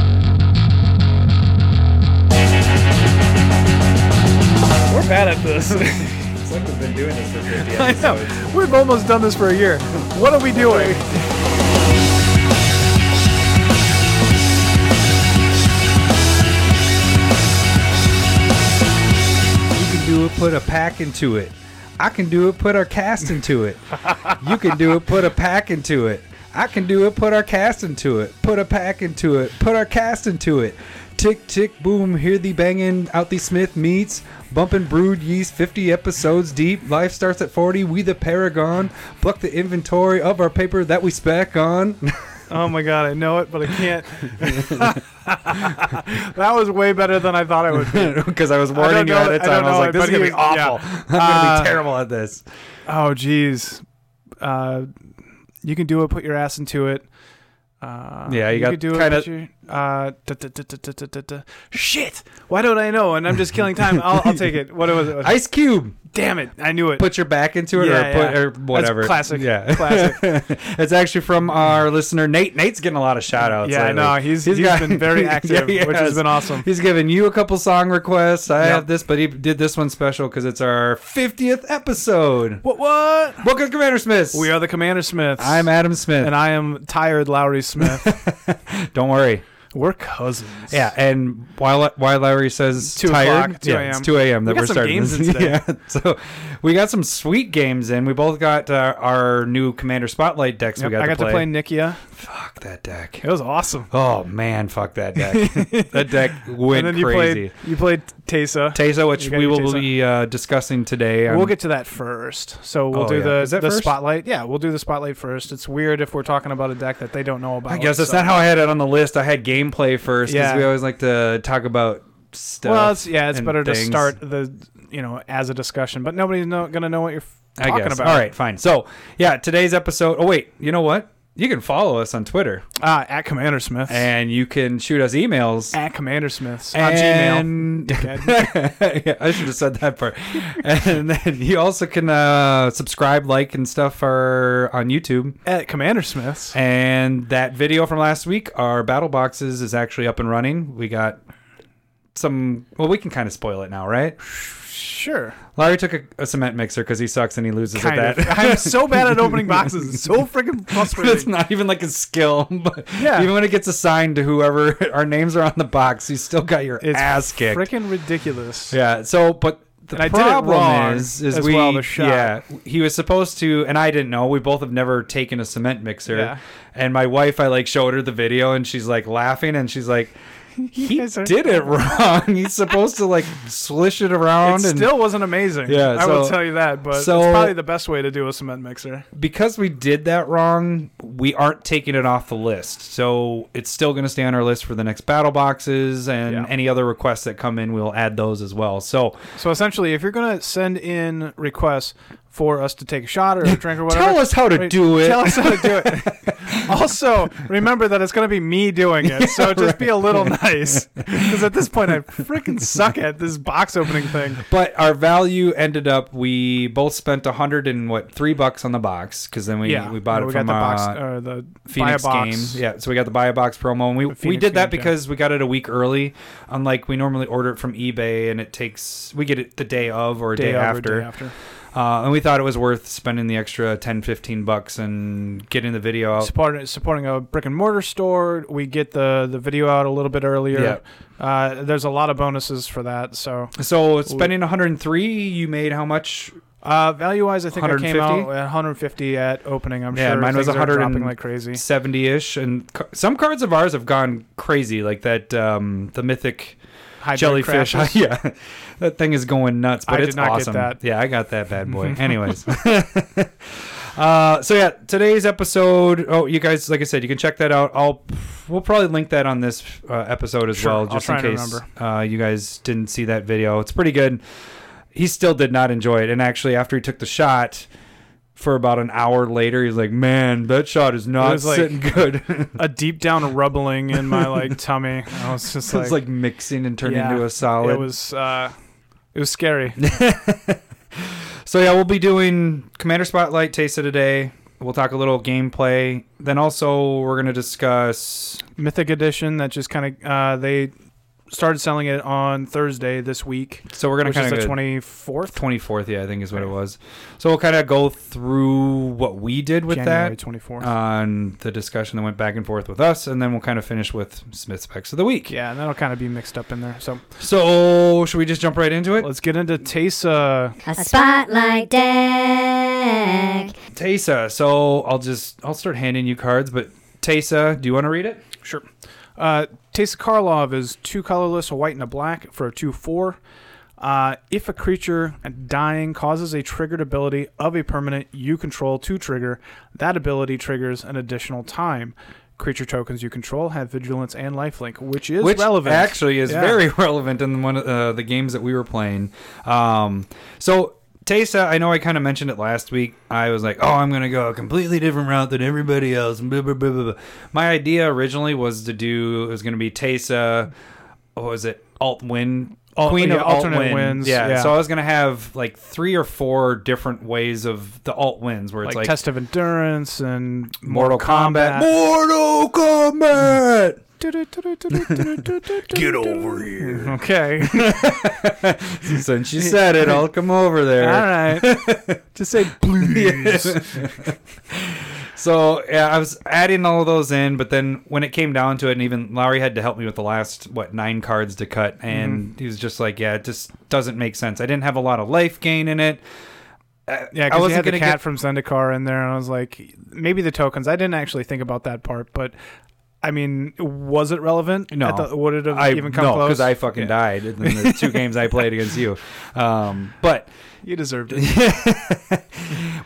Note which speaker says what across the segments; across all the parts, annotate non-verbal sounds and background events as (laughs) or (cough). Speaker 1: (laughs) this.
Speaker 2: It's like we've been doing this for 50
Speaker 1: I
Speaker 2: episodes.
Speaker 1: know. We've almost done this for a year. What are we doing?
Speaker 3: You can do it, put a pack into it. I can do it, put our cast into it. You can do it, put a pack into it. I can do it, put our cast into it. Put a pack into it, put our cast into it. Tick, tick, boom, hear thee banging, out thee Smith meets. Bumpin' brewed yeast, 50 episodes deep. Life starts at 40, we the paragon. Pluck the inventory of our paper that we spec on. (laughs)
Speaker 1: Oh my god, I know it, but I
Speaker 2: (laughs)
Speaker 1: can't. that was way better than I thought it would be.
Speaker 3: Because I was
Speaker 1: don't
Speaker 3: warning you
Speaker 1: know
Speaker 3: ahead
Speaker 1: it-
Speaker 3: of
Speaker 1: I don't
Speaker 3: time. I, was
Speaker 1: know
Speaker 3: like,
Speaker 1: it,
Speaker 3: this is
Speaker 1: but
Speaker 3: going to
Speaker 1: he
Speaker 3: be
Speaker 1: was- yeah.
Speaker 3: awful. (laughs) I'm going to
Speaker 1: Uh,
Speaker 3: be terrible at this.
Speaker 1: Oh geez, uh, you can do it. Put your ass into it. Uh,
Speaker 3: Yeah, you got
Speaker 1: could do
Speaker 3: kinda-
Speaker 1: it. put your- uh, da- da- da- da- da- da- da- da. Shit! Why don't I know? And I'm just killing time. I'll, I'll take it. What was
Speaker 3: (laughs)
Speaker 1: it?
Speaker 3: Ice Cube.
Speaker 1: Damn it! I knew it.
Speaker 3: put your back into it
Speaker 1: Yeah,
Speaker 3: or put
Speaker 1: yeah.
Speaker 3: or
Speaker 1: That's
Speaker 3: whatever.
Speaker 1: classic.
Speaker 3: Yeah.
Speaker 1: Classic.
Speaker 3: (laughs) it's actually from our listener Nate. Nate's getting a lot of shout outs.
Speaker 1: yeah, no, he's he's been
Speaker 3: (laughs)
Speaker 1: very active, which has been awesome.
Speaker 3: He's given you a couple song requests. I
Speaker 1: Yep.
Speaker 3: have this, but he did this one special because it's our 50th episode.
Speaker 1: What? What?
Speaker 3: Welcome to Commander Smiths.
Speaker 1: We are the Commander Smiths.
Speaker 3: I'm Adam Smith.
Speaker 1: and I am tired Lowry
Speaker 3: (laughs)
Speaker 1: Smith.
Speaker 3: Don't worry.
Speaker 1: We're cousins.
Speaker 3: Yeah, and while while Larry says
Speaker 1: Two
Speaker 3: tired,
Speaker 1: o'clock, 2
Speaker 3: yeah,
Speaker 1: a.m..
Speaker 3: it's two a.m. that
Speaker 1: We got
Speaker 3: are
Speaker 1: some
Speaker 3: starting.
Speaker 1: games
Speaker 3: this.
Speaker 1: instead.
Speaker 3: (laughs) yeah, so we got some sweet games in. We both got uh, our new Commander Spotlight decks.
Speaker 1: Yep,
Speaker 3: we got
Speaker 1: I got to play Nikia.
Speaker 3: Fuck that deck.
Speaker 1: It was awesome.
Speaker 3: Oh man, fuck
Speaker 1: (laughs)
Speaker 3: that deck. that deck went
Speaker 1: and then you
Speaker 3: crazy.
Speaker 1: played you played Tesa.
Speaker 3: Tesa, which
Speaker 1: You gotta
Speaker 3: we
Speaker 1: do
Speaker 3: will
Speaker 1: Tesa.
Speaker 3: be uh, discussing today. um, on-
Speaker 1: We'll get to that first. So we'll
Speaker 3: Oh,
Speaker 1: do
Speaker 3: yeah.
Speaker 1: the,
Speaker 3: Is that
Speaker 1: the
Speaker 3: first?
Speaker 1: spotlight. Yeah, we'll do the spotlight first. It's weird if we're talking about a deck that they don't know about.
Speaker 3: I guess that's
Speaker 1: so-
Speaker 3: not how I had it on the list. I had gameplay first because
Speaker 1: Yeah.
Speaker 3: we always like to talk about stuff.
Speaker 1: Well, it's, yeah, it's
Speaker 3: and
Speaker 1: better to
Speaker 3: things.
Speaker 1: start the you know as a discussion, but nobody's know, gonna know what you're f-
Speaker 3: I
Speaker 1: talking
Speaker 3: guess.
Speaker 1: about.
Speaker 3: All right, fine. So yeah, today's episode. Oh wait, you know what? You can follow us on Twitter
Speaker 1: Ah, at Commander Smith.
Speaker 3: and you can shoot us emails.
Speaker 1: at Commander Smiths on Gmail.
Speaker 3: And (laughs) yeah, I should have said that part. (laughs) and then you also can uh, subscribe, like, and stuff for on YouTube.
Speaker 1: At Commander Smiths.
Speaker 3: And that video from last week, our battle boxes, is actually up and running. We got some. Well, we can kind of spoil it now, right?
Speaker 1: Sure.
Speaker 3: Larry took a, a cement mixer because he sucks and he loses
Speaker 1: Kind
Speaker 3: at
Speaker 1: of. (laughs)
Speaker 3: that.
Speaker 1: I'm so bad at opening boxes. It's so freaking frustrating.
Speaker 3: (laughs) It's not even like a skill, (laughs) but
Speaker 1: Yeah.
Speaker 3: even when it gets assigned to whoever (laughs) our names are on the box, you still got your
Speaker 1: It's
Speaker 3: ass kicked.
Speaker 1: Freaking ridiculous.
Speaker 3: Yeah. So, but the
Speaker 1: And I did it
Speaker 3: problem
Speaker 1: wrong
Speaker 3: is, is
Speaker 1: as
Speaker 3: we,
Speaker 1: well, the shot.
Speaker 3: yeah, he was supposed to, and I didn't know. We both have never taken a cement mixer,
Speaker 1: Yeah.
Speaker 3: and my wife, I like showed her the video, and she's like laughing, and she's like. He
Speaker 1: guys are-
Speaker 3: did it wrong. He's supposed
Speaker 1: (laughs)
Speaker 3: to like swish it around,
Speaker 1: It
Speaker 3: and
Speaker 1: still wasn't amazing.
Speaker 3: Yeah,
Speaker 1: I will
Speaker 3: so-
Speaker 1: tell you that, but
Speaker 3: so-
Speaker 1: it's probably the best way to do a cement mixer.
Speaker 3: because we did that wrong, we aren't taking it off the list. So it's still going to stay on our list for the next battle boxes and
Speaker 1: Yeah.
Speaker 3: any other requests that come in. We'll add those as well. So
Speaker 1: So essentially, if you're going to send in requests for us to take a shot or a drink or whatever,
Speaker 3: tell us how to
Speaker 1: right,
Speaker 3: do it.
Speaker 1: Tell us how to do it. also, remember that it's going to be me doing it, so just be a little nice. Because at this point, I freaking suck at this box opening thing.
Speaker 3: (laughs) But our value ended up we both spent a hundred and what three bucks on the box because then we
Speaker 1: yeah,
Speaker 3: we bought it
Speaker 1: we
Speaker 3: from
Speaker 1: got the box
Speaker 3: uh,
Speaker 1: or the
Speaker 3: Phoenix
Speaker 1: buy a
Speaker 3: game.
Speaker 1: box.
Speaker 3: Yeah, so we got the buy a box promo and we we
Speaker 1: Phoenix
Speaker 3: did that
Speaker 1: game, yeah.
Speaker 3: because we got it a week early. Unlike we normally order it from eBay and it takes we get it the day of or a day,
Speaker 1: Day, of or
Speaker 3: after.
Speaker 1: day after.
Speaker 3: Uh, and we thought it was worth spending the extra 10, 15 bucks and getting the video out.
Speaker 1: supporting supporting a brick and mortar store. We get the the video out a little bit earlier. Uh, there's a lot of bonuses for that. So
Speaker 3: So spending 103, you made how much?
Speaker 1: uh, value wise, I think I came
Speaker 3: 150?
Speaker 1: out at 150 at opening. I'm
Speaker 3: Yeah,
Speaker 1: sure
Speaker 3: mine was
Speaker 1: things are
Speaker 3: 100
Speaker 1: dropping
Speaker 3: and-
Speaker 1: like crazy.
Speaker 3: 70 ish. And ca- some cards of ours have gone crazy, like that, um, the mythic.
Speaker 1: High
Speaker 3: jellyfish.
Speaker 1: crashes.
Speaker 3: (laughs) yeah, that thing is going nuts, but
Speaker 1: I did
Speaker 3: it's
Speaker 1: not get
Speaker 3: awesome.
Speaker 1: that.
Speaker 3: Yeah, I got that
Speaker 1: (laughs)
Speaker 3: bad boy. Anyways, (laughs) uh, so yeah, today's episode. Oh, you guys, like I said, you can check that out. I'll we'll probably link that on this uh, episode as
Speaker 1: Sure,
Speaker 3: well,
Speaker 1: I'll
Speaker 3: just
Speaker 1: try
Speaker 3: in
Speaker 1: and
Speaker 3: case uh, you guys didn't see that video. It's pretty good. He still did not enjoy it, and actually, after he took the shot. For about an hour later, he's like, "Man, that shot is not
Speaker 1: was like-
Speaker 3: sitting good."
Speaker 1: A deep down rumbling in my like tummy. I was just like,
Speaker 3: (laughs) it's like mixing and turning
Speaker 1: Yeah,
Speaker 3: into a solid.
Speaker 1: it was uh, it was
Speaker 3: (laughs)
Speaker 1: scary.
Speaker 3: So yeah, we'll be doing Commander Spotlight Taste of today. We'll talk a little gameplay. Then also we're gonna discuss
Speaker 1: Mythic Edition that just kind of uh, they started selling it on Thursday this week,
Speaker 3: So we're gonna
Speaker 1: which is
Speaker 3: kind
Speaker 1: the
Speaker 3: of
Speaker 1: twenty fourth.
Speaker 3: 24th, yeah, I think is what it was. So we'll kind of go through what we did with
Speaker 1: January
Speaker 3: that
Speaker 1: 24th.
Speaker 3: on the discussion that went back and forth with us, and then we'll kind of finish with Smith Specs of the Week.
Speaker 1: yeah, and that'll kind of be mixed up in there. So
Speaker 3: So should we just jump right into it?
Speaker 1: let's get into Tesa.
Speaker 4: A spotlight deck.
Speaker 3: Tesa. So I'll just I'll start handing you cards, but Tesa, do you want to read it?
Speaker 1: Sure. Uh, Tesa Karlov is two colorless, a white and a black for a 2 4. Uh, if a creature dying causes a triggered ability of a permanent you control to trigger, that ability triggers an additional time. Creature tokens you control have vigilance and lifelink, which is
Speaker 3: Which
Speaker 1: relevant.
Speaker 3: actually is
Speaker 1: Yeah.
Speaker 3: very (laughs) relevant in one of uh, the games that we were playing. Um, so Tesa, I know I kind of mentioned it last week. I was like, "Oh, I'm going to go a completely different route than everybody else." Blah, blah, blah, blah, blah. My idea originally was to do it was going to be Tesa. What was it? Alt win.
Speaker 1: Alt-
Speaker 3: Queen
Speaker 1: yeah,
Speaker 3: of alternate
Speaker 1: alternate
Speaker 3: wins.
Speaker 1: wins,
Speaker 3: Yeah.
Speaker 1: yeah.
Speaker 3: So I was gonna have like three or four different ways of the alt wins, where it's
Speaker 1: like,
Speaker 3: like
Speaker 1: Test of Endurance and
Speaker 3: Mortal Kombat.
Speaker 1: Kombat. (laughs)
Speaker 3: Mortal Kombat.
Speaker 1: Get
Speaker 3: over here.
Speaker 1: Okay.
Speaker 3: Since she said it, I'll come over
Speaker 1: All
Speaker 3: there.
Speaker 1: right.
Speaker 3: (laughs)
Speaker 1: Just (laughs) say please.
Speaker 3: So yeah, I was adding all of those in, but then when it came down to it, and even Lowry had to help me with the last what nine cards to cut,
Speaker 1: Mm-hmm.
Speaker 3: and he was just like, "Yeah, it just doesn't make sense." I didn't have a lot of life gain in it.
Speaker 1: Yeah,
Speaker 3: I
Speaker 1: because you
Speaker 3: wasn't
Speaker 1: had the
Speaker 3: gonna
Speaker 1: cat
Speaker 3: get-
Speaker 1: from Zendikar in there, and I was like, maybe the tokens. I didn't actually think about that part, but I mean, was it relevant?
Speaker 3: No.
Speaker 1: I thought- would it have
Speaker 3: I
Speaker 1: even come
Speaker 3: no,
Speaker 1: close?
Speaker 3: because I fucking died in the
Speaker 1: (laughs)
Speaker 3: two games I played against you. Um, but
Speaker 1: you deserved
Speaker 3: (laughs)
Speaker 1: it.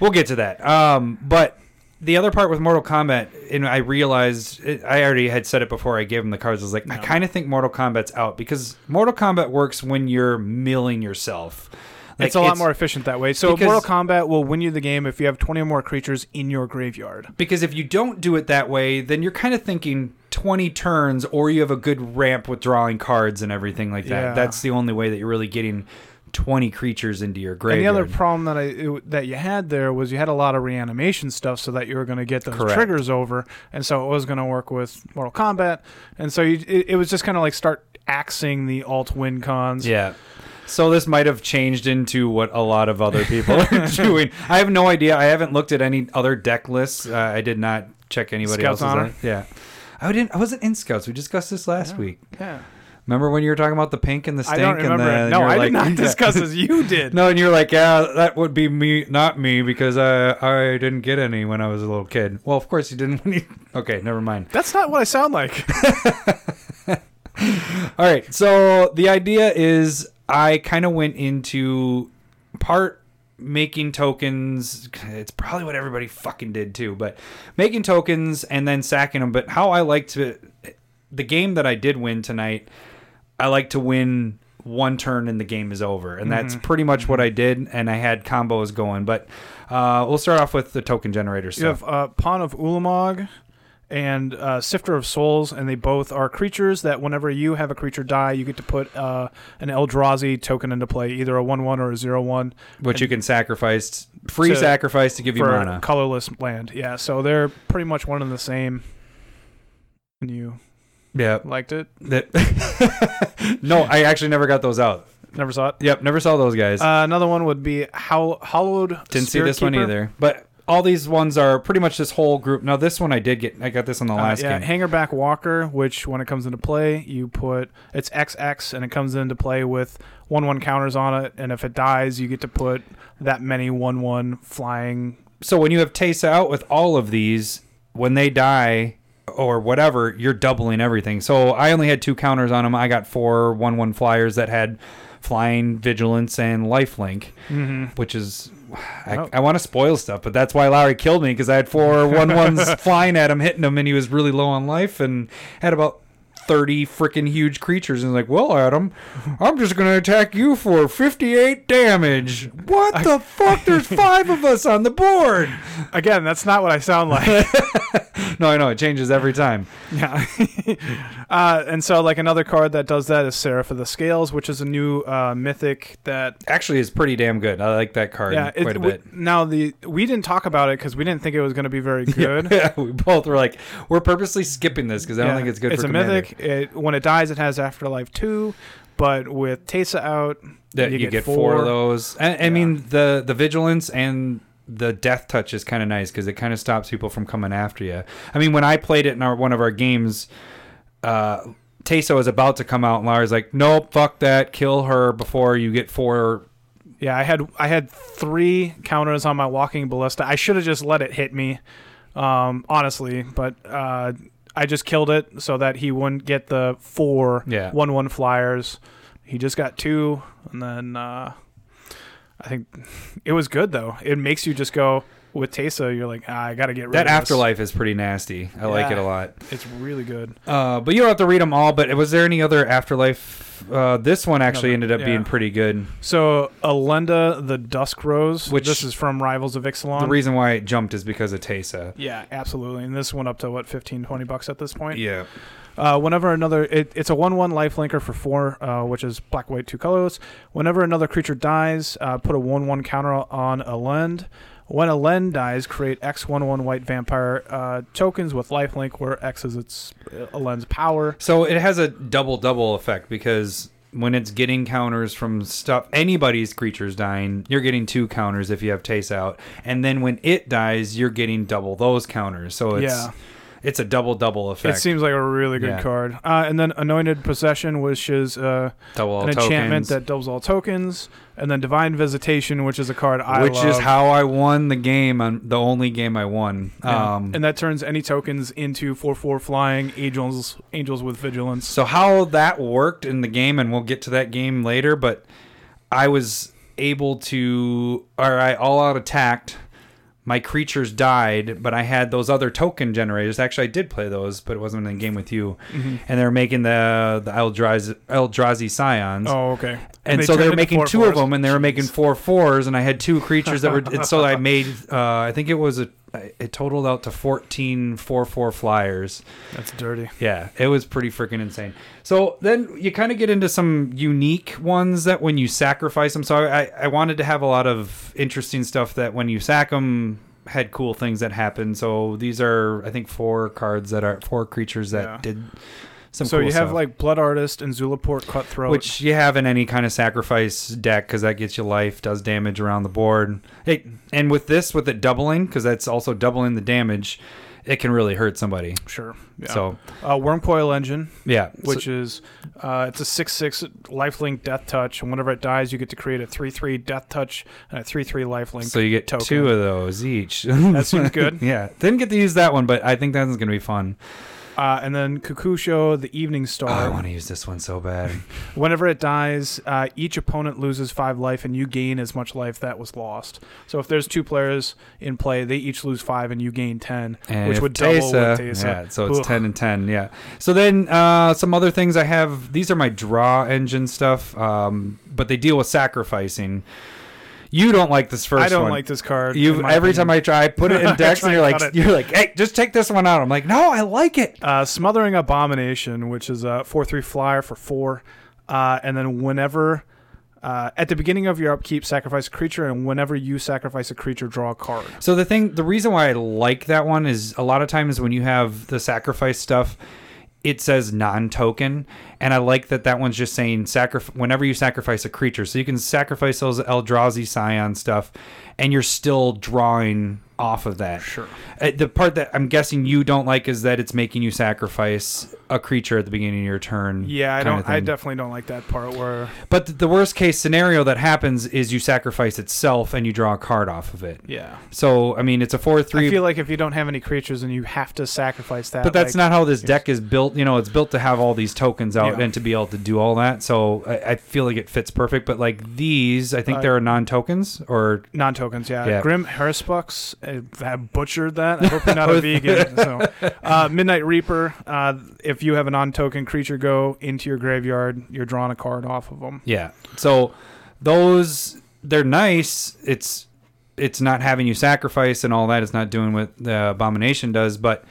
Speaker 3: we'll get to that. Um, but the other part with Mortal Kombat, and I realized it, I already had said it before I gave him the cards. I was like, I kind of think Mortal Kombat's out because Mortal Kombat works when you're milling yourself. Like,
Speaker 1: it's a lot more efficient that way. So
Speaker 3: because-
Speaker 1: Mortal Kombat will win you the game if you have twenty or more creatures in your graveyard.
Speaker 3: because if you don't do it that way, then you're kind of thinking 20 turns or you have a good ramp with drawing cards and everything like that.
Speaker 1: Yeah.
Speaker 3: That's the only way that you're really getting 20 creatures into your
Speaker 1: And the
Speaker 3: graveyard.
Speaker 1: other problem that I it- that you had there was you had a lot of reanimation stuff, so that you were going to get those
Speaker 3: Correct.
Speaker 1: triggers over, and so it was going to work with Mortal Kombat, and so you, it, it was just kind of like start axing the alt win cons.
Speaker 3: Yeah. So this might have changed into what a lot of other people
Speaker 1: (laughs)
Speaker 3: are doing. I have no idea. I haven't looked at any other deck lists. Uh, I did not check anybody
Speaker 1: Scouts
Speaker 3: else's.
Speaker 1: Honor?
Speaker 3: Yeah. I didn't. I wasn't in Scouts. We discussed this last week.
Speaker 1: yeah.
Speaker 3: Remember when you were talking about the pink and the
Speaker 1: I
Speaker 3: stink?
Speaker 1: don't remember.
Speaker 3: And the,
Speaker 1: it. No,
Speaker 3: you were
Speaker 1: I
Speaker 3: like-
Speaker 1: did
Speaker 3: (laughs)
Speaker 1: not (laughs) discuss this. You did.
Speaker 3: No, and you're like, yeah, that would be me, not me, because uh, I didn't get any when I was a little kid. Well, of course you didn't. (laughs) When you... Okay, never mind.
Speaker 1: That's not what I sound
Speaker 3: (laughs)
Speaker 1: like.
Speaker 3: All right. So the idea is I kind of went into part making tokens. It's probably what everybody fucking did too, but making tokens and then sacking them. But how I like to, the game that I did win tonight, I like to win one turn and the game is over. And
Speaker 1: Mm-hmm.
Speaker 3: that's pretty much what I did. And I had combos going. But uh, we'll start off with the token generator
Speaker 1: You
Speaker 3: stuff.
Speaker 1: have uh, Pawn of Ulamog and uh, Sifter of Souls, and they both are creatures that whenever you have a creature die, you get to put uh, an Eldrazi token into play, either a 1 1 or a 0 1
Speaker 3: Which you can sacrifice, free
Speaker 1: To-
Speaker 3: sacrifice to give you
Speaker 1: for
Speaker 3: mana.
Speaker 1: colorless land. Yeah, so they're pretty much one and the same. And you
Speaker 3: yeah,
Speaker 1: liked it?
Speaker 3: That (laughs) no, I actually never got those out.
Speaker 1: Never saw it?
Speaker 3: Yep, never saw those guys.
Speaker 1: Uh, another one would be Howl- Hollowed.
Speaker 3: Didn't see
Speaker 1: Spirit
Speaker 3: this one
Speaker 1: Keeper.
Speaker 3: either. But all these ones are pretty much this whole group. Now this one I did get. I got this on the
Speaker 1: Uh,
Speaker 3: last
Speaker 1: yeah,
Speaker 3: game.
Speaker 1: Hangerback Walker, which when it comes into play, you put it's XX and it comes into play with one one counters on it, and if it dies, you get to put that many one one flying.
Speaker 3: So when you have Tesa out with all of these, when they die or whatever, you're doubling everything. So I only had two counters on them. I got four one-one flyers that had flying, vigilance, and lifelink,
Speaker 1: Mm-hmm.
Speaker 3: which is. I,
Speaker 1: Oh.
Speaker 3: I want to spoil stuff, but that's why Lowry killed me because I had four one
Speaker 1: (laughs)
Speaker 3: ones flying at him, hitting him, and he was really low on life and had about thirty freaking huge creatures. And like, well, Adam, I'm just gonna attack you for fifty eight damage. What the fuck? There's five of us on the board.
Speaker 1: Again, that's not what I sound
Speaker 3: (laughs)
Speaker 1: like. (laughs)
Speaker 3: No, I know it changes every time.
Speaker 1: yeah. (laughs) uh, and so, like another card that does that is Seraph of the Scales, which is a new uh, mythic that.
Speaker 3: Actually, it's pretty damn good. I like that card
Speaker 1: Yeah, it,
Speaker 3: quite a
Speaker 1: we-
Speaker 3: bit. (laughs)
Speaker 1: now the we didn't talk about it because we didn't think it was going to be very good.
Speaker 3: Yeah, we both were like, we're purposely skipping this because I don't
Speaker 1: Yeah,
Speaker 3: think it's good.
Speaker 1: It's
Speaker 3: for
Speaker 1: a
Speaker 3: Commander.
Speaker 1: mythic. like it when it dies, it has afterlife two, but with Tesa out,
Speaker 3: that you, get, four. of those. I, I mean, the the vigilance and the death touch is kind of nice because it kind of stops people from coming after you. I mean, when I played it in our, one of our games, uh, Teso is about to come out, and Lara's like, "Nope, fuck that, kill her before you get four
Speaker 1: Yeah, I had I had three counters on my walking ballista. I should have just let it hit me, um, honestly. But uh, I just killed it so that he wouldn't get the four
Speaker 3: Yeah.
Speaker 1: one one flyers. He just got two, and then uh, I think it was good though. It makes you just go with Tesa. You're like, ah, I got to get rid of
Speaker 3: That
Speaker 1: this."
Speaker 3: afterlife is pretty nasty. I like
Speaker 1: Yeah.
Speaker 3: it a lot.
Speaker 1: It's really good.
Speaker 3: Uh, but you don't have to read them all. But was there any other afterlife? Uh, this one actually
Speaker 1: Another-
Speaker 3: ended up being
Speaker 1: yeah.
Speaker 3: pretty good.
Speaker 1: So Alenda, the Dusk Rose,
Speaker 3: Which-
Speaker 1: which this is from Rivals of Ixalan.
Speaker 3: The reason why it jumped is because of Tesa.
Speaker 1: yeah, absolutely. And this went up to what 15, 20 bucks at this point.
Speaker 3: Yeah.
Speaker 1: Uh, whenever another, it, it's a one-one lifelinker for four, uh, which is black, white, two colors. Whenever another creature dies, uh, put a one-one counter on a lend. When a lend dies, create X one-one white vampire uh, tokens with lifelink, where X is its uh, a lend's power.
Speaker 3: So it has a double double effect because when it's getting counters from stuff anybody's creatures dying, you're getting two counters if you have Tase out, and then when it dies, you're getting double those counters. So it's
Speaker 1: Yeah.
Speaker 3: it's a double double effect.
Speaker 1: It seems like a really good
Speaker 3: Yeah.
Speaker 1: card. Uh, and then Anointed Possession, which is uh,
Speaker 3: double
Speaker 1: an enchantment
Speaker 3: tokens,
Speaker 1: that doubles all tokens, and then Divine Visitation, which is a card I
Speaker 3: which is
Speaker 1: love.
Speaker 3: how I won the game on the only game I won.
Speaker 1: Yeah.
Speaker 3: Um,
Speaker 1: and that turns any tokens into four four flying angels angels with vigilance.
Speaker 3: So how that worked in the game, and we'll get to that game later, but I was able to all right, all out attacked. My creatures died, but I had those other token generators. Actually, I did play those, but it wasn't in the game with you. And they're making the the Eldrazi, Eldrazi scions.
Speaker 1: Oh, okay.
Speaker 3: And, so
Speaker 1: turned
Speaker 3: they were
Speaker 1: into
Speaker 3: making
Speaker 1: four
Speaker 3: two of
Speaker 1: fours?
Speaker 3: them, and they were making
Speaker 1: Jeez.
Speaker 3: four fours, and I had two
Speaker 1: (laughs)
Speaker 3: creatures that were. and so I made, uh, I think it was a, it totaled out to 14 four four flyers.
Speaker 1: That's dirty.
Speaker 3: Yeah, it was pretty freaking insane. So then you kind of get into some unique ones that when you sacrifice them. So I, I wanted to have a lot of interesting stuff that when you sack them had cool things that happen. So these are I think four cards that are four creatures that
Speaker 1: Yeah.
Speaker 3: did some.
Speaker 1: So
Speaker 3: cool
Speaker 1: you have
Speaker 3: stuff.
Speaker 1: like Blood Artist and Zulaport Cutthroat.
Speaker 3: which you have in any kind of sacrifice deck because that gets you life, does damage around the board. It, and with this, with it doubling because that's also doubling the damage, it can really hurt somebody.
Speaker 1: sure. Yeah.
Speaker 3: So
Speaker 1: uh, Wormcoil Engine,
Speaker 3: yeah,
Speaker 1: which is uh, it's a six six lifelink death touch, and whenever it dies, you get to create a three three death touch and a three three lifelink.
Speaker 3: So you get
Speaker 1: token.
Speaker 3: two of those
Speaker 1: (laughs)
Speaker 3: each. that
Speaker 1: seems good. (laughs)
Speaker 3: yeah, didn't get to use that one, but I think that one's gonna be fun.
Speaker 1: uh, and then Kukusho, the Evening
Speaker 3: Oh, I
Speaker 1: Star.
Speaker 3: want to use this one so
Speaker 1: (laughs)
Speaker 3: bad.
Speaker 1: Whenever it dies, uh, each opponent loses five life, and you gain as much life that was lost. So if there's two players in play, they each lose five, and you gain ten,
Speaker 3: And
Speaker 1: which
Speaker 3: if
Speaker 1: would double
Speaker 3: Tesa-
Speaker 1: with Tesa.
Speaker 3: Yeah, so it's
Speaker 1: Ugh.
Speaker 3: ten and ten. Yeah. So then uh, some other things I have. These are my draw engine stuff, um, but they deal with sacrificing. You don't like this first.
Speaker 1: I don't
Speaker 3: one.
Speaker 1: like this card.
Speaker 3: You every time I try, I put
Speaker 1: (laughs)
Speaker 3: it in decks, and
Speaker 1: try
Speaker 3: you're
Speaker 1: and
Speaker 3: like,
Speaker 1: cut it.
Speaker 3: you're like, hey, just take this one out. I'm like, no, I like it.
Speaker 1: Uh, Smothering Abomination, which is a 4 3 flyer for 4. Uh, and then whenever, uh, at the beginning of your upkeep, sacrifice a creature, and whenever you sacrifice a creature, draw a card.
Speaker 3: So the thing, the reason why I like that one is a lot of times when you have the sacrifice stuff, it says non-token, and I like that that one's just saying sacrifice whenever you sacrifice a creature, so you can sacrifice those Eldrazi Scion stuff, and you're still drawing off of that.
Speaker 1: Sure.
Speaker 3: Uh, The part that I'm guessing you don't like is that it's making you sacrifice a creature at the beginning of your turn.
Speaker 1: Yeah, I
Speaker 3: kinda
Speaker 1: don't. I
Speaker 3: thing.
Speaker 1: definitely don't like that part where.
Speaker 3: But th- the worst case scenario that happens is you sacrifice itself and you draw a card off of it.
Speaker 1: Yeah.
Speaker 3: So I mean, it's a four-three.
Speaker 1: I feel like if you don't have any creatures and you have to sacrifice that,
Speaker 3: but that's
Speaker 1: like,
Speaker 3: not how this deck is built. You know, it's built to have all these tokens out
Speaker 1: Yeah.
Speaker 3: and to be able to do all that. So I, I feel like it fits perfect. But like these, I think
Speaker 1: Uh,
Speaker 3: there are non-tokens or
Speaker 1: non-tokens. Yeah,
Speaker 3: Yeah.
Speaker 1: Grim Hearthbucks uh, have butchered that. I hope you're
Speaker 3: (laughs)
Speaker 1: not a vegan. So, uh, Midnight Reaper. Uh, if you have a non-token creature go into your graveyard, you're drawing a card off of them.
Speaker 3: yeah. So those they're nice. It's it's not having you sacrifice and all that. It's not doing what the abomination does, but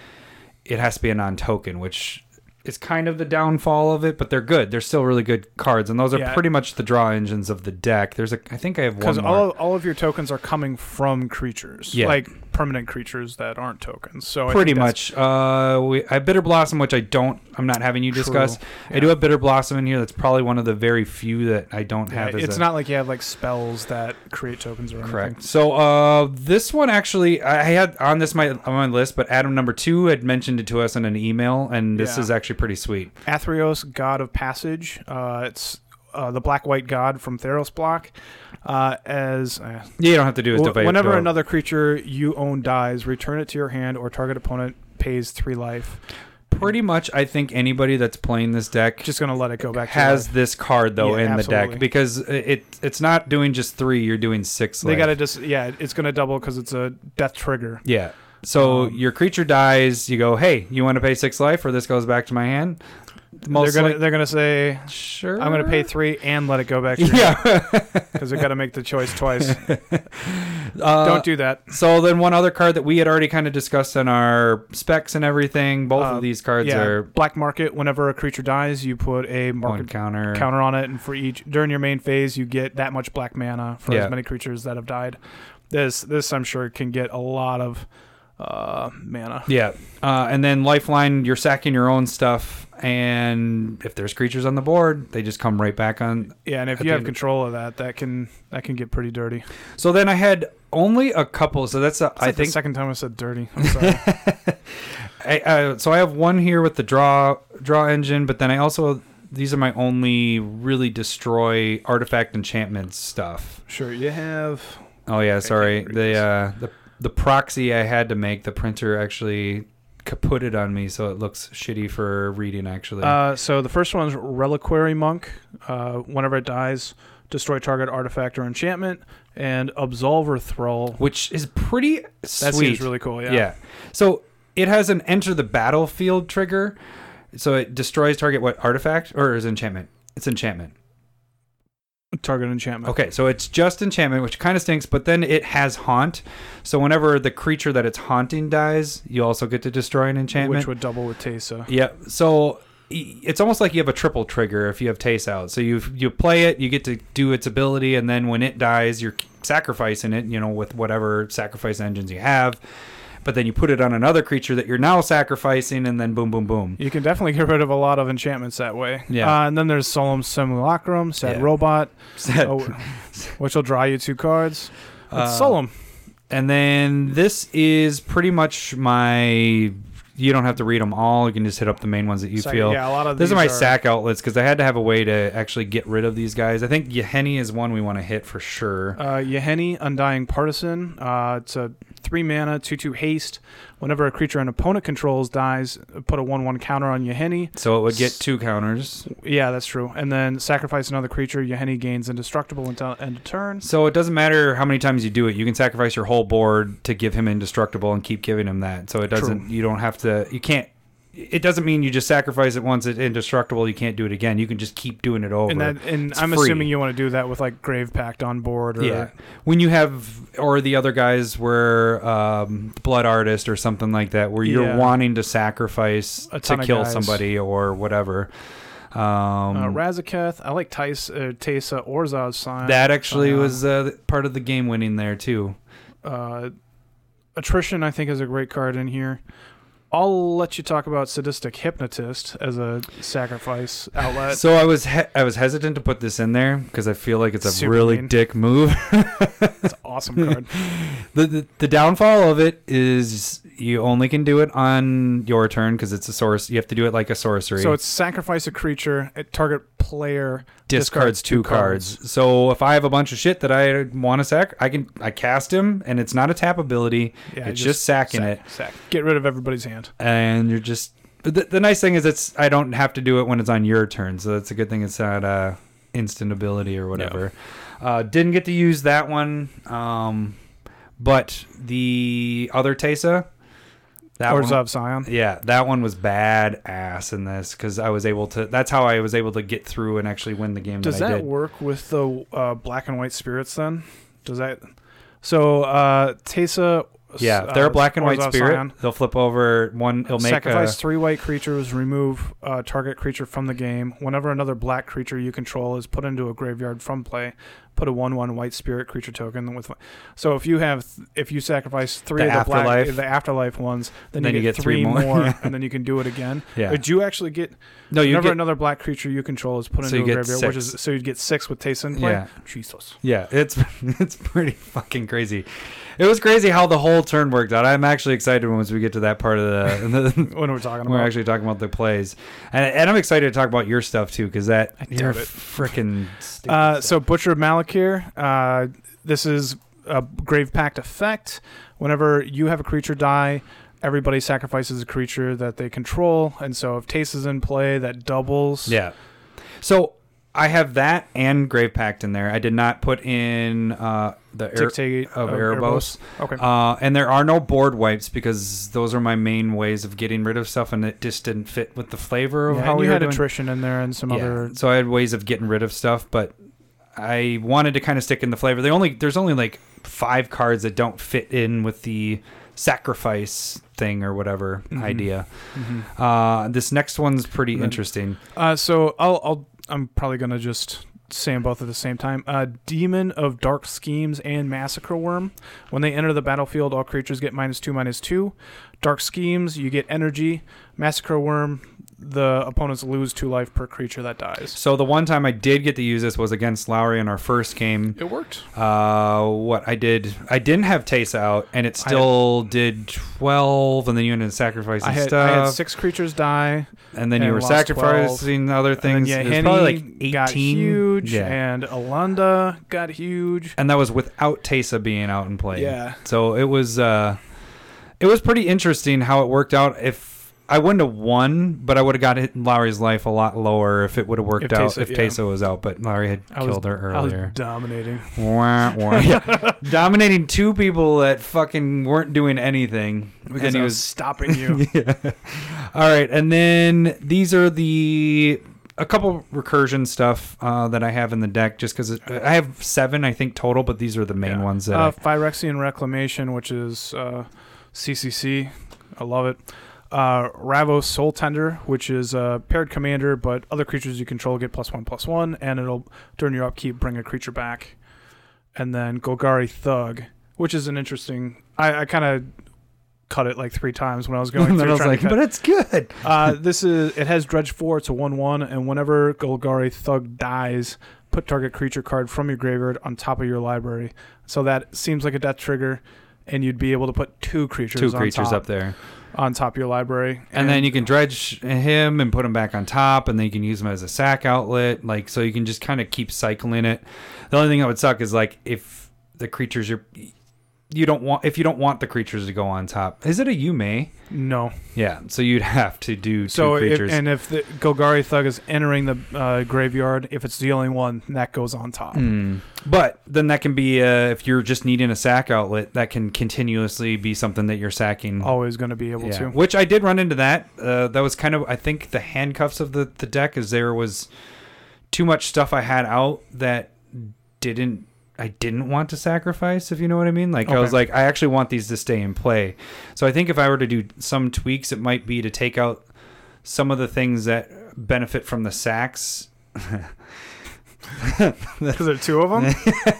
Speaker 3: it has to be a non-token, which is kind of the downfall of it. But they're good. They're still really good cards, and those are
Speaker 1: Yeah.
Speaker 3: pretty much the draw engines of the deck. There's a I think I have one
Speaker 1: Because
Speaker 3: more.
Speaker 1: all, all of your tokens are coming from creatures.
Speaker 3: Yeah.
Speaker 1: Like permanent creatures that aren't tokens. So Oh, I think
Speaker 3: pretty
Speaker 1: that's-
Speaker 3: much. Uh, we, I bitter blossom, which I don't. I'm not having you discuss.
Speaker 1: True.
Speaker 3: I do have bitter blossom in here. That's probably one of the very few that I don't
Speaker 1: Yeah,
Speaker 3: have. as
Speaker 1: it's
Speaker 3: a-
Speaker 1: not like you have like spells that create tokens or anything.
Speaker 3: correct. So uh, this one actually, I I had on this my on my list, but Adam number two had mentioned it to us in an email, and this
Speaker 1: Yeah.
Speaker 3: is actually pretty sweet.
Speaker 1: Athreos, god of passage. Uh, it's uh, the black white god from Theros block. Uh, as uh,
Speaker 3: Yeah, you don't have to do it.
Speaker 1: Wh-
Speaker 3: divide-
Speaker 1: whenever
Speaker 3: divide-
Speaker 1: another creature you own dies, return it to your hand or target opponent pays three life.
Speaker 3: pretty much, I think anybody that's playing this deck
Speaker 1: Just gonna let it go back. To
Speaker 3: has
Speaker 1: life.
Speaker 3: this card though
Speaker 1: Yeah,
Speaker 3: in the
Speaker 1: absolutely.
Speaker 3: deck because it it's not doing just three. You're doing six.
Speaker 1: they
Speaker 3: life.
Speaker 1: gotta just yeah, it's gonna double because it's a death trigger.
Speaker 3: Yeah. So
Speaker 1: Um,
Speaker 3: your creature dies. You go, hey, you want to pay six life, or this goes back to my hand? Most
Speaker 1: they're gonna
Speaker 3: like-
Speaker 1: they're gonna say
Speaker 3: sure.
Speaker 1: I'm gonna pay
Speaker 3: (laughs)
Speaker 1: three and let it go back. To yeah,
Speaker 3: Yeah.
Speaker 1: because we gotta make the choice
Speaker 3: (laughs)
Speaker 1: twice.
Speaker 3: Uh,
Speaker 1: Don't do that.
Speaker 3: so then one other card that we had already kind of discussed in our specs and everything. Both
Speaker 1: Uh,
Speaker 3: of these cards
Speaker 1: yeah,
Speaker 3: are
Speaker 1: black market. Whenever a creature dies, you put a
Speaker 3: one
Speaker 1: market
Speaker 3: counter.
Speaker 1: counter on it, and for each during your main phase, you get that much black mana for
Speaker 3: Yeah.
Speaker 1: as many creatures that have died. This this I'm sure can get a lot of uh, mana.
Speaker 3: Yeah. Uh, and then lifeline. You're sacking your own stuff, and if there's creatures on the board, they just come right back on
Speaker 1: Yeah, and if
Speaker 3: At
Speaker 1: you
Speaker 3: the
Speaker 1: have
Speaker 3: end-
Speaker 1: control of that, that can that can get pretty dirty.
Speaker 3: So then I had only a couple. So that's a,
Speaker 1: It's
Speaker 3: I
Speaker 1: like the
Speaker 3: think
Speaker 1: second time I said dirty. I'm
Speaker 3: (laughs)
Speaker 1: sorry.
Speaker 3: I, uh, so I have one here with the draw draw engine, but then I also these are my only really destroy artifact enchantment stuff.
Speaker 1: sure, you have.
Speaker 3: Oh yeah, sorry.
Speaker 1: read
Speaker 3: The
Speaker 1: this.
Speaker 3: uh, the the proxy I had to make the printer actually kaputted on me, so it looks shitty for reading. Actually,
Speaker 1: Uh, so the first one's Reliquary Monk. Uh, whenever it dies, destroy target artifact or enchantment, and Absolver Thrall.
Speaker 3: which is pretty
Speaker 1: That
Speaker 3: sweet.
Speaker 1: seems really cool.
Speaker 3: yeah. So it has an enter the battlefield trigger, so it destroys target what artifact or is enchantment? It's enchantment.
Speaker 1: Target enchantment.
Speaker 3: Okay, so it's just enchantment, which kind of stinks, but then it has haunt. So whenever the creature that it's haunting dies, you also get to destroy an enchantment.
Speaker 1: Which would double with Tesa.
Speaker 3: yep. So y- it's almost like you have a triple trigger if you have Taste out. So you you play it, you get to do its ability, and then when it dies, you're sacrificing it, you know, with whatever sacrifice engines you have. But then you put it on another creature that you're now sacrificing, and then boom, boom, boom.
Speaker 1: You can definitely get rid of a lot of enchantments that way.
Speaker 3: Yeah.
Speaker 1: Uh, and then there's Solemn Simulacrum, Sad
Speaker 3: Yeah. (laughs)
Speaker 1: Robot,
Speaker 3: Sad-
Speaker 1: oh, which will draw you two cards. It's
Speaker 3: (laughs) Uh,
Speaker 1: Solemn.
Speaker 3: And then this is pretty much my. You don't have to read them all. You can just hit up the main ones that you
Speaker 1: So,
Speaker 3: feel.
Speaker 1: Yeah, a lot of
Speaker 3: Those are
Speaker 1: these
Speaker 3: my sack outlets because I had to have a way to actually get rid of these guys. I think Yeheni is one we want to hit for sure.
Speaker 1: Uh, Yeheni, Undying Partisan. Uh, it's a three mana, two two haste. Whenever a creature an opponent controls dies, put a one one counter on Yeheni.
Speaker 3: So it would get two counters.
Speaker 1: Yeah, that's true. And then sacrifice another creature. Yeheni gains indestructible until end of turn.
Speaker 3: So it doesn't matter how many times you do it. You can sacrifice your whole board to give him indestructible and keep giving him that. So it doesn't. You don't have to. You can't. It doesn't mean you just sacrifice it once it's indestructible. You can't do it again. You can just keep doing it over.
Speaker 1: And that, and
Speaker 3: It's
Speaker 1: I'm
Speaker 3: free.
Speaker 1: assuming you want to do that with like Grave Pact on board. Or,
Speaker 3: Yeah. When you have, or the other guys were um, Blood Artist or something like that, where you're
Speaker 1: Yeah.
Speaker 3: wanting to sacrifice
Speaker 1: A
Speaker 3: to
Speaker 1: ton of
Speaker 3: kill
Speaker 1: guys.
Speaker 3: somebody or whatever. Um,
Speaker 1: Uh, Razaketh, I like Tice, uh, Tesa, Orzov's sign.
Speaker 3: that actually
Speaker 1: Uh,
Speaker 3: was uh, part of the game winning there, too.
Speaker 1: uh, Attrition, I think, is a great card in here. I'll let you talk about Sadistic Hypnotist as a
Speaker 3: (laughs)
Speaker 1: sacrifice outlet.
Speaker 3: So I was he- I was hesitant to put this in there because I feel like it's a
Speaker 1: Super
Speaker 3: really
Speaker 1: mean.
Speaker 3: dick move. (laughs)
Speaker 1: It's an awesome card.
Speaker 3: the, the the downfall of it is you only can do it on your turn because it's a source. You have to do it like a sorcery.
Speaker 1: so it's sacrifice a creature, it target player. Discards
Speaker 3: discards two
Speaker 1: two
Speaker 3: cards. So if I have a bunch of shit that I want to sack, I can I cast him, and it's not a tap ability.
Speaker 1: Yeah,
Speaker 3: it's
Speaker 1: just
Speaker 3: just, sacking
Speaker 1: sack,
Speaker 3: it,
Speaker 1: sack. Get rid of everybody's hand.
Speaker 3: and you're just. The, the nice thing is it's I don't have to do it when it's on your turn, so that's a good thing. It's not uh, instant ability or whatever. Uh, didn't get to use that one, um, but the other Tesa. That one-
Speaker 1: Orzov Scion.
Speaker 3: yeah, that one was badass in this because I was able to. That's how I was able to get through and actually win the game.
Speaker 1: Does
Speaker 3: that I
Speaker 1: that
Speaker 3: did.
Speaker 1: work with the uh, black and white spirits then? Does that. So, uh, Tesa.
Speaker 3: Yeah,
Speaker 1: uh,
Speaker 3: if they're a black and white
Speaker 1: Orzhov
Speaker 3: spirit.
Speaker 1: Scion.
Speaker 3: They'll flip over one. It'll make
Speaker 1: Sacrifice
Speaker 3: a,
Speaker 1: three white creatures, remove uh, target creature from the game. Whenever another black creature you control is put into a graveyard from play, put a one-one white spirit creature token with. So if you have, if you sacrifice three
Speaker 3: The
Speaker 1: of the
Speaker 3: afterlife.
Speaker 1: black, the afterlife ones, then, you, get
Speaker 3: three more. (laughs)
Speaker 1: and then you can do it again.
Speaker 3: Yeah.
Speaker 1: But you actually get
Speaker 3: No, you
Speaker 1: whenever
Speaker 3: get,
Speaker 1: another black creature you control is put
Speaker 3: So
Speaker 1: into
Speaker 3: you
Speaker 1: a
Speaker 3: get
Speaker 1: graveyard, which
Speaker 3: six.
Speaker 1: is so you'd get six with Taste in play.
Speaker 3: Yeah.
Speaker 1: Jesus.
Speaker 3: yeah, it's (laughs) it's pretty fucking crazy. It was crazy how the whole turn worked out. I'm actually excited once we get to that part of the, (laughs) the
Speaker 1: What are we talking
Speaker 3: We're
Speaker 1: about?
Speaker 3: actually talking about the plays, and, and I'm excited to talk about your stuff too, because that you're
Speaker 1: doubt it.
Speaker 3: freaking. stupid
Speaker 1: Uh,
Speaker 3: stuff.
Speaker 1: so Butcher of Malakir, uh, this is a Grave Pact effect. Whenever you have a creature die, everybody sacrifices a creature that they control, and so if Taste is in play, that doubles.
Speaker 3: yeah, so I have that and Grave Pact in there. I did not put in uh, the air,
Speaker 1: Dictate
Speaker 3: of
Speaker 1: of
Speaker 3: Erebos.
Speaker 1: Okay.
Speaker 3: Uh, and there are no board wipes because those are my main ways of getting rid of stuff, and it just didn't fit with the flavor of
Speaker 1: Yeah,
Speaker 3: how
Speaker 1: and
Speaker 3: we
Speaker 1: you
Speaker 3: were
Speaker 1: had
Speaker 3: doing.
Speaker 1: attrition in there and some
Speaker 3: Yeah.
Speaker 1: other.
Speaker 3: So I had ways of getting rid of stuff, but I wanted to kind of stick in the flavor. They only there's only like five cards that don't fit in with the sacrifice thing or whatever
Speaker 1: Mm-hmm.
Speaker 3: idea. Uh, this next one's pretty interesting.
Speaker 1: Uh, so I'll, I'll I'm probably gonna just say 'em both at the same time. Uh, Demon of Dark Schemes and Massacre Worm. When they enter the battlefield, all creatures get minus two, minus two. Dark Schemes, you get energy. Massacre Worm, the opponents lose two life per creature that dies.
Speaker 3: So the one time I did get to use this was against Lowry in our first game.
Speaker 1: It worked.
Speaker 3: Uh, what I did, I didn't have Tesa out, and it still did twelve, and then you ended up sacrificing
Speaker 1: I had,
Speaker 3: stuff,
Speaker 1: I had six creatures die.
Speaker 3: and then
Speaker 1: and
Speaker 3: you were
Speaker 1: lost 12.
Speaker 3: sacrificing other
Speaker 1: And
Speaker 3: things.
Speaker 1: yeah,
Speaker 3: It was probably like
Speaker 1: Henny
Speaker 3: eighteen.
Speaker 1: got huge,
Speaker 3: Yeah.
Speaker 1: and Alunda got huge.
Speaker 3: and that was without Tesa being out and playing.
Speaker 1: Yeah.
Speaker 3: So it was uh it was pretty interesting how it worked out. If I wouldn't have won, but I would have got hit in Lowry's life a lot lower if it would have worked
Speaker 1: If
Speaker 3: out
Speaker 1: Tesa-
Speaker 3: if
Speaker 1: yeah.
Speaker 3: Tesa was out, but Lowry had
Speaker 1: I was-
Speaker 3: killed her
Speaker 1: I was
Speaker 3: earlier.
Speaker 1: dominating.
Speaker 3: Wah,
Speaker 1: (laughs)
Speaker 3: wah. Yeah. Dominating two people that fucking weren't doing anything.
Speaker 1: Because
Speaker 3: and he
Speaker 1: I
Speaker 3: was
Speaker 1: stopping (laughs) you.
Speaker 3: all right, and then these are the a couple recursion stuff uh, that I have in the deck, just because I have seven, I think total, but these are the main
Speaker 1: Yeah.
Speaker 3: ones that
Speaker 1: uh,
Speaker 3: I,
Speaker 1: Phyrexian Reclamation, which is uh, CCC. I love it. Uh, Ravos Soul Tender, which is a paired commander, but other creatures you control get plus one plus one, and it'll during your upkeep bring a creature back. And then Golgari Thug, which is an interesting. I, I kind of cut it like three times when I was
Speaker 3: (laughs)
Speaker 1: going
Speaker 3: and
Speaker 1: through.
Speaker 3: then I was
Speaker 1: trying to
Speaker 3: like,
Speaker 1: cut-
Speaker 3: but it's good.
Speaker 1: uh, this is it has dredge four. It's a one one, and whenever Golgari Thug dies, put target creature card from your graveyard on top of your library. So that seems like a death trigger, and you'd be able to put two creatures
Speaker 3: Two
Speaker 1: on
Speaker 3: creatures
Speaker 1: top,
Speaker 3: up there,
Speaker 1: on top of your library,
Speaker 3: and then you can dredge him and put him back on top, and then you can use him as a sack outlet. Like so, you can just kind of keep cycling it. The only thing that would suck is like if the creatures you're you don't want if you don't want the creatures to go on top. Is it a you may?
Speaker 1: no.
Speaker 3: Yeah, so you'd have to do two
Speaker 1: So if,
Speaker 3: creatures.
Speaker 1: and if the Golgari Thug is entering the uh, graveyard, if it's the only one, that goes on top.
Speaker 3: Hmm. But then that can be uh, if you're just needing a sack outlet, that can continuously be something that you're sacking.
Speaker 1: Always going to be able
Speaker 3: Yeah.
Speaker 1: to. (laughs)
Speaker 3: Which I did run into that. Uh, that was kind of I think the handcuffs of the the deck is there was too much stuff I had out that didn't I didn't want to sacrifice, if you know what I mean. Like I was
Speaker 1: Okay.
Speaker 3: like, I actually want these to stay in play. So I think if I were to do some tweaks, it might be to take out some of the things that benefit from the sacks
Speaker 1: Because there are two of
Speaker 3: (laughs)
Speaker 1: them.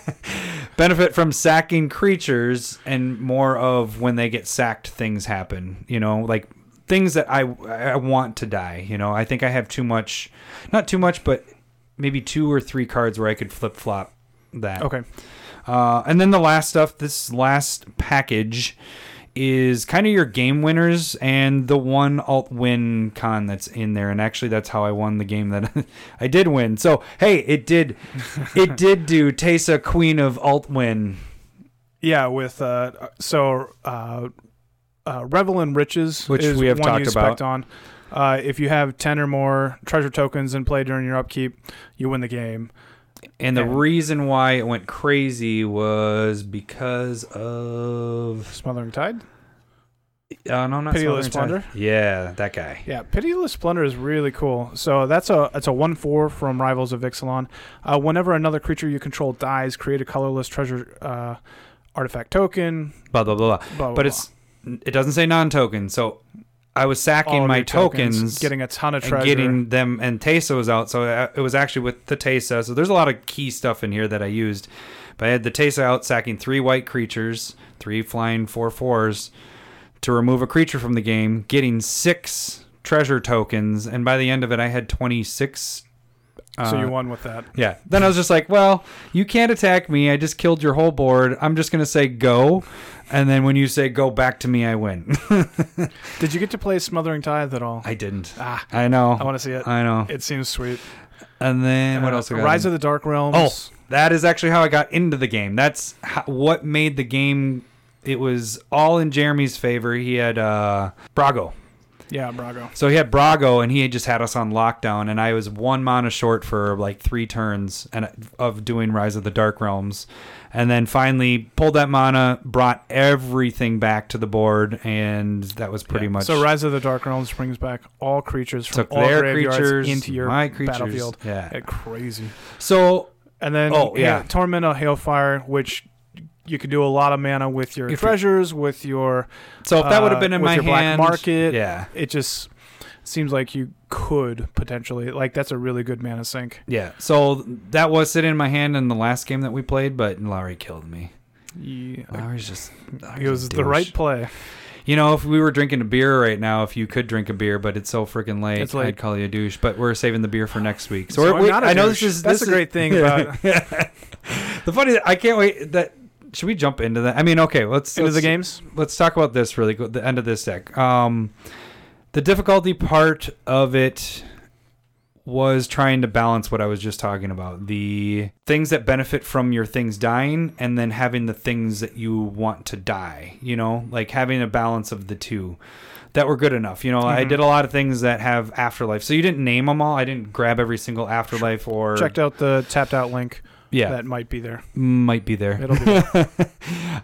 Speaker 3: benefit from sacking creatures and more of when they get sacked things happen you know like things that i i want to die you know i think i have too much not too much but maybe two or three cards where i could flip-flop that
Speaker 1: okay.
Speaker 3: uh, and then the last stuff, this last package is kind of your game winners and the one alt win con that's in there and actually that's how I won the game that (laughs) I did win. So, hey, it did it did do Tesa Queen of Alt Win.
Speaker 1: Yeah, with uh, so uh, uh, Revel in Riches,
Speaker 3: Which
Speaker 1: is
Speaker 3: we have
Speaker 1: one
Speaker 3: talked
Speaker 1: you
Speaker 3: about.
Speaker 1: spec on. Uh, if you have ten or more treasure tokens in play during your upkeep, you win the game.
Speaker 3: And the
Speaker 1: Yeah.
Speaker 3: reason why it went crazy was because of
Speaker 1: Smothering Tide.
Speaker 3: uh, no, not
Speaker 1: Pitiless
Speaker 3: Smothering Tide. Yeah, that guy.
Speaker 1: Yeah, Pitiless Splendor is really cool. So that's a it's a one four from Rivals of Ixalan. Uh, whenever another creature you control dies, create a colorless treasure uh, artifact token.
Speaker 3: Blah blah blah. blah.
Speaker 1: Oh, Blah, blah,
Speaker 3: but it's it doesn't say non-token so I was sacking
Speaker 1: all of
Speaker 3: my
Speaker 1: your
Speaker 3: tokens,
Speaker 1: getting a ton of
Speaker 3: and
Speaker 1: treasure.
Speaker 3: getting them and Tesa was out, so I- it was actually with the Tesa. So there's a lot of key stuff in here that I used, but I had the Tesa out sacking three white creatures, three flying four fours, to remove a creature from the game, getting six treasure tokens, and by the end of it, I had 26.
Speaker 1: so
Speaker 3: uh,
Speaker 1: you won with that.
Speaker 3: yeah. Then I was just like, well, you can't attack me. I just killed your whole board. I'm just going to say go. And then when you say go back to me, I win. (laughs)
Speaker 1: Did you get to play Smothering Tithe at all?
Speaker 3: I didn't.
Speaker 1: ah,
Speaker 3: I know.
Speaker 1: I want to see it.
Speaker 3: I know.
Speaker 1: It seems sweet.
Speaker 3: And then what
Speaker 1: Uh,
Speaker 3: else? we got?
Speaker 1: Rise of the Dark Realms.
Speaker 3: Oh, that is actually how I got into the game. That's how, what made the game. It was all in Jeremy's favor. He had uh, Brago.
Speaker 1: yeah, Brago.
Speaker 3: So he had Brago, and he had just had us on lockdown, and I was one mana short for like three turns and uh, of doing Rise of the Dark Realms, and then finally pulled that mana, brought everything back to the board, and that was pretty
Speaker 1: Yeah.
Speaker 3: much
Speaker 1: So Rise of the Dark Realms brings back all creatures from
Speaker 3: took
Speaker 1: all
Speaker 3: their
Speaker 1: graveyards
Speaker 3: creatures
Speaker 1: into your
Speaker 3: my creatures.
Speaker 1: battlefield.
Speaker 3: Yeah.
Speaker 1: Yeah, crazy.
Speaker 3: So
Speaker 1: And then
Speaker 3: Oh, yeah.
Speaker 1: Ha- Torment of Hailfire, which you could do a lot of mana with your
Speaker 3: If you-
Speaker 1: treasures, with your
Speaker 3: so if that
Speaker 1: Uh,
Speaker 3: would have been in
Speaker 1: with
Speaker 3: my
Speaker 1: your black
Speaker 3: hand,
Speaker 1: market,
Speaker 3: yeah,
Speaker 1: it just seems like you could potentially like that's a really good mana sink.
Speaker 3: yeah. So that was sitting in my hand in the last game that we played, but Lowry killed me.
Speaker 1: Yeah.
Speaker 3: Lowry's just Lowry's
Speaker 1: It
Speaker 3: a
Speaker 1: was the
Speaker 3: douche.
Speaker 1: right play.
Speaker 3: You know, if we were drinking a beer right now, if you could drink a beer, but it's so freaking late,
Speaker 1: It's late.
Speaker 3: I'd call you a douche. But we're saving the beer for next week.
Speaker 1: So
Speaker 3: So, we're,
Speaker 1: I'm
Speaker 3: we,
Speaker 1: not a
Speaker 3: I know
Speaker 1: douche.
Speaker 3: this is
Speaker 1: That's
Speaker 3: this
Speaker 1: the
Speaker 3: is-
Speaker 1: great
Speaker 3: (laughs)
Speaker 1: thing about-
Speaker 3: the funny. I can't wait. That should we jump into that? I mean, okay, let's
Speaker 1: Into
Speaker 3: let's-
Speaker 1: the games?
Speaker 3: Let's talk about this really. quick, The end of this deck. Um, the difficulty part of it was trying to balance what I was just talking about the things that benefit from your things dying and then having the things that you want to die, you know, like having a balance of the two that were good enough. You know, I
Speaker 1: Mm-hmm.
Speaker 3: did a lot of things that have afterlife. So you didn't name them all. I didn't grab every single afterlife or
Speaker 1: Checked out the tapped out link
Speaker 3: yeah,
Speaker 1: that might be there.
Speaker 3: might be there. (laughs)
Speaker 1: It'll be there.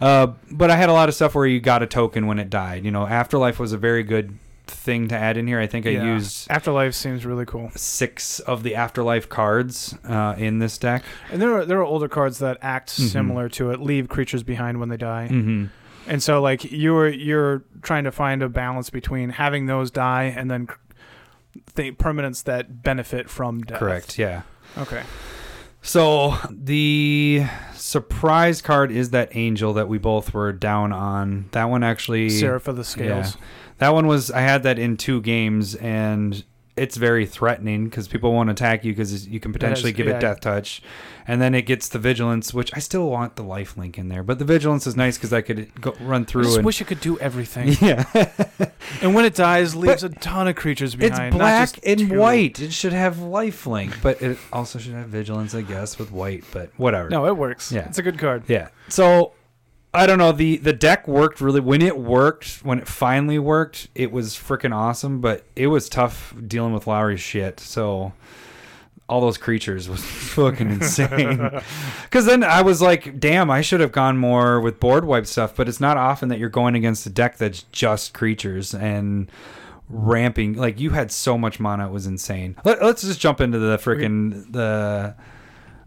Speaker 3: Uh, but I had a lot of stuff where you got a token when it died. You know, afterlife was a very good thing to add in here. I think I
Speaker 1: Yeah.
Speaker 3: used
Speaker 1: Afterlife seems really cool.
Speaker 3: six of the afterlife cards uh, in this deck.
Speaker 1: And there are there are older cards that act
Speaker 3: Mhm.
Speaker 1: similar to it, leave creatures behind when they die.
Speaker 3: Mm-hmm.
Speaker 1: And so like you're you're trying to find a balance between having those die and then cr- the permanents that benefit from death.
Speaker 3: Correct. Yeah.
Speaker 1: Okay.
Speaker 3: So the surprise card is that angel that we both were down on. That one actually.
Speaker 1: Seraph of the scales.
Speaker 3: That one was I had that in two games and it's very threatening because people won't attack you because you can potentially
Speaker 1: has-
Speaker 3: give
Speaker 1: yeah.
Speaker 3: it death touch, and then it gets the vigilance, which I still want the life link in there, but the vigilance is nice because I could go, run
Speaker 1: I
Speaker 3: through
Speaker 1: just
Speaker 3: and
Speaker 1: wish it could do everything.
Speaker 3: (laughs) yeah,
Speaker 1: and when it dies, leaves a ton of creatures
Speaker 3: it's
Speaker 1: behind. not
Speaker 3: black
Speaker 1: just
Speaker 3: and
Speaker 1: two.
Speaker 3: white. It should have life link, but it also should have vigilance, I guess, with white. But whatever.
Speaker 1: No, it works.
Speaker 3: Yeah.
Speaker 1: It's a good card.
Speaker 3: Yeah. So I don't know. The the deck worked really when it worked, when it finally worked, it was freaking awesome, but it was tough dealing with Lowry's shit. So all those creatures was (laughs) fucking insane. Cause then I was like, damn, I should have gone more with board wipe stuff, but it's not often that you're going against a deck that's just creatures and ramping like you had so much mana it was insane Let, let's just jump into the freaking the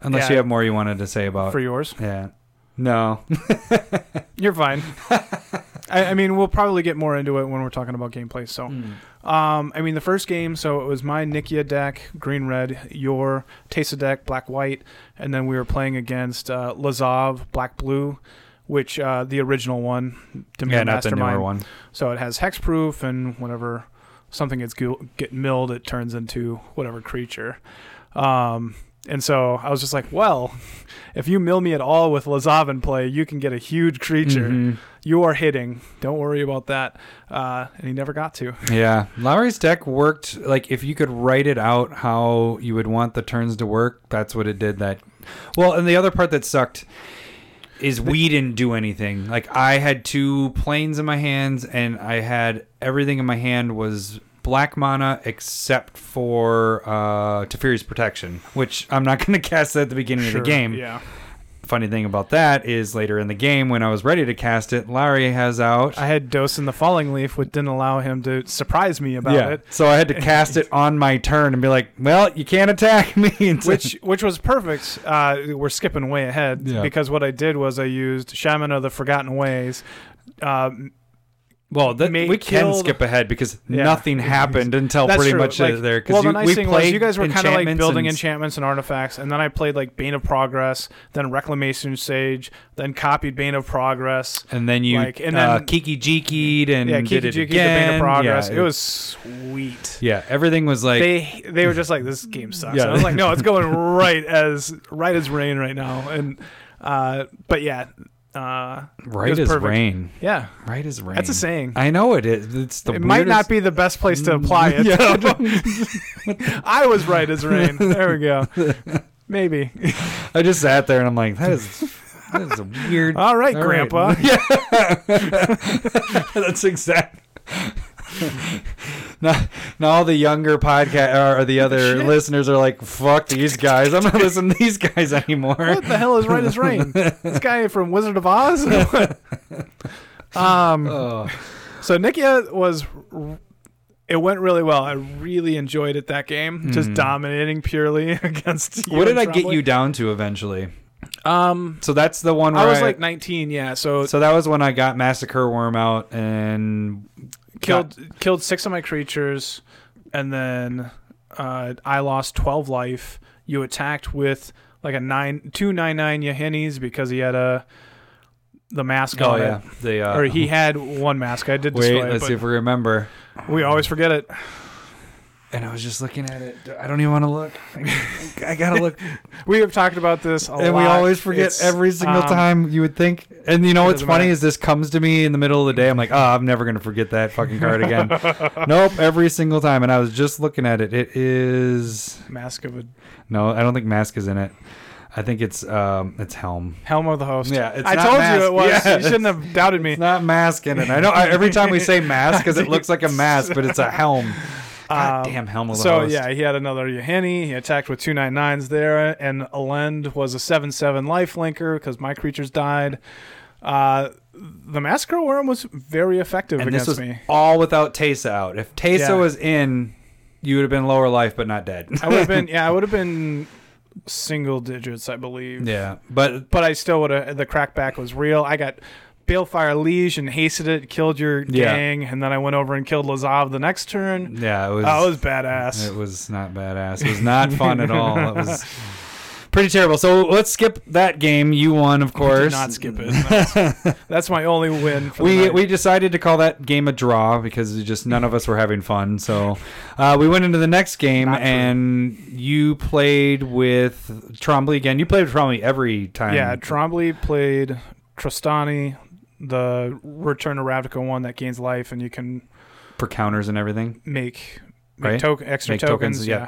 Speaker 3: unless
Speaker 1: Yeah.
Speaker 3: you have more you wanted to say about
Speaker 1: For yours.
Speaker 3: yeah. No.
Speaker 1: You're fine.
Speaker 3: (laughs)
Speaker 1: I, I mean, we'll probably get more into it when we're talking about gameplay. So, um, I mean, the first game, so it was my Nikia deck, green red, your Tesa deck, black white, and then we were playing against uh, Lazav, black blue, which uh, the original one, Demir
Speaker 3: yeah, not the
Speaker 1: Mastermind.
Speaker 3: newer one.
Speaker 1: So it has hexproof, and whenever something gets gu- get milled, it turns into whatever creature. Um, and so I was just like, well, (laughs) if you mill me at all with Lazav in play, you can get a huge creature.
Speaker 3: Mhm.
Speaker 1: You are hitting. Don't worry about that. Uh, and he never got to.
Speaker 3: Yeah. Lowry's deck worked like if you could write it out how you would want the turns to work, that's what it did that. Well, and the other part that sucked is we didn't do anything. Like I had two planes in my hands and I had everything in my hand was black mana except for uh Teferi's protection, which I'm not (laughs) going to cast at the beginning
Speaker 1: Sure,
Speaker 3: of the game.
Speaker 1: Yeah.
Speaker 3: Funny thing about that is later in the game when I was ready to cast it, Lowry has out
Speaker 1: I had Dose in the Falling Leaf, which didn't allow him to surprise me about it.
Speaker 3: So I had to cast it on my turn and be like, "Well, you can't attack (laughs) me." And so-
Speaker 1: which which was perfect. Uh, we're skipping way ahead
Speaker 3: Yeah.
Speaker 1: Uh, because what I did was I used Shaman of the Forgotten Ways, um,
Speaker 3: Well, that,
Speaker 1: may
Speaker 3: we can
Speaker 1: kill-
Speaker 3: skip ahead because
Speaker 1: (laughs) Yeah.
Speaker 3: nothing happened until
Speaker 1: That's
Speaker 3: pretty
Speaker 1: true.
Speaker 3: much
Speaker 1: like,
Speaker 3: uh, there. 'cause
Speaker 1: Well,
Speaker 3: you,
Speaker 1: the nice
Speaker 3: we
Speaker 1: thing was
Speaker 3: played
Speaker 1: you guys were kind of like
Speaker 3: enchantments
Speaker 1: building
Speaker 3: and-
Speaker 1: enchantments and artifacts, and then I played like Bane of Progress, then Reclamation Sage, then copied Bane of Progress.
Speaker 3: and then you
Speaker 1: like, and
Speaker 3: uh,
Speaker 1: then-
Speaker 3: kiki jikied and
Speaker 1: yeah,
Speaker 3: did
Speaker 1: Kiki
Speaker 3: it
Speaker 1: Jiki, the
Speaker 3: again.
Speaker 1: Bane of Progress.
Speaker 3: Yeah,
Speaker 1: it was sweet.
Speaker 3: yeah, everything was like
Speaker 1: They they were just like this game sucks.
Speaker 3: Yeah.
Speaker 1: And I was like, no, it's
Speaker 3: (laughs)
Speaker 1: going right as right as rain right now. And uh, but yeah, uh, it
Speaker 3: right
Speaker 1: was
Speaker 3: as
Speaker 1: perfect.
Speaker 3: rain,
Speaker 1: Yeah,
Speaker 3: right as rain.
Speaker 1: that's a saying.
Speaker 3: I know it is. It's the
Speaker 1: it might not
Speaker 3: weirdest-
Speaker 1: be the best place to apply it.
Speaker 3: (laughs)
Speaker 1: (laughs) I was right as rain. There we go. Maybe. (laughs)
Speaker 3: I just sat there and I'm like, that is that is a weird.
Speaker 1: All right,
Speaker 3: All right.
Speaker 1: Grandpa.
Speaker 3: (laughs) That's exact. (laughs) now, now all the younger podcast or the other listeners are like, "Fuck these guys! I'm not listening to these guys (laughs) anymore."
Speaker 1: What the hell is right as rain? This guy from Wizard of
Speaker 3: (laughs)
Speaker 1: Oz. (laughs) um.
Speaker 3: Oh.
Speaker 1: So Nikia was. It went really well. I really enjoyed it that game. Just dominating purely (laughs) against. You
Speaker 3: Hmm. What did
Speaker 1: and
Speaker 3: I get
Speaker 1: Trombley.
Speaker 3: you down to eventually?
Speaker 1: Um,
Speaker 3: So that's the one where
Speaker 1: I was like 19. Yeah, so,
Speaker 3: so that was when I got Massacre Worm out and
Speaker 1: killed killed six of my creatures, and then uh, I lost 12 life. You attacked with like a nine two nine nine Yahinis because he had a the mask
Speaker 3: Oh
Speaker 1: on it.
Speaker 3: yeah, the uh,
Speaker 1: or he had one mask. I did
Speaker 3: Wait,
Speaker 1: destroy
Speaker 3: let's see
Speaker 1: it,
Speaker 3: if we remember.
Speaker 1: but we always forget it.
Speaker 3: And I was just looking at it. I don't even want to look. I, I (laughs) gotta look.
Speaker 1: We have talked about this, a
Speaker 3: and we
Speaker 1: lot.
Speaker 3: always forget
Speaker 1: It's,
Speaker 3: every single
Speaker 1: um,
Speaker 3: time you would think and you know what's
Speaker 1: doesn't
Speaker 3: funny
Speaker 1: matter.
Speaker 3: is this comes to me in the middle of the day i'm like oh i'm never gonna forget that fucking
Speaker 1: (laughs)
Speaker 3: card again nope every single time and i was just looking at it it is
Speaker 1: Mask of a
Speaker 3: no i don't think mask is in it i think it's um it's helm
Speaker 1: Helm of the Host.
Speaker 3: Yeah, it's
Speaker 1: I
Speaker 3: not
Speaker 1: told
Speaker 3: mask.
Speaker 1: you it was.
Speaker 3: Yeah,
Speaker 1: you shouldn't have doubted me.
Speaker 3: it's not mask in it i know I, every time we
Speaker 1: (laughs)
Speaker 3: say mask because it looks like a mask but it's a helm God
Speaker 1: Um,
Speaker 3: damn helm of the
Speaker 1: So
Speaker 3: host.
Speaker 1: yeah, he had another Yohani. He attacked with two nine nines there, and Alend was a seven seven life linker because my creatures died. Uh, the Massacre Worm was very effective
Speaker 3: and this
Speaker 1: against
Speaker 3: was
Speaker 1: me.
Speaker 3: all without tesa out if tesa
Speaker 1: Yeah.
Speaker 3: was in you would have been lower life but not dead
Speaker 1: I would have been yeah, I would have been single digits, I believe.
Speaker 3: (laughs) yeah but
Speaker 1: But I still would have. The crackback was real. I got Balefire Liege and hasted it, killed your
Speaker 3: Yeah.
Speaker 1: gang, and then I went over and killed Lazav the next turn.
Speaker 3: yeah it was
Speaker 1: Oh, it was badass.
Speaker 3: It was not badass. It was not fun at all. It (laughs) was pretty terrible. So let's skip that game. You won, of
Speaker 1: I
Speaker 3: course.
Speaker 1: Did not skip it. That's, that's my only win. For the
Speaker 3: (laughs) We
Speaker 1: night.
Speaker 3: we decided to call that game a draw because it just none of us were having fun. So uh, we went into the next game
Speaker 1: Not true.
Speaker 3: and you played with Trombley again. You played with Trombley every time.
Speaker 1: yeah, Trombley played Tristani, the Return to Ravnica one that gains life and you can
Speaker 3: for counters and everything.
Speaker 1: make, make
Speaker 3: Right?
Speaker 1: token extra
Speaker 3: Make
Speaker 1: tokens.
Speaker 3: tokens, yeah.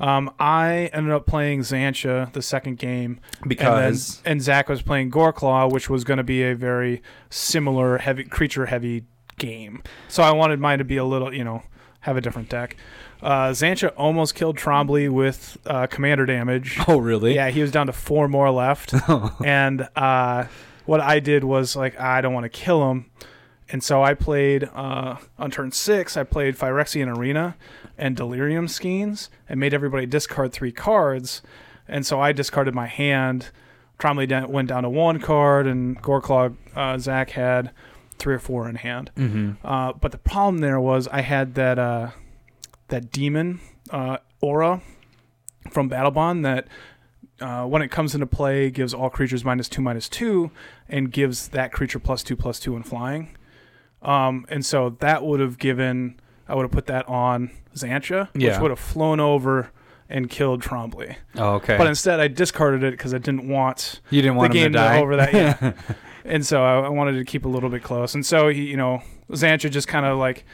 Speaker 1: yeah. Um, I ended up playing Xantia the second game,
Speaker 3: Because
Speaker 1: and, then, and Zach was playing Goreclaw, which was going to be a very similar heavy creature heavy game. So I wanted mine to be a little, you know, have a different deck. Uh, Xantia almost killed Trombley with uh, commander damage.
Speaker 3: (laughs) oh really?
Speaker 1: Yeah, he was down to four more left. and uh, what I did was like I don't want to kill him, and so I played uh, on turn six. I played Phyrexian Arena and Delirium Skeins and made everybody discard three cards, and so I discarded my hand. Tromley down- went down to one card, and Goreclaw uh, Zach had three or four in hand.
Speaker 3: hmm
Speaker 1: Uh, but the problem there was I had that uh, that demon uh, aura from Battlebond that uh, when it comes into play gives all creatures minus two minus two and gives that creature plus two plus two in flying. Um, and so that would have given I would have put that on Xantia, which
Speaker 3: Yeah.
Speaker 1: would have flown over and killed Trombley.
Speaker 3: Oh, okay.
Speaker 1: But instead, I discarded it because I didn't want
Speaker 3: you didn't want
Speaker 1: the
Speaker 3: him
Speaker 1: game
Speaker 3: to die.
Speaker 1: over that.
Speaker 3: (laughs)
Speaker 1: Yeah. and so I, I wanted to keep a little bit close. And so he, you know, Xantra just kind of like,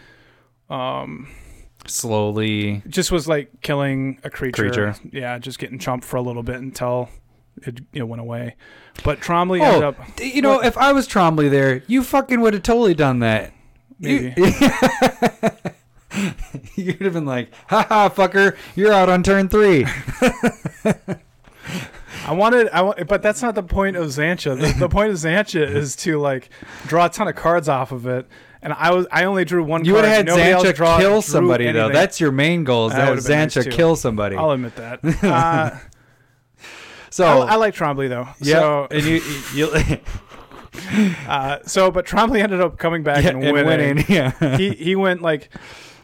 Speaker 1: um,
Speaker 3: Slowly.
Speaker 1: just was like killing a creature.
Speaker 3: Creature.
Speaker 1: Yeah, just getting chomped for a little bit until it, it went away. But Tromley
Speaker 3: Oh,
Speaker 1: ended up
Speaker 3: d- you know, if I was Trombley there, you fucking would have totally done that.
Speaker 1: maybe.
Speaker 3: (laughs) You, would have been like, "Ha ha, fucker, you're out on
Speaker 1: (laughs)
Speaker 3: turn three.
Speaker 1: I wanted, I want, but that's not the point of Xantia. The, the point of
Speaker 3: (laughs)
Speaker 1: Xantia is to like draw a ton of cards off of it. And I was, I only drew one.
Speaker 3: You would
Speaker 1: card.
Speaker 3: have had
Speaker 1: Nobody else
Speaker 3: Zancha
Speaker 1: draw- drew
Speaker 3: kill somebody, though.
Speaker 1: anything.
Speaker 3: That's your main goal, is
Speaker 1: That
Speaker 3: to have
Speaker 1: would've been nice,
Speaker 3: Zancha
Speaker 1: too.
Speaker 3: kill somebody.
Speaker 1: I'll admit
Speaker 3: (laughs)
Speaker 1: that. Uh,
Speaker 3: so,
Speaker 1: I, I like Trombley though.
Speaker 3: Oh. (laughs) yeah,
Speaker 1: So (laughs)
Speaker 3: and you, you,
Speaker 1: Uh, so, but Trombley ended up coming back
Speaker 3: Yeah,
Speaker 1: and,
Speaker 3: and
Speaker 1: winning.
Speaker 3: winning,
Speaker 1: (laughs)
Speaker 3: yeah.
Speaker 1: he he went like,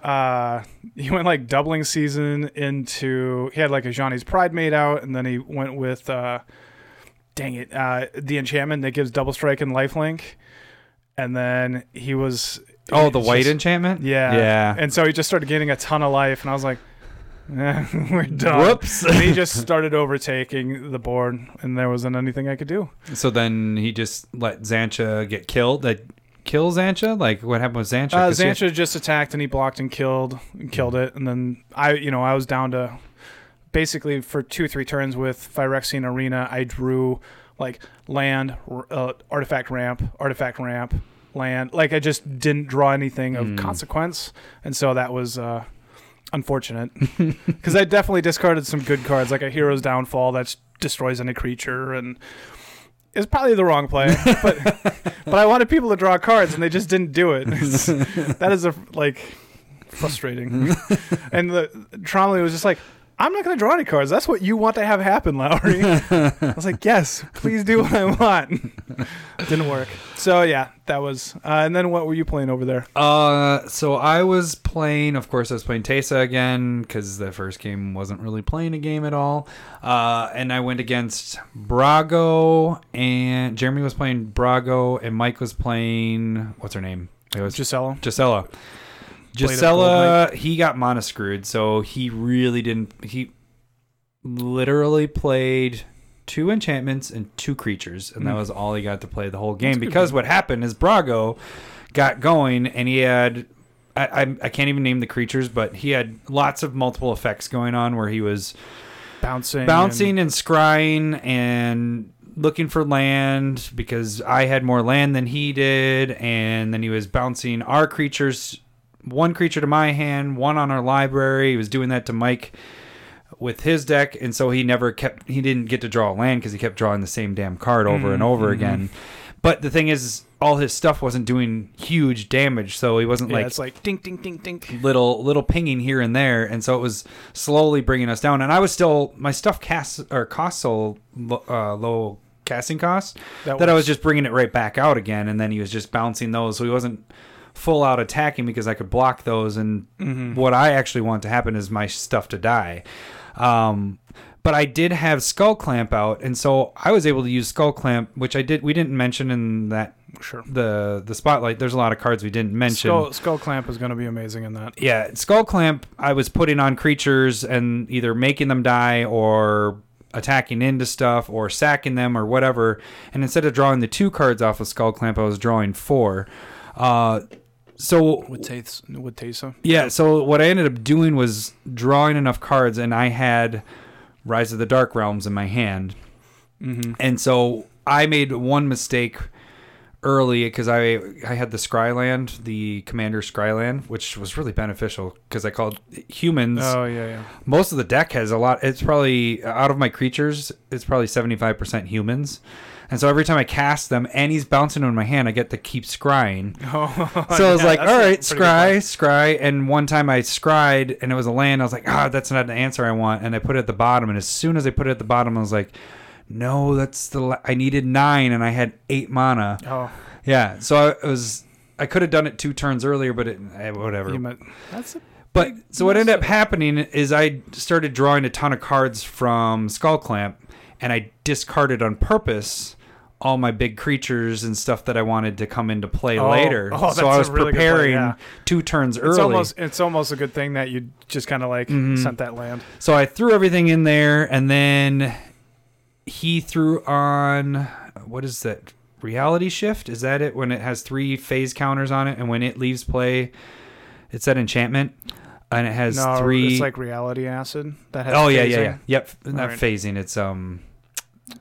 Speaker 1: uh, he went like doubling season into. He had like a Johnny's Pride made out, and then he went with, uh, dang it, uh, the enchantment that gives double strike and lifelink, and then he was
Speaker 3: Oh, the
Speaker 1: it's
Speaker 3: white
Speaker 1: just-
Speaker 3: enchantment.
Speaker 1: yeah
Speaker 3: yeah.
Speaker 1: and so he just started getting a ton of life, and I was like. (laughs) "Eh, we're done. (laughs)
Speaker 3: Whoops.
Speaker 1: and
Speaker 3: (laughs)
Speaker 1: he just started overtaking the board, and there wasn't anything I could do.
Speaker 3: So then he just let Zancha get killed. That kill Zancha. Like what happened with Zancha?
Speaker 1: Uh,
Speaker 3: 'Cause he-
Speaker 1: Zancha just attacked and he blocked and killed and killed it, and then I, you know, I was down to basically for two three turns with Phyrexian Arena. I drew like land, r- uh, artifact ramp, artifact ramp, land. Like I just didn't draw anything of
Speaker 3: Hmm.
Speaker 1: consequence, and so that was uh, unfortunate (laughs) because I definitely discarded some good cards like a Hero's Downfall that destroys any creature and. It's probably the wrong play, but but I wanted people to draw cards and they just didn't do it. It's- that is a like frustrating. and the Tromley was just like, I'm not going to draw any cards. That's what you want to have happen, Lowry. I was like, yes, please do what I (laughs) want. Didn't work. So yeah, that was. Uh, and then what were you playing over there?
Speaker 3: Uh, so I was playing. Of course, I was playing Tesa again because the first game wasn't really playing a game at all. Uh, and I went against Brago and Jeremy was playing Brago and Mike was playing what's her name? It was
Speaker 1: Gisella.
Speaker 3: Gisela.
Speaker 1: Blade of
Speaker 3: Gisela, he got monoscrewed, so he really didn't. He literally played two enchantments and two creatures, and that was all he got to play the whole game. Because what happened is Brago got going, and he had. I, I, I can't even name the creatures, but he had lots of multiple effects going on where he was
Speaker 1: Bouncing.
Speaker 3: bouncing and scrying and looking for land because I had more land than he did, and then he was bouncing our creatures, one creature to my hand, one on our library. He was doing that to Mike with his deck, and so he never kept he didn't get to draw land because he kept drawing the same damn card over and over again. But the thing is, all his stuff wasn't doing huge damage, so he wasn't
Speaker 1: Yeah,
Speaker 3: like
Speaker 1: it's like dink, dink, dink, dink.
Speaker 3: little little pinging here and there, and so it was slowly bringing us down. And I was still my stuff cast or cost so lo- uh, low casting cost
Speaker 1: That
Speaker 3: that, I
Speaker 1: works.
Speaker 3: was just bringing it right back out again, and then he was just bouncing those, so he wasn't full out attacking because I could block those. And
Speaker 1: Mm-hmm.
Speaker 3: what I actually want to happen is my stuff to die. Um, but I did have skull clamp out, and so I was able to use skull clamp, which I did. We didn't mention in that
Speaker 1: Sure.
Speaker 3: the the spotlight. There's a lot of cards we didn't mention.
Speaker 1: Skull, Skull Clamp is going to be amazing in that.
Speaker 3: Yeah, skull clamp. I was putting on creatures and either making them die or attacking into stuff or sacking them or whatever. And instead of drawing the two cards off of skull clamp, I was drawing four. Uh, so
Speaker 1: With Tates, with Tesa.
Speaker 3: yeah, so what I ended up doing was drawing enough cards, and I had Rise of the Dark Realms in my hand. And so I made one mistake early because I I had the Scryland, the Commander Scryland, which was really beneficial because I called humans.
Speaker 1: Oh yeah, yeah.
Speaker 3: Most of the deck has a lot. It's probably out of my creatures, it's probably seventy five percent humans. And so every time I cast them, and he's bouncing on my hand, I get to keep scrying
Speaker 1: (laughs) Oh,
Speaker 3: so I was
Speaker 1: yeah,
Speaker 3: like, all
Speaker 1: that's a
Speaker 3: right,
Speaker 1: pretty good play.
Speaker 3: scry, scry. And one time I scried and it was a land. I was like, ah, that's not the answer I want. And I put it at the bottom. And as soon as I put it at the bottom, I was like, no, that's the. La- I needed nine and I had eight mana.
Speaker 1: Oh,
Speaker 3: Yeah. So I was. I could have done it two turns earlier, but it, eh, whatever.
Speaker 1: you meant that's a
Speaker 3: But so what ended up happening is I started drawing a ton of cards from Skull Clamp, and I discarded on purpose all my big creatures and stuff that I wanted to come into play
Speaker 1: Oh.
Speaker 3: later.
Speaker 1: Oh, that's
Speaker 3: so I
Speaker 1: a
Speaker 3: was
Speaker 1: really good play,
Speaker 3: preparing
Speaker 1: yeah.
Speaker 3: two turns early. Mm-hmm.
Speaker 1: It's almost it's almost a good thing that you just kind of like sent that land.
Speaker 3: So I threw everything in there, and then he threw on what is that? Reality shift? Is that it? When it has three phase counters on it, and when it leaves play, it's that enchantment, and it has
Speaker 1: No,
Speaker 3: three.
Speaker 1: it's like reality acid that has
Speaker 3: oh yeah, yeah,
Speaker 1: phasing.
Speaker 3: yeah. Yep, not
Speaker 1: Alright.
Speaker 3: phasing. It's um,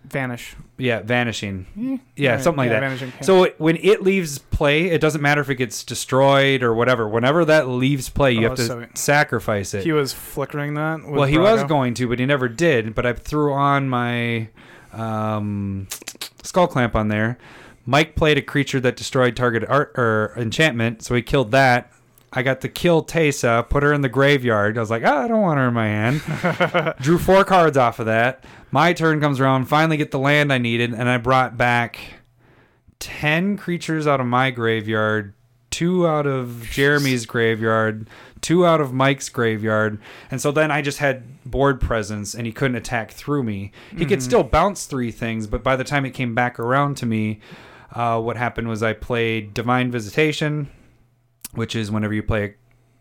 Speaker 1: vanish.
Speaker 3: yeah, vanishing.
Speaker 1: Yeah,
Speaker 3: Yeah, something like that.
Speaker 1: Vanishing. So
Speaker 3: So it, when it leaves play, it doesn't matter if it gets destroyed or whatever. Whenever that leaves play, you
Speaker 1: Oh,
Speaker 3: have to
Speaker 1: so it-
Speaker 3: sacrifice it.
Speaker 1: he was flickering that. With
Speaker 3: well, he was
Speaker 1: Brago.
Speaker 3: going to, but he never did. But I threw on my um, skull clamp on there. Mike played a creature that destroyed target art or enchantment, so he killed that. I got to kill Tesa, put her in the graveyard. I was like, ah, I don't want her in my hand. Drew four cards off of that. My turn comes around, finally get the land I needed, and I brought back ten creatures out of my graveyard, two out of Jeremy's graveyard, two out of Mike's graveyard, and so then I just had board presence, and he couldn't attack through me. He
Speaker 1: Mm-hmm.
Speaker 3: could still bounce three things, but by the time it came back around to me, uh, what happened was I played Divine Visitation, which is whenever you play.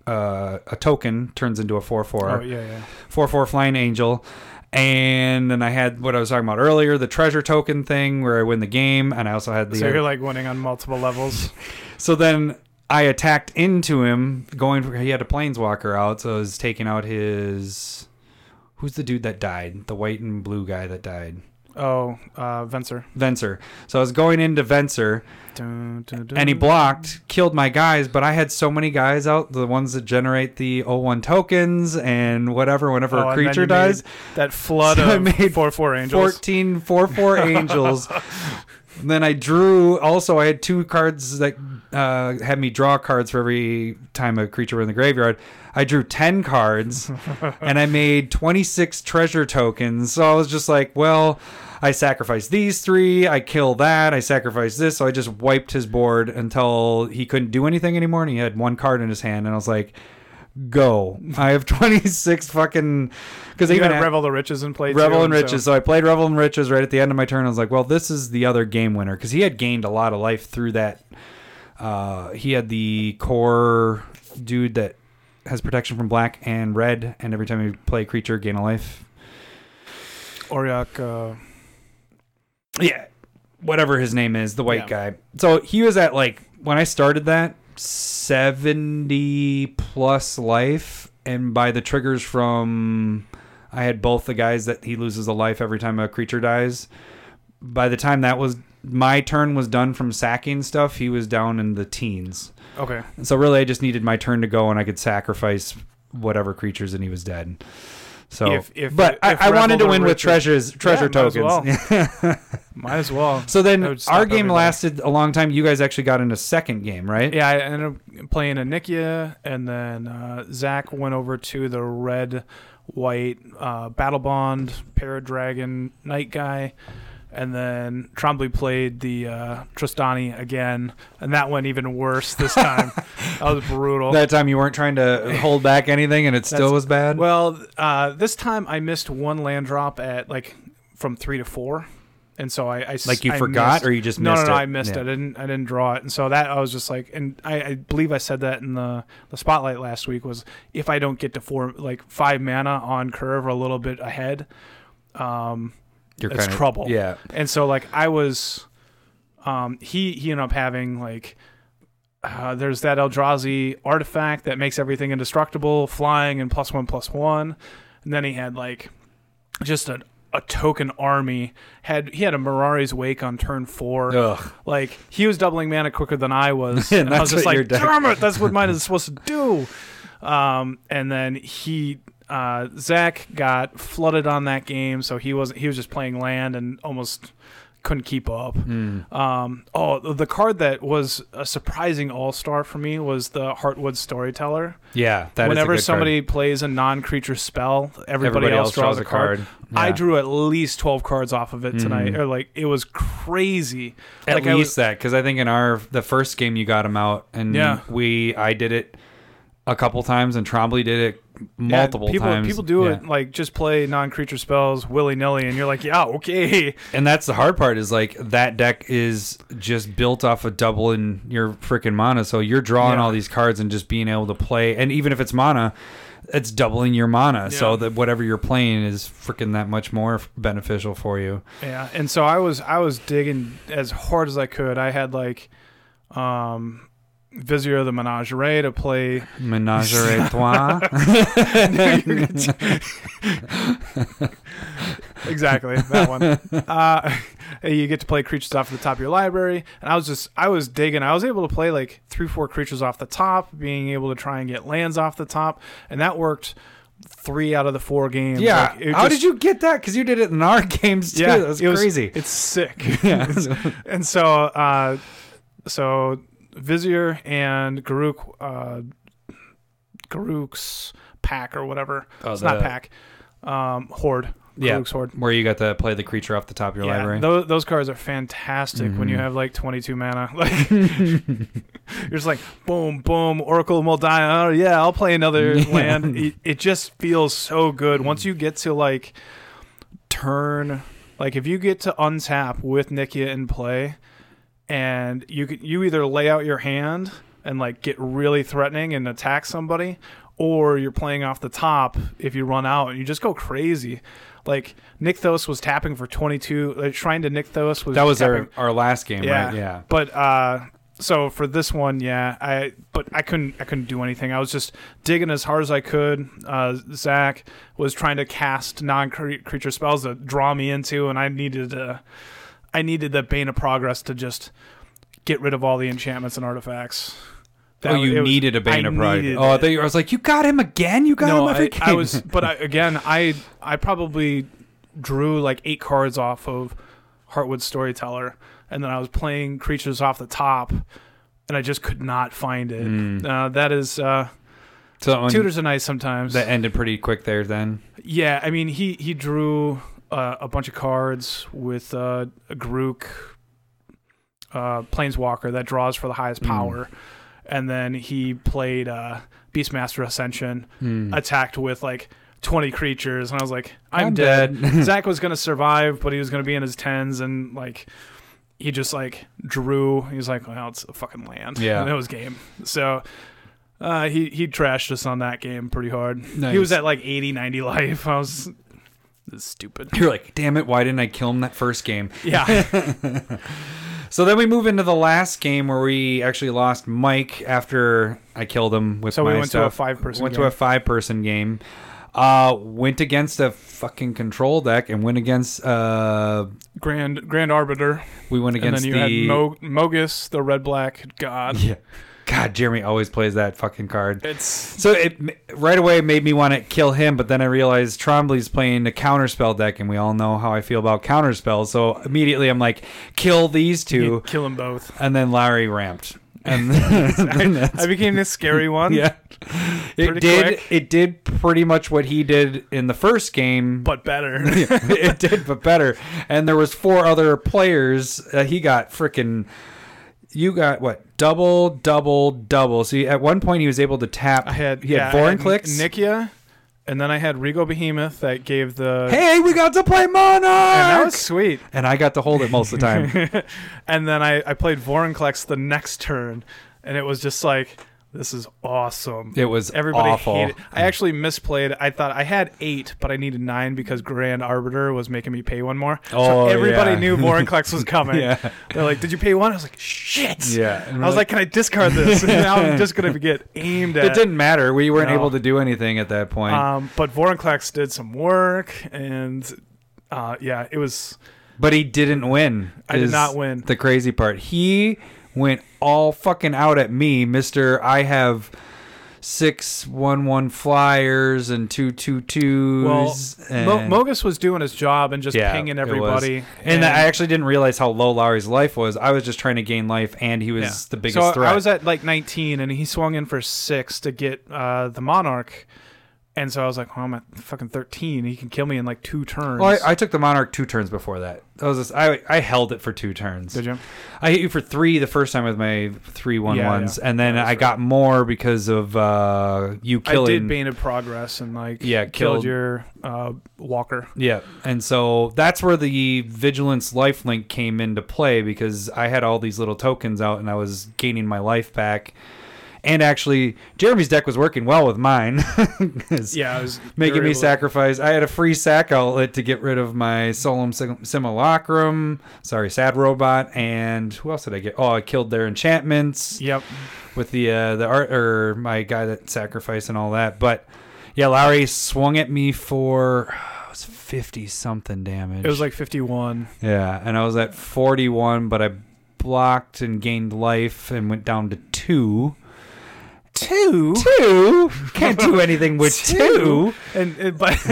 Speaker 3: Uh, a token turns into a four-four
Speaker 1: Oh yeah, yeah.
Speaker 3: four four flying angel. And then I had what I was talking about earlier, the treasure token thing where I win the game, and I also had the
Speaker 1: So you're like winning on multiple
Speaker 3: (laughs)
Speaker 1: levels.
Speaker 3: so then I attacked into him, going for he had a planeswalker out, so I was taking out his who's the dude that died? The white and blue guy that died.
Speaker 1: Oh, uh, Venser.
Speaker 3: Venser. So I was going into Venser and he blocked, killed my guys, but I had so many guys out, the ones that generate the 01 tokens and whatever, whenever
Speaker 1: Oh,
Speaker 3: a
Speaker 1: and then
Speaker 3: creature
Speaker 1: you
Speaker 3: dies.
Speaker 1: made That flood
Speaker 3: So I
Speaker 1: of
Speaker 3: made
Speaker 1: four four angels.
Speaker 3: 14 4
Speaker 1: (laughs)
Speaker 3: 4 angels. And then I drew also I had two cards that uh, had me draw cards for every time a creature were in the graveyard. I drew
Speaker 1: (laughs)
Speaker 3: 10 cards and I made 26 treasure tokens. So I was just like, well, I sacrifice these three, I kill that, I sacrifice this. So I just wiped his board until he couldn't do anything anymore and he had one card in his hand and I was like, go. I have 26 fucking cuz
Speaker 1: you
Speaker 3: even
Speaker 1: got
Speaker 3: at-
Speaker 1: Revel the Riches in play.
Speaker 3: Revel
Speaker 1: too,
Speaker 3: and
Speaker 1: so-
Speaker 3: Riches. So I played Revel and Riches right at the end of my turn. I was like, well, this is the other game winner because he had gained a lot of life through that. Uh, he had the core dude that has protection from black and red, and every time you play a creature, gain a life.
Speaker 1: Oriok. Uh,
Speaker 3: Yeah, whatever his name is, the white
Speaker 1: Yeah.
Speaker 3: guy. So he was at like when I started that seventy plus life, and by the triggers from, I had both the guys that he loses a life every time a creature dies. By the time that was my turn was done from sacking stuff, he was down in the teens.
Speaker 1: okay.
Speaker 3: And so really, I just needed my turn to go, and I could sacrifice whatever creatures, and he was dead. So,
Speaker 1: If- if-
Speaker 3: but I,
Speaker 1: if
Speaker 3: I wanted to
Speaker 1: Rebel
Speaker 3: win with
Speaker 1: Richard-
Speaker 3: treasures, treasure
Speaker 1: Yeah, might as
Speaker 3: tokens.
Speaker 1: well.
Speaker 3: (laughs)
Speaker 1: Might as well.
Speaker 3: So then
Speaker 1: That would stop
Speaker 3: our game
Speaker 1: everybody.
Speaker 3: lasted a long time. You guys actually got into second game, right?
Speaker 1: Yeah, I ended up playing Anikia, and then uh, Zach went over to the red, white, uh, battle bond, paradragon, night guy, and then Trombley played the uh, Tristani again, and that went even worse this time. that was brutal.
Speaker 3: That time you weren't
Speaker 1: (laughs)
Speaker 3: trying to hold back anything and it still
Speaker 1: That's-
Speaker 3: was bad.
Speaker 1: well, uh, this time I missed one land drop at like from three to four, and so I, I s-
Speaker 3: like you
Speaker 1: I
Speaker 3: forgot
Speaker 1: missed-
Speaker 3: or you just
Speaker 1: no,
Speaker 3: missed
Speaker 1: no, no,
Speaker 3: it?
Speaker 1: I missed
Speaker 3: Yeah.
Speaker 1: it. I didn't. I didn't draw it, and so that I was just like, and I, I believe I said that in the the spotlight last week was if I don't get to four like five mana on curve or a little bit ahead, um,
Speaker 3: You're
Speaker 1: it's trouble.
Speaker 3: Yeah.
Speaker 1: and so like I was, um, he he ended up having like. Uh, there's that Eldrazi artifact that makes everything indestructible, flying and plus one plus one, and then he had like just a, a token army. had He had a Mirari's Wake on turn four.
Speaker 3: Ugh.
Speaker 1: Like he was doubling mana quicker than I
Speaker 3: (laughs)
Speaker 1: was,
Speaker 3: And
Speaker 1: and, I was
Speaker 3: that's
Speaker 1: just
Speaker 3: what your
Speaker 1: like,
Speaker 3: deck-
Speaker 1: "Damn
Speaker 3: (laughs)
Speaker 1: it, that's what mine is supposed to do." Um, and then he, uh, Zach, got flooded on that game, so he wasn't. He was just playing land and almost couldn't keep up.
Speaker 3: Hmm.
Speaker 1: Um, oh, the- the card that was a surprising all star for me was the Heartwood Storyteller.
Speaker 3: Yeah. That is a
Speaker 1: Whenever
Speaker 3: good card.
Speaker 1: somebody plays a non-creature spell, everybody,
Speaker 3: Everybody
Speaker 1: else, draws, a card. I
Speaker 3: Yeah. Hmm.
Speaker 1: drew at least twelve cards off of it tonight, or like it was crazy.
Speaker 3: At
Speaker 1: like
Speaker 3: least
Speaker 1: I was,
Speaker 3: that, because I think in our the first game you got him out, and
Speaker 1: Yeah.
Speaker 3: we I did it a couple times, and Trombley did it
Speaker 1: Yeah,
Speaker 3: multiple
Speaker 1: people,
Speaker 3: times.
Speaker 1: People do
Speaker 3: Yeah.
Speaker 1: it like just play non-creature spells willy nilly, and you're like, yeah, okay. (laughs)
Speaker 3: And that's the hard part is like that deck is just built off of doubling your freaking mana. So you're drawing
Speaker 1: Yeah.
Speaker 3: all these cards and just being able to play. And even if it's mana, it's doubling your mana. So
Speaker 1: Yeah.
Speaker 3: that whatever you're playing is freaking that much more f- beneficial for you.
Speaker 1: Yeah, and so I was I was digging as hard as I could. I had like, um, Vizier of the Menagerie to
Speaker 3: (laughs)
Speaker 1: play. (laughs)
Speaker 3: Menage a trois.
Speaker 1: Exactly that one. Uh, (laughs) you get to play creatures off the top of your library, and I was just I was digging. I was able to play like three four creatures off the top, being able to try and get lands off the top, and that worked. Three out of the four games.
Speaker 3: yeah.
Speaker 1: Like, it
Speaker 3: How
Speaker 1: just-
Speaker 3: did you get that? Because you did it in our (laughs) games too. that was
Speaker 1: it was- (laughs)
Speaker 3: crazy. (laughs)
Speaker 1: It's sick.
Speaker 3: yeah.
Speaker 1: and so, uh, so Vizier and Garuk, uh, Garuk's pack or whatever.
Speaker 3: Oh,
Speaker 1: it's
Speaker 3: the-
Speaker 1: not pack. Um, Horde.
Speaker 3: Yeah.
Speaker 1: Krog's Horde.
Speaker 3: Where you got to play the creature off the top of your
Speaker 1: Yeah,
Speaker 3: library. Mm-hmm.
Speaker 1: those, those cards are fantastic when you have like 22 mana. (laughs)
Speaker 3: (laughs)
Speaker 1: Like you're just like boom, boom, Oracle of Moldiah. Oh yeah, I'll play
Speaker 3: (laughs)
Speaker 1: another land. It, it just feels so good once you get to like turn. Like if you get to untap with Nikia in play, and you can, you either lay out your hand and like get really threatening and attack somebody, or you're playing off the top if you run out and you just go crazy. Like Nykthos was tapping for 22. Like, Shrine to Nykthos was
Speaker 3: that was
Speaker 1: tapping,
Speaker 3: our, our last game,
Speaker 1: yeah,
Speaker 3: right? Yeah.
Speaker 1: But uh, so for this one, yeah, I but I couldn't I couldn't do anything. I was just digging as hard as I could. Uh, Zach was trying to cast non creature spells to draw me into, and I needed uh, I needed the Bane of Progress to just get rid of all the enchantments and artifacts. That
Speaker 3: oh,
Speaker 1: was-
Speaker 3: you
Speaker 1: it was-
Speaker 3: needed a Bane
Speaker 1: I
Speaker 3: of Pride.
Speaker 1: needed
Speaker 3: Oh, I,
Speaker 1: it
Speaker 3: thought you- I was like, you got him again? You got him every
Speaker 1: I,
Speaker 3: game? (laughs)
Speaker 1: I was, but I, again, I I probably drew like eight cards off of Heartwood Storyteller, and then I was playing creatures off the top, and I just could not find it. Uh, that is, uh,
Speaker 3: so on-
Speaker 1: tutors are nice sometimes.
Speaker 3: that ended pretty quick there then.
Speaker 1: yeah, I mean, he he drew uh, a bunch of cards with uh, a Grook, uh, Planeswalker that draws for the highest power, and then he played uh, Beastmaster Ascension attacked with like 20 creatures and i was like i'm,
Speaker 3: Hmm. I'm
Speaker 1: dead,
Speaker 3: dead. (laughs)
Speaker 1: zach was gonna survive but he was gonna be in his tens and like he just like drew he was like well it's a fucking land (laughs)
Speaker 3: Yeah.
Speaker 1: and it was game so uh he he trashed us on that game pretty hard
Speaker 3: Nice.
Speaker 1: he was at like 80 90 life i was (laughs) this is
Speaker 3: (laughs)
Speaker 1: stupid
Speaker 3: You're like, damn it, why didn't I kill him that first game?
Speaker 1: yeah
Speaker 3: So then we move into the last game where we actually lost Mike after I killed him with
Speaker 1: So we
Speaker 3: my
Speaker 1: went to a
Speaker 3: stuff.
Speaker 1: five-person
Speaker 3: Went
Speaker 1: game.
Speaker 3: to a five person game. Uh, went against a fucking control deck and went against uh,
Speaker 1: grand grand arbiter
Speaker 3: we went
Speaker 1: and
Speaker 3: against
Speaker 1: then you
Speaker 3: the
Speaker 1: had Mo- mogus the red black god
Speaker 3: (laughs) yeah. God, Jeremy always plays that fucking card.
Speaker 1: it's
Speaker 3: So it m- right away made me want to kill him, but then I realized Trombley's playing the counterspell deck, and we all know how I feel about counterspells. So immediately I'm like, kill these two,
Speaker 1: you kill them both
Speaker 3: and then Larry ramped,
Speaker 1: (laughs)
Speaker 3: and, (laughs) and (laughs) that's-
Speaker 1: i became this
Speaker 3: (laughs)
Speaker 1: scary one
Speaker 3: yeah,
Speaker 1: Pretty
Speaker 3: it did.
Speaker 1: quick.
Speaker 3: It did pretty much what he did in the first game,
Speaker 1: but better
Speaker 3: (laughs) it did, but better. And there was four other players. Uh, he got freaking. You got what? Double, double, double. See, at one point he was able to tap.
Speaker 1: I had
Speaker 3: he
Speaker 1: yeah,
Speaker 3: had foreign
Speaker 1: I had
Speaker 3: clicks.
Speaker 1: Nikia, and then I had Regal Behemoth that gave the
Speaker 3: hey, we got to play
Speaker 1: and
Speaker 3: Monarch,
Speaker 1: that was sweet. (laughs)
Speaker 3: And I got to hold it most of the (laughs) time.
Speaker 1: And then I, I played Vorinclex the next turn, and it was just like this is awesome.
Speaker 3: It was
Speaker 1: everybody
Speaker 3: awful.
Speaker 1: hated. I actually misplayed. I thought I had eight, but I needed nine because Grand Arbiter was making me pay one more. so
Speaker 3: Oh,
Speaker 1: everybody
Speaker 3: yeah.
Speaker 1: knew
Speaker 3: (laughs)
Speaker 1: Vorinclex was coming.
Speaker 3: Yeah.
Speaker 1: They're like, "Did you pay one?" I was like, "Shit."
Speaker 3: Yeah.
Speaker 1: I was like, "Can I discard this?" (laughs) And now I'm just gonna get aimed at.
Speaker 3: it didn't matter. We weren't
Speaker 1: No.
Speaker 3: able to do anything at that point.
Speaker 1: Um, but Vorinclex did some work, and uh, yeah, it was
Speaker 3: But he didn't win.
Speaker 1: I did
Speaker 3: is
Speaker 1: not win.
Speaker 3: The crazy part. He went all fucking out at me, Mister. I have six one one flyers and two two twos.
Speaker 1: well. Mo-
Speaker 3: and-
Speaker 1: Mogus was doing his job and just
Speaker 3: Yeah,
Speaker 1: pinging
Speaker 3: it was.
Speaker 1: everybody,
Speaker 3: and, I actually didn't realize how low Lowry's life was. I was just trying to gain life, and he was
Speaker 1: yeah.
Speaker 3: the biggest
Speaker 1: So
Speaker 3: threat.
Speaker 1: I was at like 19, and he swung in for six to get uh, the Monarch, and so I was like, "Oh, I'm at fucking 13. He can kill me in like two turns."
Speaker 3: Oh, I, I took the Monarch two turns before that. That was just, I I held it for two turns.
Speaker 1: did you?
Speaker 3: I hit you for three the first time with my three one ones,
Speaker 1: yeah.
Speaker 3: and then I got more because of uh, you
Speaker 1: I
Speaker 3: killing.
Speaker 1: did Bane of Progress and like
Speaker 3: Yeah,
Speaker 1: killed,
Speaker 3: killed-
Speaker 1: your uh, Walker.
Speaker 3: Yeah, and so that's where the vigilance life link came into play because I had all these little tokens out and I was gaining my life back. And actually, Jeremy's deck was working well with mine. (laughs) 'Cause
Speaker 1: Yeah, it was
Speaker 3: making me
Speaker 1: durable.
Speaker 3: sacrifice. I had a free sack outlet to get rid of my solemn Sim- simulacrum. Sorry, sad robot. And who else did I get? Oh, I killed their enchantments
Speaker 1: Yep.
Speaker 3: with the uh, the art or my guy that sacrificed and all that. But yeah, Lowry swung at me for it was fifty something damage.
Speaker 1: It was like 51.
Speaker 3: yeah, and I was at forty one, but I blocked and gained life and went down to two.
Speaker 1: Two.
Speaker 3: Two can't do
Speaker 1: (laughs)
Speaker 3: anything with two.
Speaker 1: and, and- but (laughs)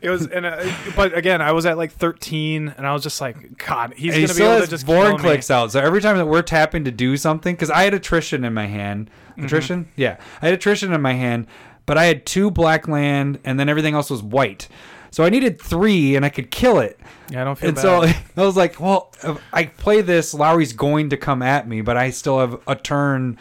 Speaker 1: it was and uh, but again i was at like 13 and i was just like god he's
Speaker 3: And he
Speaker 1: gonna be
Speaker 3: still
Speaker 1: able to
Speaker 3: has
Speaker 1: just
Speaker 3: Vorn
Speaker 1: kill
Speaker 3: clicks
Speaker 1: me.
Speaker 3: out. So every time that we're tapping to do something, because I had attrition in my hand.
Speaker 1: Mm-hmm.
Speaker 3: Attrition? Yeah. I had attrition in my hand, but I had two black land and then everything else was white. So I needed three, and I could kill it.
Speaker 1: Yeah, I don't feel
Speaker 3: And
Speaker 1: bad.
Speaker 3: so I was like, well, if I play this. Lowry's going to come at me, but I still have a turn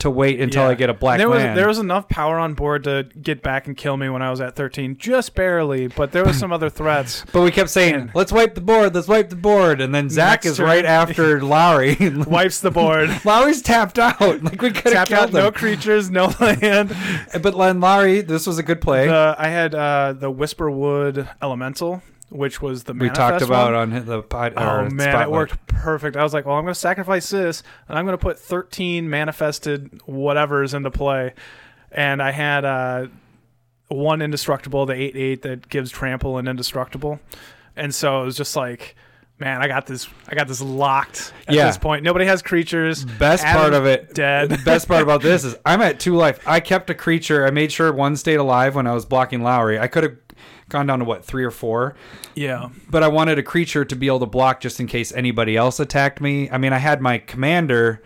Speaker 3: to wait (laughs) until
Speaker 1: Yeah.
Speaker 3: I get a black
Speaker 1: there
Speaker 3: land.
Speaker 1: was there was enough power on board to get back and kill me when I was at 13, just barely. But there was some other
Speaker 3: (laughs)
Speaker 1: threats.
Speaker 3: but we kept saying, let's wipe the board, let's wipe the board. And then Zach
Speaker 1: Next
Speaker 3: is
Speaker 1: turn.
Speaker 3: right
Speaker 1: (laughs)
Speaker 3: after Lowry.
Speaker 1: Wipes the board,
Speaker 3: (laughs) Lowry's tapped out. (laughs) Like, we could
Speaker 1: tapped
Speaker 3: have killed
Speaker 1: out no
Speaker 3: him.
Speaker 1: creatures, no land.
Speaker 3: But then Lowry, this was a good play.
Speaker 1: The, I had uh, the Whisperwood Elemental, which was the
Speaker 3: we talked
Speaker 1: manifest
Speaker 3: about
Speaker 1: one.
Speaker 3: on the pod.
Speaker 1: Oh
Speaker 3: or
Speaker 1: man,
Speaker 3: Spotlight.
Speaker 1: it worked perfect. I was like, well, I'm going to sacrifice this, and I'm going to put 13 manifested whatevers into play. And I had uh, one indestructible, the 8 8 that gives trample and indestructible. And so it was just like, man, I got this, I got this locked at
Speaker 3: Yeah.
Speaker 1: this point. Nobody has creatures.
Speaker 3: Best
Speaker 1: Adam
Speaker 3: part of it, the
Speaker 1: dead.
Speaker 3: best part about
Speaker 1: (laughs)
Speaker 3: this is I'm at two life. I kept a creature. I made sure one stayed alive when I was blocking Lowry. I could have gone down to what three or four,
Speaker 1: yeah,
Speaker 3: but I wanted a creature to be able to block just in case anybody else attacked me. I mean, I had my commander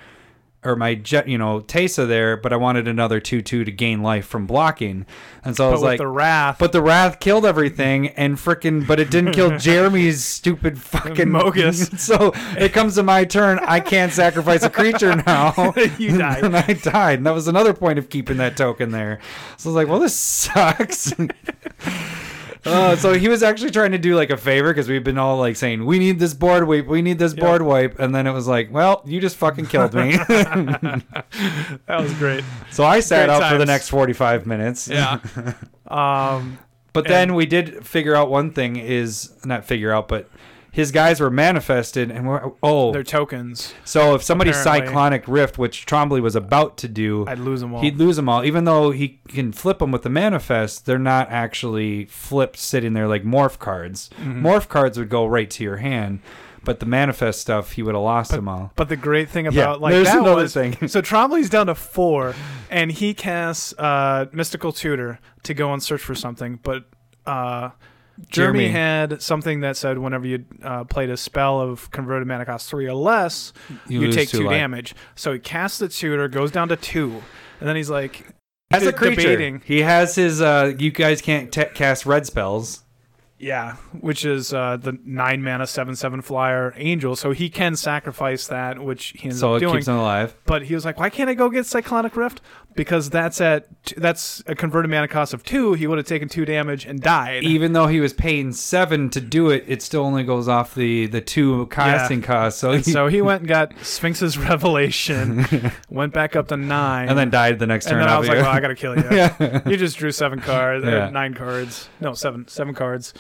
Speaker 3: or my jet, you know, Tesa there, but I wanted another two two to gain life from blocking, and so I
Speaker 1: but
Speaker 3: was
Speaker 1: with
Speaker 3: like.
Speaker 1: the wrath,
Speaker 3: but the wrath killed everything and frickin' but it didn't
Speaker 1: (laughs)
Speaker 3: kill Jeremy's stupid fucking
Speaker 1: Mogus.
Speaker 3: (laughs) so it comes to my turn, I can't sacrifice a creature now.
Speaker 1: (laughs) You died.
Speaker 3: (laughs) And I died. And that was another point of keeping that token there. So I was like, well, this sucks. (laughs) Uh, so he was actually trying to do like a favor because we've been all like saying we need this board wipe, we need this board wipe, and then it was like, well, you just fucking killed
Speaker 1: (laughs)
Speaker 3: me. (laughs)
Speaker 1: that was great.
Speaker 3: so I sat
Speaker 1: Great
Speaker 3: out for the
Speaker 1: times.
Speaker 3: next forty-five minutes. (laughs)
Speaker 1: Yeah. um,
Speaker 3: But then we did figure out one thing is not figure out, but his guys were manifested, and we're oh,
Speaker 1: their tokens,
Speaker 3: so if somebody
Speaker 1: apparently-
Speaker 3: cyclonic rift, which Trombley was about to do,
Speaker 1: I'd lose them all.
Speaker 3: he'd lose them all. Even though he can flip them with the manifest, they're not actually flipped sitting there like morph cards.
Speaker 1: Mm-hmm.
Speaker 3: Morph cards would go right to your hand, but the manifest stuff he would have lost them all.
Speaker 1: But the great thing about
Speaker 3: Yeah,
Speaker 1: like
Speaker 3: there's
Speaker 1: that
Speaker 3: another
Speaker 1: was
Speaker 3: thing.
Speaker 1: so Trombley's down to four, and he casts uh, mystical tutor to go and search for something. But uh, Jeremy,
Speaker 3: Jeremy.
Speaker 1: had something that said whenever you uh, played a spell of converted mana cost three or less, (laughs) you,
Speaker 3: lose
Speaker 1: take
Speaker 3: two
Speaker 1: two
Speaker 3: life.
Speaker 1: damage. So he casts the tutor, goes down to two, and then he's like,
Speaker 3: As a
Speaker 1: de-
Speaker 3: creature,
Speaker 1: debating.
Speaker 3: he has his. uh You guys can't t- cast red spells.
Speaker 1: Yeah, which is uh, the nine mana seven seven flyer angel. So he can sacrifice that, which he ends
Speaker 3: So
Speaker 1: up
Speaker 3: it
Speaker 1: doing.
Speaker 3: keeps him alive.
Speaker 1: but he was like, "Why can't I go get Cyclonic Rift? Because that's at that's a converted mana cost of two. He would have taken two damage and died.
Speaker 3: even though he was paying seven to do it, it still only goes off the the two casting costs. So,
Speaker 1: (laughs)
Speaker 3: he,
Speaker 1: so he went and got Sphinx's (laughs)
Speaker 3: (laughs)
Speaker 1: Revelation, went back up to nine,
Speaker 3: and then died the next
Speaker 1: and
Speaker 3: turn.
Speaker 1: then I was
Speaker 3: off
Speaker 1: like,
Speaker 3: you.
Speaker 1: "Well, I gotta
Speaker 3: (laughs)
Speaker 1: kill you. You just drew seven cards, or
Speaker 3: Yeah.
Speaker 1: nine cards, no seven, seven cards."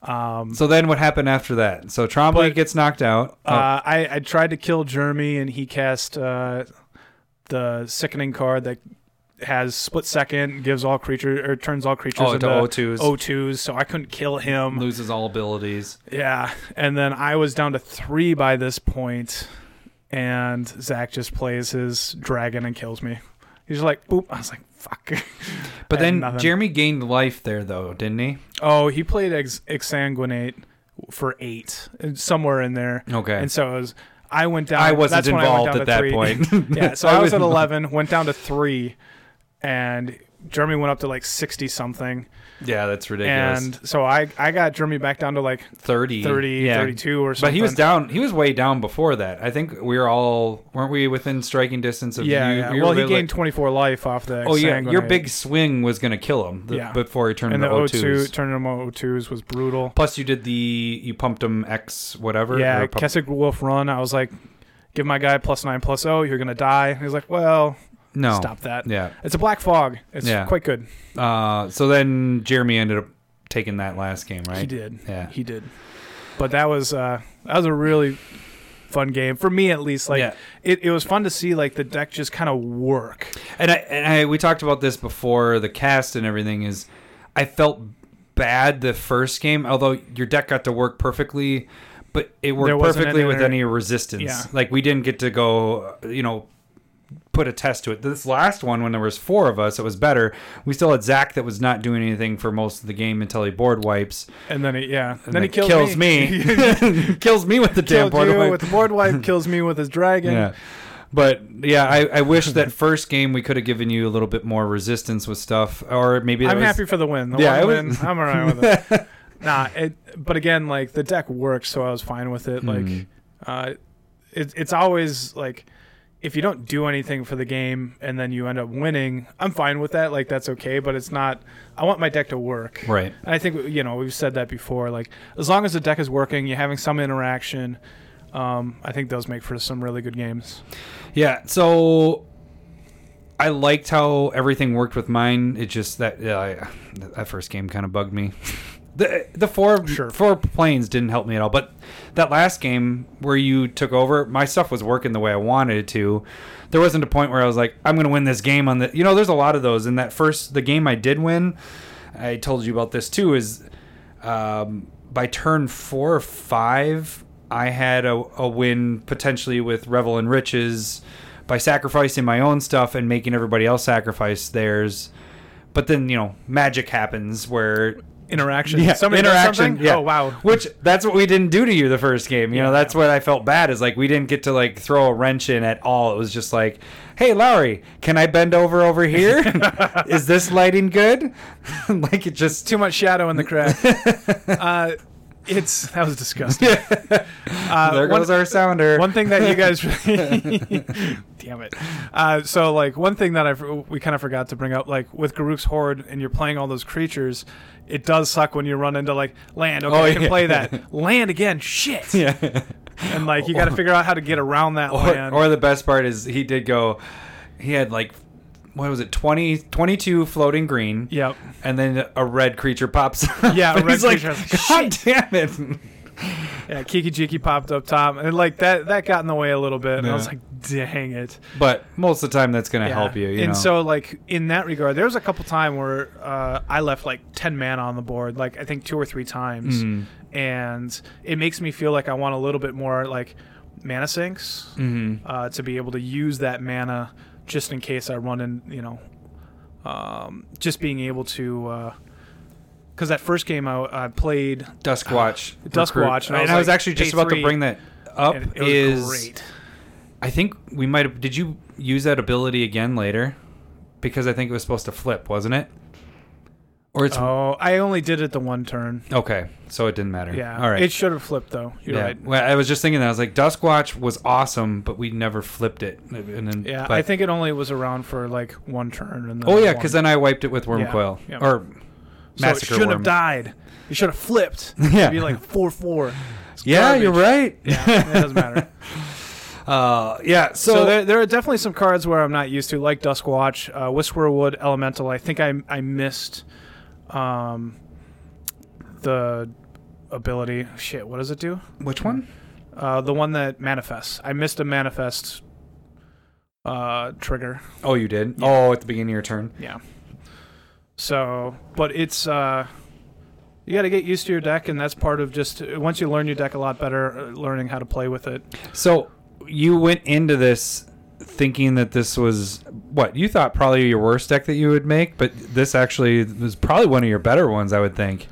Speaker 1: Um,
Speaker 3: so then what happened after that? So Trombley
Speaker 1: But-
Speaker 3: gets knocked out. Oh,
Speaker 1: uh, I I tried to kill Jeremy, and he cast uh, the sickening card that has split second, gives all creatures or turns all creatures
Speaker 3: Oh,
Speaker 1: into
Speaker 3: to O2s.
Speaker 1: O2s. So I couldn't kill him.
Speaker 3: loses all abilities.
Speaker 1: Yeah, and then I was down to three by this point, and Zach just plays his dragon and kills me. He's like, "Boop!" I was like, "Fuck!" (laughs)
Speaker 3: But
Speaker 1: I had
Speaker 3: then
Speaker 1: nothing.
Speaker 3: Jeremy gained life there, though, didn't he?
Speaker 1: Oh, he played ex- exsanguinate for eight, somewhere in there.
Speaker 3: Okay.
Speaker 1: and so it was. I went down.
Speaker 3: I wasn't
Speaker 1: that's when I went
Speaker 3: involved
Speaker 1: down
Speaker 3: at
Speaker 1: to
Speaker 3: that
Speaker 1: three. (laughs)
Speaker 3: point.
Speaker 1: yeah, so
Speaker 3: (laughs) I
Speaker 1: I was at
Speaker 3: was-
Speaker 1: eleven, went down to three, and Jeremy went up to like sixty something,
Speaker 3: yeah, that's ridiculous.
Speaker 1: and so I I got Jeremy back down to like
Speaker 3: 30,
Speaker 1: 30,
Speaker 3: yeah.
Speaker 1: 32 or something.
Speaker 3: But he was down. He was way down before that. I think we were all weren't we within striking distance of
Speaker 1: Yeah,
Speaker 3: you?
Speaker 1: yeah.
Speaker 3: You were
Speaker 1: well, he
Speaker 3: really-
Speaker 1: gained 24 life off the.
Speaker 3: Oh yeah, your
Speaker 1: Sanguinite.
Speaker 3: big swing was gonna kill him the-
Speaker 1: Yeah.
Speaker 3: before he turned
Speaker 1: and the
Speaker 3: into O2s.
Speaker 1: O2 turning him on O2s was brutal.
Speaker 3: Plus, you did the you pumped him X whatever.
Speaker 1: yeah,
Speaker 3: or pump-
Speaker 1: Keswick Wolf run. I was like, give my guy plus nine plus O. You're gonna die. He's like, well,
Speaker 3: no.
Speaker 1: stop that.
Speaker 3: Oh. Yeah.
Speaker 1: It's a black fog. It's
Speaker 3: Yeah.
Speaker 1: quite good.
Speaker 3: Uh, so then Jeremy ended up taking that last game, right?
Speaker 1: He did.
Speaker 3: Yeah.
Speaker 1: he did. But that was uh, that was a really fun game for me at least. Like
Speaker 3: Yeah.
Speaker 1: it, it was fun to see like the deck just kind of work.
Speaker 3: And I and I we talked about this before the cast and everything is, I felt bad the first game, although your deck got to work perfectly. But it
Speaker 1: There
Speaker 3: worked
Speaker 1: wasn't
Speaker 3: perfectly
Speaker 1: any
Speaker 3: with
Speaker 1: other-
Speaker 3: any resistance.
Speaker 1: Yeah.
Speaker 3: Like we didn't get to go, you know, put a test to it. This last one, when there was four of us, it was better. We still had Zach that was not doing anything for most of the game until he board wipes.
Speaker 1: And then it, yeah,
Speaker 3: And
Speaker 1: then he
Speaker 3: it
Speaker 1: kills,
Speaker 3: kills me.
Speaker 1: (laughs)
Speaker 3: kills me (laughs) with the damn
Speaker 1: Killed
Speaker 3: board
Speaker 1: you
Speaker 3: wipe.
Speaker 1: with the board wipe. Kills me with his dragon.
Speaker 3: (laughs) yeah. But yeah, I,
Speaker 1: (laughs)
Speaker 3: I wish that first game we could have given you a little bit more resistance with stuff, or maybe that
Speaker 1: I'm
Speaker 3: was,
Speaker 1: happy for the win. The
Speaker 3: Yeah,
Speaker 1: one
Speaker 3: it was- (laughs)
Speaker 1: win, I'm all right with it. nah, it, but again, like the deck works, so I was fine with it.
Speaker 3: Hmm.
Speaker 1: Like, uh, it, it's always like if you don't do anything for the game and then you end up winning, I'm fine with that. Like that's okay, but it's not. I want my deck to work.
Speaker 3: Right.
Speaker 1: And I think you know we've said that before. Like as long as the deck is working, you're having some interaction. Um, I think those make for some really good games.
Speaker 3: Yeah, so I liked how everything worked with mine. It just that yeah, I, that first game kind of bugged me. The the four
Speaker 1: Sure.
Speaker 3: four planes didn't help me at all. But that last game where you took over, my stuff was working the way I wanted it to. There wasn't a point where I was like, I'm going to win this game on the. You know, there's a lot of those. And that first the game I did win, I told you about this too. Is um, by turn four or five, I had a, a win potentially with Revel and Riches by sacrificing my own stuff and making everybody else sacrifice theirs. But then, you know, magic happens where.
Speaker 1: Interaction.
Speaker 3: Yeah,
Speaker 1: Somebody does
Speaker 3: interaction.
Speaker 1: something?
Speaker 3: Yeah.
Speaker 1: Oh wow.
Speaker 3: Which that's what we didn't do to you the first game. You know, that's what I felt bad is like we didn't get to like throw a wrench in at all. It was just like, "Hey, Lowry, can I bend over over (laughs) here? is this lighting good?" (laughs) like it just
Speaker 1: Too much shadow in the
Speaker 3: (laughs)
Speaker 1: crack. uh, it's that was (laughs) disgusting. Uh,
Speaker 3: there
Speaker 1: one-
Speaker 3: goes our sounder.
Speaker 1: One thing that you
Speaker 3: (laughs)
Speaker 1: guys, (laughs) damn it. Uh, so like one thing that I we kind of forgot to bring up, like with Garuk's horde, and you're playing all those creatures. It does suck when you run into like land. Okay,
Speaker 3: Oh,
Speaker 1: I can
Speaker 3: yeah.
Speaker 1: play
Speaker 3: (laughs)
Speaker 1: that land again. Shit.
Speaker 3: yeah.
Speaker 1: And like you got to figure out how to get around that
Speaker 3: or,
Speaker 1: land.
Speaker 3: or the best part is he did go he had like what was it 20 22 floating green
Speaker 1: yep.
Speaker 3: and then a red creature pops (laughs) up
Speaker 1: Yeah, a
Speaker 3: And
Speaker 1: red
Speaker 3: he's like,
Speaker 1: creature. I was (laughs)
Speaker 3: god damn it
Speaker 1: Yeah. Kiki Jiki popped up top, and like that that got in the way a little bit, and I was
Speaker 3: Yeah.
Speaker 1: like, dang it.
Speaker 3: but most of the time that's gonna help you, you
Speaker 1: and
Speaker 3: know?
Speaker 1: so like in that regard, there was a couple time where uh, I left like ten man on the board, like I think two or three times,
Speaker 3: Mm-hmm.
Speaker 1: and it makes me feel like I want a little bit more like mana sinks
Speaker 3: Mm-hmm.
Speaker 1: uh, to be able to use that mana just in case I run in, you know, um, just being able to. Because that first game I, I played,
Speaker 3: Duskwatch
Speaker 1: (sighs) Duskwatch,
Speaker 3: recruit.
Speaker 1: and
Speaker 3: and,
Speaker 1: I was
Speaker 3: I was
Speaker 1: like,
Speaker 3: actually just
Speaker 1: day
Speaker 3: about
Speaker 1: three,
Speaker 3: to bring that up
Speaker 1: and it was
Speaker 3: is
Speaker 1: great.
Speaker 3: I think we might have did you use that ability again later because I think it was supposed to flip wasn't it or it's
Speaker 1: Oh, I only did it the one turn.
Speaker 3: okay so it didn't matter
Speaker 1: Yeah,
Speaker 3: all right
Speaker 1: It should have flipped though. You're
Speaker 3: yeah.
Speaker 1: right.
Speaker 3: Well, I was just thinking that I was like, Duskwatch was awesome, but we never flipped it. And then,
Speaker 1: Yeah,
Speaker 3: but-
Speaker 1: I think it only was around for like one turn. And then
Speaker 3: Oh yeah,
Speaker 1: one-
Speaker 3: because then I wiped it with Worm
Speaker 1: Yeah,
Speaker 3: Coil
Speaker 1: yeah.
Speaker 3: or
Speaker 1: so it
Speaker 3: Massacre
Speaker 1: should
Speaker 3: Worm.
Speaker 1: have died. You should have
Speaker 3: (laughs)
Speaker 1: flipped.
Speaker 3: Yeah.
Speaker 1: It'd be like four four.
Speaker 3: yeah, you're right.
Speaker 1: Yeah, it doesn't matter.
Speaker 3: (laughs) Uh, yeah. So,
Speaker 1: So, there, there are definitely some cards where I'm not used to, like Duskwatch, uh, Whisperwood, Elemental. I think I I missed, um, the ability. Shit, what does it do?
Speaker 3: which one?
Speaker 1: Uh, the one that manifests. I missed a manifest. Uh, trigger.
Speaker 3: Oh, you did. Oh, at the beginning of your turn.
Speaker 1: Yeah. So, but it's uh, you got to get used to your deck, and that's part of just once you learn your deck a lot better, uh, learning how to play with it.
Speaker 3: So you went into this thinking that this was what you thought probably your worst deck that you would make, but this actually was probably one of your better ones, I would think.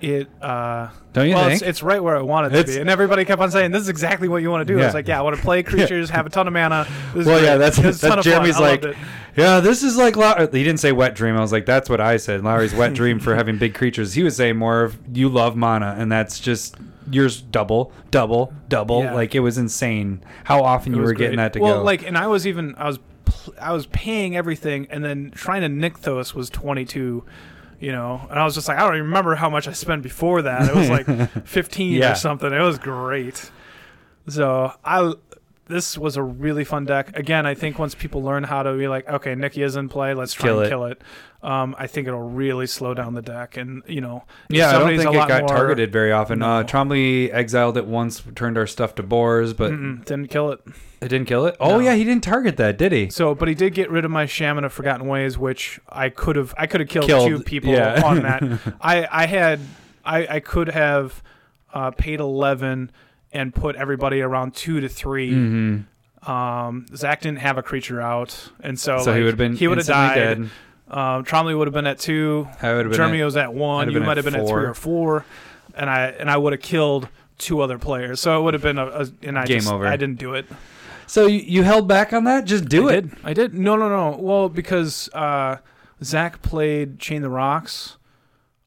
Speaker 1: It uh,
Speaker 3: Don't you
Speaker 1: well,
Speaker 3: think?
Speaker 1: It's, it's right where I want it to
Speaker 3: It's-
Speaker 1: be, and everybody kept on saying, "This is exactly what you want to do." I
Speaker 3: (laughs) Yeah.
Speaker 1: was like, "Yeah, I want to play creatures, have a ton of mana." This is
Speaker 3: Well,
Speaker 1: great.
Speaker 3: yeah, that's,
Speaker 1: It was
Speaker 3: that's
Speaker 1: a ton of fun.
Speaker 3: Jeremy's
Speaker 1: I loved
Speaker 3: like,
Speaker 1: it.
Speaker 3: yeah, this is like Low-" he didn't say wet dream. I was like, that's what I said. Lowry's wet dream
Speaker 1: (laughs)
Speaker 3: for having big creatures. He was saying more of you love mana, and that's just yours double, double, double.
Speaker 1: Yeah.
Speaker 3: Like it was insane how often
Speaker 1: It
Speaker 3: you
Speaker 1: was
Speaker 3: were getting
Speaker 1: great.
Speaker 3: that to
Speaker 1: well,
Speaker 3: go.
Speaker 1: like, and I was even I was pl- I was paying everything, and then trying to Nykthos was twenty two, you know, and I was just like, I don't even remember how much I spent before that. It was
Speaker 3: (laughs)
Speaker 1: like fifteen
Speaker 3: Yeah.
Speaker 1: or something. It was great. So I this was a really fun deck. Again, I think once people learn how to be like, okay, Nikki is in play, let's try
Speaker 3: Kill
Speaker 1: and
Speaker 3: it.
Speaker 1: kill it. Um, I think it'll really slow down the deck, and you know, if
Speaker 3: yeah, I don't
Speaker 1: somebody's
Speaker 3: think
Speaker 1: a
Speaker 3: it
Speaker 1: lot
Speaker 3: got
Speaker 1: more-
Speaker 3: targeted very often. Uh,
Speaker 1: No.
Speaker 3: Trombley exiled it once, turned our stuff to boars, but
Speaker 1: Mm-mm, didn't Mm, kill it.
Speaker 3: it didn't kill it. Oh
Speaker 1: No.
Speaker 3: yeah, he didn't target that, did he?
Speaker 1: So, but he did get rid of my Shaman of Forgotten Ways, which I could have. I could have killed,
Speaker 3: Killed,
Speaker 1: two people
Speaker 3: yeah.
Speaker 1: on
Speaker 3: (laughs)
Speaker 1: that. I I had I I could have uh, paid eleven and put everybody around two to 3
Speaker 3: Mm-hmm.
Speaker 1: Um, Zach didn't have a creature out, and so
Speaker 3: So
Speaker 1: oh, like,
Speaker 3: he would have been
Speaker 1: he would have
Speaker 3: instantly
Speaker 1: died.
Speaker 3: dead.
Speaker 1: Um, Tromley would have been at two.
Speaker 3: I would have been
Speaker 1: Jeremy
Speaker 3: at-
Speaker 1: was at
Speaker 3: I'd
Speaker 1: one.
Speaker 3: have
Speaker 1: You
Speaker 3: been
Speaker 1: might have
Speaker 3: at
Speaker 1: been at three
Speaker 3: four.
Speaker 1: or four, and I and I would have killed two other players. So it would have been a, a and I
Speaker 3: Game
Speaker 1: just,
Speaker 3: over.
Speaker 1: I didn't do it.
Speaker 3: So you, you held back on that? Just do
Speaker 1: I
Speaker 3: it.
Speaker 1: Did. I did. No, no, no. Well, because uh, Zach played Chain the Rocks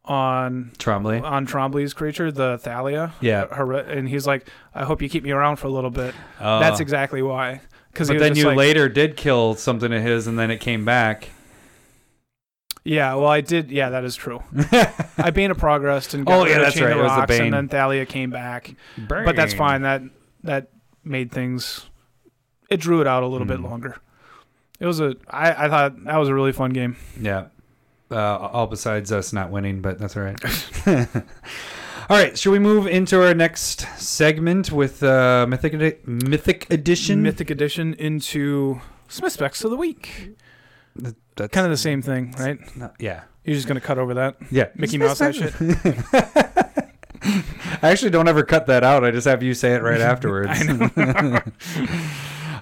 Speaker 1: on
Speaker 3: Trombley.
Speaker 1: on Trombley's creature, the Thalia.
Speaker 3: Yeah.
Speaker 1: Her- and he's like, I hope you keep me around for a little bit.
Speaker 3: Oh.
Speaker 1: That's exactly why. Because
Speaker 3: But then you later did kill something of his, and then it came back.
Speaker 1: Yeah, well, I did. Yeah, that is
Speaker 3: (laughs)
Speaker 1: true. I Bane of Progressed and got
Speaker 3: Oh, yeah,
Speaker 1: rid of
Speaker 3: that's
Speaker 1: Chain
Speaker 3: right,
Speaker 1: of
Speaker 3: it was the
Speaker 1: Rocks,
Speaker 3: Bane.
Speaker 1: and then Thalia came back. But that's fine. That that made things. It drew it out a little bit
Speaker 3: Hmm.
Speaker 1: longer. It was a. I, I thought that was a really fun game.
Speaker 3: Yeah. Uh, all besides us not winning, but that's all right. (laughs) all right. Should we move into our next segment with uh, Mythic Edi- Mythic Edition?
Speaker 1: Mythic Edition into Smith Specs of the Week.
Speaker 3: That's
Speaker 1: Kind of the same thing, right?
Speaker 3: not- yeah.
Speaker 1: You're just gonna cut over that
Speaker 3: Yeah.
Speaker 1: Mickey Mouse that shit.
Speaker 3: (laughs) I actually don't ever cut that out. I just have you say
Speaker 1: (laughs)
Speaker 3: it right afterwards. (laughs)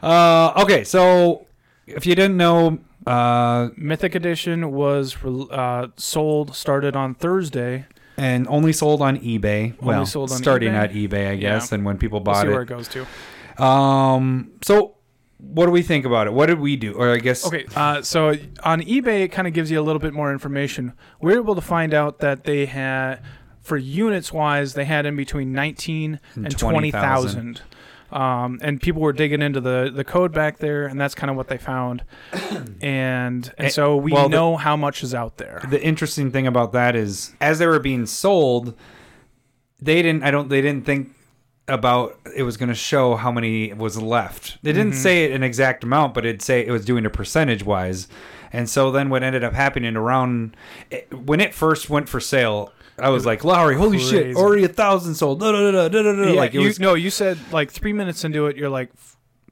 Speaker 3: uh, okay. So if you didn't know, uh,
Speaker 1: Mythic Edition was re- uh, sold started on Thursday.
Speaker 3: and only sold on eBay. well,
Speaker 1: sold on
Speaker 3: starting
Speaker 1: eBay?
Speaker 3: at eBay, I guess,
Speaker 1: Yeah.
Speaker 3: and when people
Speaker 1: We'll
Speaker 3: bought
Speaker 1: see where it
Speaker 3: it.
Speaker 1: goes to.
Speaker 3: Um, so what do we think about it? What did we do? Or I guess
Speaker 1: Okay, uh, so on eBay, it kind of gives you a little bit more information. We're able to find out that they had, for units wise, they had in between 19
Speaker 3: And
Speaker 1: and,
Speaker 3: 20,000.
Speaker 1: 20,000. um, and people were digging into the, the code back there, and that's kind of what they found. (coughs) And, and
Speaker 3: Eh,
Speaker 1: so we
Speaker 3: well, the-
Speaker 1: know how much is out there.
Speaker 3: the interesting thing about that is as they were being sold, they didn't. I don't. They didn't think about it was going to show how many was left. They
Speaker 1: Mm-hmm.
Speaker 3: didn't say an exact amount, but it'd say it was doing a percentage wise. And so then what ended up happening around it, when it first went for sale. I was like, Lowry, holy shit,
Speaker 1: Crazy.
Speaker 3: already a thousand sold. Da, da, da, da, da, da.
Speaker 1: Yeah,
Speaker 3: like it
Speaker 1: you,
Speaker 3: was
Speaker 1: no, you said like three minutes into it, you're like,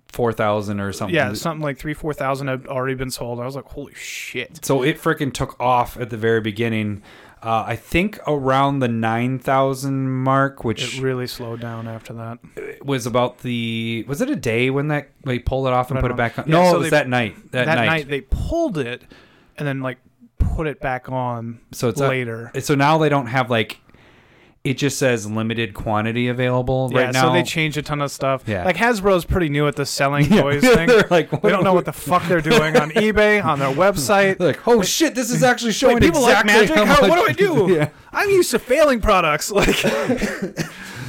Speaker 3: four thousand or something.
Speaker 1: yeah, something like three, 4,000 had already been sold. I was like, holy shit.
Speaker 3: So it freaking took off at the very beginning. Uh, I think around the nine thousand mark, which
Speaker 1: It really slowed down after that.
Speaker 3: was about the was it a day when that they pulled it off and
Speaker 1: I
Speaker 3: put it
Speaker 1: don't
Speaker 3: back on?
Speaker 1: know. Yeah,
Speaker 3: no,
Speaker 1: so
Speaker 3: it was
Speaker 1: they-
Speaker 3: that night. That,
Speaker 1: that
Speaker 3: night.
Speaker 1: night. they pulled it and then like put it back on
Speaker 3: So it's
Speaker 1: later.
Speaker 3: So now they don't have like it just says limited quantity available
Speaker 1: yeah,
Speaker 3: right now.
Speaker 1: so
Speaker 3: (laughs)
Speaker 1: they changed a ton of stuff.
Speaker 3: Yeah.
Speaker 1: Like Hasbro's pretty new at the selling
Speaker 3: (laughs)
Speaker 1: toys thing.
Speaker 3: They're like,
Speaker 1: (laughs) they don't know what the fuck they're doing on eBay, on their website.
Speaker 3: They're (laughs) like, oh shit,
Speaker 1: (laughs)
Speaker 3: this is actually showing
Speaker 1: Like, people
Speaker 3: exactly
Speaker 1: like magic.
Speaker 3: how
Speaker 1: How,
Speaker 3: much-
Speaker 1: what do I do?
Speaker 3: (laughs) yeah.
Speaker 1: I'm used to failing products. (laughs)
Speaker 3: (laughs)
Speaker 1: Like,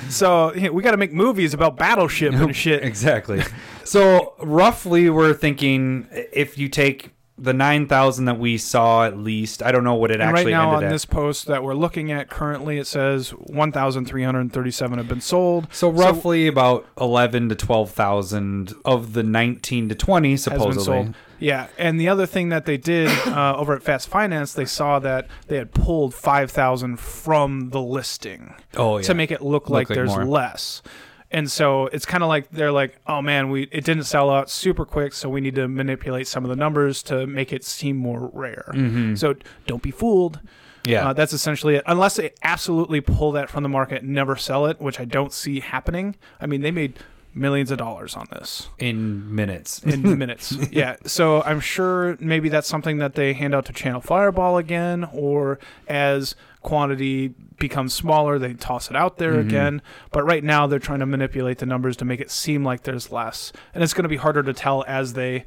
Speaker 1: so yeah, we got to make movies about battleship and shit.
Speaker 3: Exactly. so roughly, we're thinking if you take the nine thousand that we saw at least. I don't know what it
Speaker 1: And right
Speaker 3: actually
Speaker 1: now on
Speaker 3: ended at.
Speaker 1: this post that we're looking at currently, it says 1,337 have been sold.
Speaker 3: so roughly about eleven to twelve thousand of the nineteen to twenty
Speaker 1: has
Speaker 3: supposedly.
Speaker 1: been sold. Yeah, and the other thing that they did uh, over at Fast Finance, they saw that they had pulled five thousand from the listing
Speaker 3: Oh
Speaker 1: to make it look, like,
Speaker 3: like
Speaker 1: there's
Speaker 3: more.
Speaker 1: less. And so it's kind of like they're like, oh man, we it didn't sell out super quick, so we need to manipulate some of the numbers to make it seem more rare.
Speaker 3: Mm-hmm.
Speaker 1: So don't be fooled.
Speaker 3: yeah.
Speaker 1: Uh, that's essentially it. Unless they absolutely pull that from the market and never sell it, which I don't see happening. I mean, they made millions of dollars on this
Speaker 3: in minutes. (laughs)
Speaker 1: in minutes. Yeah. So I'm sure maybe that's something that they hand out to Channel Fireball again, or as quantity becomes smaller, they toss it out
Speaker 3: Mm-hmm.
Speaker 1: there again. But right now, they're trying to manipulate the numbers to make it seem like there's less. And it's going to be harder to tell as they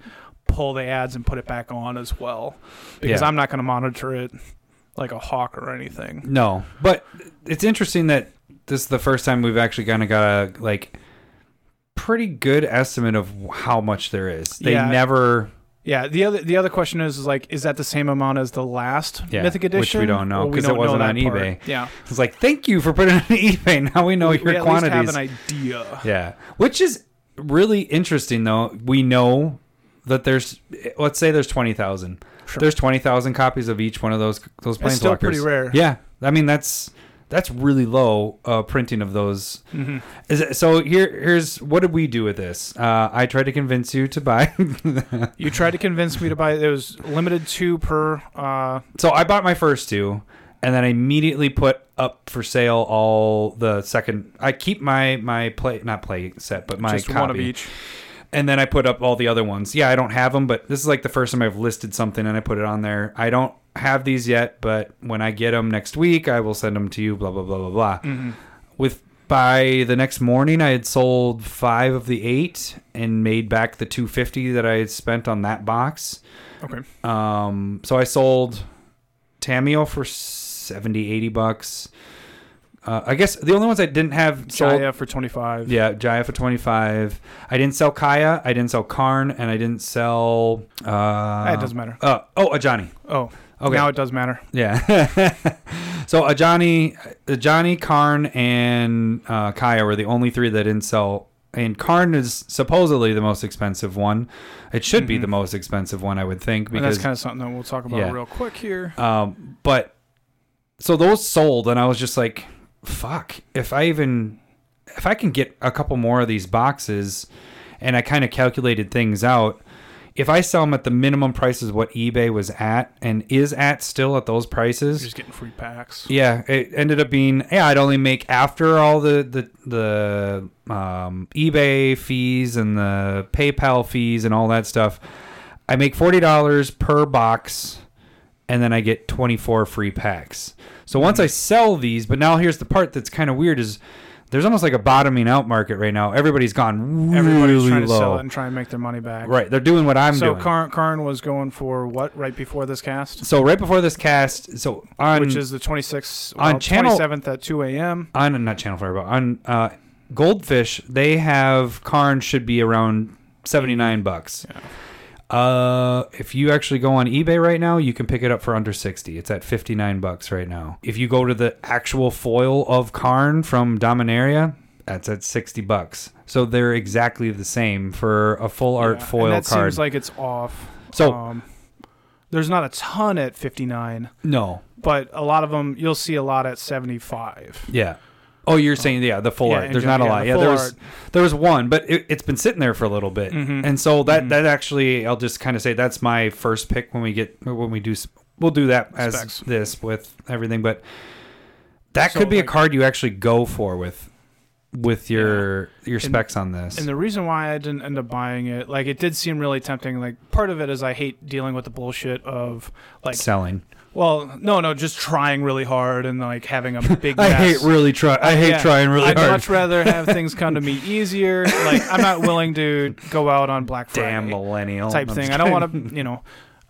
Speaker 1: pull the ads and put it back on as well, because
Speaker 3: Yeah.
Speaker 1: I'm not going to monitor it like a hawk or anything.
Speaker 3: no, but it's interesting that this is the first time we've actually kind of got a like pretty good estimate of how much there is. They
Speaker 1: Yeah.
Speaker 3: never
Speaker 1: Yeah. The other the other question is, is like, is that the same amount as the last
Speaker 3: Yeah,
Speaker 1: Mythic
Speaker 3: which we
Speaker 1: Edition?
Speaker 3: don't know,
Speaker 1: Or we
Speaker 3: 'cause it
Speaker 1: don't know
Speaker 3: wasn't
Speaker 1: that
Speaker 3: on
Speaker 1: part?
Speaker 3: eBay.
Speaker 1: Yeah.
Speaker 3: it's like thank you for putting it on eBay. Now we know your
Speaker 1: we at
Speaker 3: quantities.
Speaker 1: least have an idea.
Speaker 3: Yeah. Which is really interesting though. We know that there's let's say there's 20,000.
Speaker 1: Sure.
Speaker 3: There's 20,000 copies of each one of those those planeswalkers.
Speaker 1: It's still pretty rare.
Speaker 3: Yeah. I mean that's that's really low uh, printing of those.
Speaker 1: Mm-hmm.
Speaker 3: Is it, so here here's what did we do with this? Uh, I tried to convince you to buy. (laughs)
Speaker 1: You tried to convince me to buy. It was limited two per. Uh,
Speaker 3: so I bought my first two and then I immediately put up for sale all the second I keep my my play not play set but my
Speaker 1: just
Speaker 3: copy.
Speaker 1: one of each.
Speaker 3: and then I put up all the other ones. Yeah, I don't have them, but this is like the first time I've listed something and I put it on there. I don't have these yet, but when I get them next week, I will send them to you. Blah blah blah blah blah. With by the next morning, I had sold five of the eight and made back the two fifty that I had spent on that box.
Speaker 1: Okay.
Speaker 3: Um, so I sold Tamio for 70, 80 bucks. Uh, I guess the only ones I didn't have sold.
Speaker 1: Jaya uh, for 25.
Speaker 3: Yeah, Jaya for 25. I didn't sell Kaya, I didn't sell Karn, and I didn't sell. Uh,
Speaker 1: That Ah, doesn't matter.
Speaker 3: Uh, oh, Ajani.
Speaker 1: Oh,
Speaker 3: Okay.
Speaker 1: now it does matter.
Speaker 3: Yeah. (laughs) so Ajani, Ajani, Karn, and uh, Kaya were the only three that didn't sell. And Karn is supposedly the most expensive one. It should be the most expensive one, I would think.
Speaker 1: And
Speaker 3: Because,
Speaker 1: that's kind of something that Mm-hmm. we'll talk about
Speaker 3: Yeah.
Speaker 1: real quick here.
Speaker 3: um, but so those sold, and I was just like, "Fuck! If I even if I can get a couple more of these boxes, and I kind of calculated things out." If I sell them at the minimum prices what eBay was at and is at still at those prices,
Speaker 1: You're just getting free packs.
Speaker 3: yeah, it ended up being yeah. I'd only make after all the the the um, eBay fees and the PayPal fees and all that stuff. I make forty dollars per box, and then I get twenty four free packs. So once I sell these, but now here's the part that's kind of weird is there's almost like a bottoming out market right now. Everybody's gone really
Speaker 1: Everybody's trying to
Speaker 3: low.
Speaker 1: sell it and try and make their money back.
Speaker 3: Right, they're doing what I'm
Speaker 1: so
Speaker 3: doing.
Speaker 1: Karn, Karn was going for what right before this cast,
Speaker 3: so right before this cast, so on
Speaker 1: which is the 26th,
Speaker 3: on
Speaker 1: well,
Speaker 3: channel-
Speaker 1: 27th at 2 a.m.
Speaker 3: on not channel fire but on uh goldfish they have Karn should be around 79 bucks uh if you actually go on ebay right now you can pick it up for under 60 it's at 59 bucks right now if you go to the actual foil of Karn from dominaria that's at 60 bucks so they're exactly the same for a full art
Speaker 1: Yeah,
Speaker 3: foil
Speaker 1: and that
Speaker 3: card
Speaker 1: seems like it's off.
Speaker 3: So-
Speaker 1: um, there's not a ton at 59,
Speaker 3: no
Speaker 1: but a lot of them you'll see a lot at 75.
Speaker 3: Yeah. Oh, you're saying yeah, the full
Speaker 1: Yeah,
Speaker 3: art.
Speaker 1: in
Speaker 3: There's
Speaker 1: gen-
Speaker 3: not a
Speaker 1: yeah,
Speaker 3: lot.
Speaker 1: the
Speaker 3: Yeah,
Speaker 1: full
Speaker 3: there was
Speaker 1: art.
Speaker 3: there was one, but it, it's been sitting there for a little bit,
Speaker 1: Mhm.
Speaker 3: and so that
Speaker 1: Mhm.
Speaker 3: that actually I'll just kind of say that's my first pick when we get when we do s- we'll do that as
Speaker 1: Specs.
Speaker 3: this with everything, but that
Speaker 1: So,
Speaker 3: could be
Speaker 1: like-
Speaker 3: a card you actually go for with with your your specs on this.
Speaker 1: And the reason why I didn't end up buying it, like it did seem really tempting. Like part of it is I hate dealing with the bullshit of like,
Speaker 3: selling.
Speaker 1: well, no, no, just trying really hard and like having a
Speaker 3: (laughs)
Speaker 1: big. mess.
Speaker 3: really try. I hate
Speaker 1: Yeah. I'd much rather have things come to
Speaker 3: (laughs)
Speaker 1: me easier. Like I'm not willing to go out on Black Friday
Speaker 3: Damn millennial
Speaker 1: type
Speaker 3: Oh, I'm
Speaker 1: thing.
Speaker 3: just
Speaker 1: I don't
Speaker 3: kidding.
Speaker 1: want to, you know,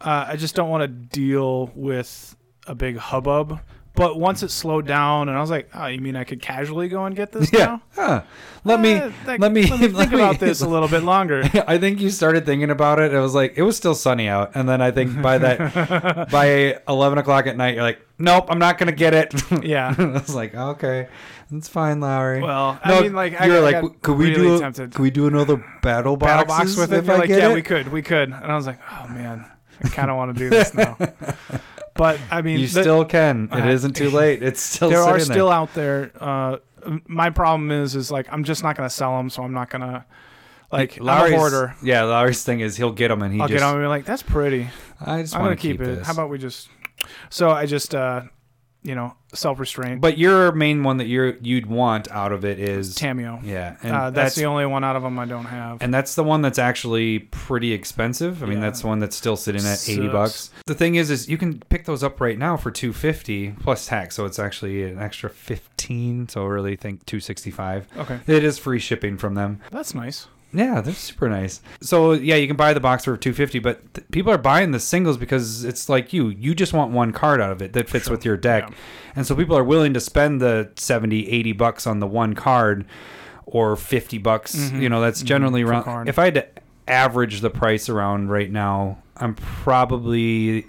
Speaker 1: uh, I just don't want to deal with a big hubbub. But once it slowed down, and I was like, oh, you mean I could casually go and get this
Speaker 3: (laughs) Yeah.
Speaker 1: now?
Speaker 3: Huh. Let, me,
Speaker 1: Eh, like,
Speaker 3: let me
Speaker 1: let
Speaker 3: (laughs)
Speaker 1: me think about this a little bit longer.
Speaker 3: I think you started thinking about it. It was like it was still sunny out, and then I think
Speaker 1: (laughs)
Speaker 3: by that by eleven o'clock at night, you're like, "Nope, I'm not gonna get it." (laughs) I
Speaker 1: Yeah.
Speaker 3: was like, "Okay, that's fine, Lowry."
Speaker 1: Well, I
Speaker 3: no,
Speaker 1: mean, like, I,
Speaker 3: you were
Speaker 1: I
Speaker 3: like,
Speaker 1: got
Speaker 3: "Could we
Speaker 1: really
Speaker 3: do?
Speaker 1: tempted.
Speaker 3: Could we do another battle box?
Speaker 1: battle box with it?
Speaker 3: If
Speaker 1: They're
Speaker 3: I
Speaker 1: like,
Speaker 3: get
Speaker 1: yeah,
Speaker 3: it?
Speaker 1: we could, we could. And I was like, oh man, I kind of
Speaker 3: (laughs)
Speaker 1: want to do this now. But I mean,
Speaker 3: You
Speaker 1: the-
Speaker 3: still can. It
Speaker 1: Uh, (laughs)
Speaker 3: isn't too late. It's still
Speaker 1: there are
Speaker 3: sitting
Speaker 1: still out there. Uh, my problem is, is like I'm just not gonna sell them, so I'm not gonna like I'm a
Speaker 3: Lowry's-
Speaker 1: hoarder.
Speaker 3: Yeah, Lowry's thing is he'll get them, and he
Speaker 1: I'll
Speaker 3: just.
Speaker 1: get on and be like, that's pretty.
Speaker 3: I just
Speaker 1: I'm
Speaker 3: want
Speaker 1: gonna
Speaker 3: to keep,
Speaker 1: keep, it.
Speaker 3: this.
Speaker 1: How about we just? So I just, uh, you know, self restraint.
Speaker 3: But your main one that you're you'd want out of it is
Speaker 1: Tameo.
Speaker 3: Yeah, and
Speaker 1: Uh, that's, the only one out of them I don't have.
Speaker 3: And that's the one that's actually pretty expensive. I mean,
Speaker 1: Yeah.
Speaker 3: that's the one that's still sitting at eighty
Speaker 1: Sucks.
Speaker 3: bucks. The thing is, is you can pick those up right now for two fifty plus tax, so it's actually an extra fifteen. So I really think two sixty five.
Speaker 1: okay,
Speaker 3: It is free shipping from them.
Speaker 1: that's nice.
Speaker 3: Yeah, they're super nice. So yeah, you can buy the box for two fifty, but th- people are buying the singles because it's like you, you just want one card out of it that fits with your deck,
Speaker 1: Yeah.
Speaker 3: and so people are willing to spend the 70, 80 bucks on the one card, or fifty bucks.
Speaker 1: Mhm.
Speaker 3: You know, that's generally
Speaker 1: For
Speaker 3: around.
Speaker 1: card.
Speaker 3: If I had to average the price around right now, I'm probably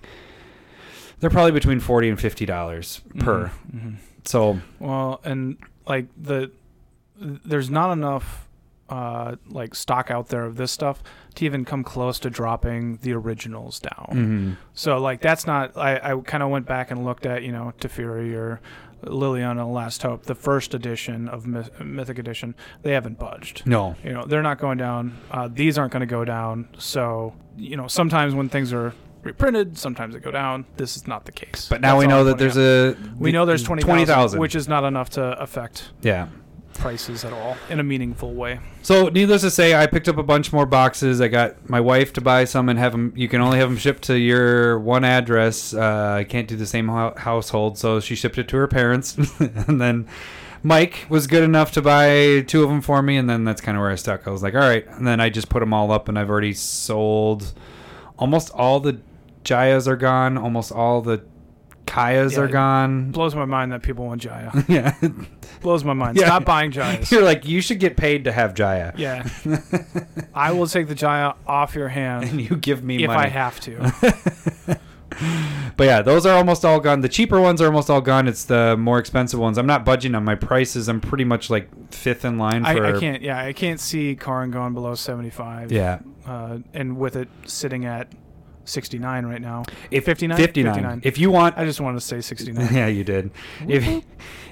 Speaker 3: they're probably between forty and fifty dollars per.
Speaker 1: Mhm.
Speaker 3: So
Speaker 1: Well, and like the there's not enough uh like stock out there of this stuff to even come close to dropping the originals down.
Speaker 3: mhm.
Speaker 1: So like that's not I I kind of went back and looked at, you know, Teferi or Liliana Last Hope, the first edition of Myth- Mythic edition. They haven't budged.
Speaker 3: no,
Speaker 1: You know, they're not going down. Uh, these aren't going to go down. So, you know, sometimes when things are reprinted, sometimes they go down. This is not the case.
Speaker 3: but now
Speaker 1: That's
Speaker 3: we
Speaker 1: all
Speaker 3: know
Speaker 1: I'm
Speaker 3: that
Speaker 1: pointing out.
Speaker 3: there's a
Speaker 1: We know there's 20,000,
Speaker 3: which
Speaker 1: which is not enough to affect
Speaker 3: yeah.
Speaker 1: prices at all in a meaningful way.
Speaker 3: So, needless to say, I picked up a bunch more boxes. I got my wife to buy some and have them. You can only have them shipped to your one address. Uh, I can't do the same ho- household, so she shipped it to her parents. (laughs) and then Mike was good enough to buy two of them for me, and then that's kind of where I stuck. I was like, all right. And then I just put them all up, and I've already sold almost all the Jayas are gone. Almost all the Kayas
Speaker 1: Yeah.
Speaker 3: are gone. (laughs)
Speaker 1: Blows my mind that people want Jaya.
Speaker 3: Yeah.
Speaker 1: Blows my mind.
Speaker 3: Yeah.
Speaker 1: Stop buying Jayas.
Speaker 3: (laughs) You're like, you should get paid to have Jaya. (laughs)
Speaker 1: Yeah. I will take the Jaya off your hand
Speaker 3: And you give me
Speaker 1: if
Speaker 3: money.
Speaker 1: I have
Speaker 3: (laughs)
Speaker 1: to.
Speaker 3: But yeah, those are almost all gone. The cheaper ones are almost all gone. It's the more expensive ones. I'm not budging on my prices. I'm pretty much like fifth in line for.
Speaker 1: I, I can't. Yeah, I can't see Karin going below seventy-five.
Speaker 3: Yeah.
Speaker 1: uh, and with it sitting at sixty-nine right now.
Speaker 3: If
Speaker 1: 59?
Speaker 3: 59.
Speaker 1: 59.
Speaker 3: If you want.
Speaker 1: I just wanted to say
Speaker 3: (laughs)
Speaker 1: sixty-nine.
Speaker 3: yeah, you did. If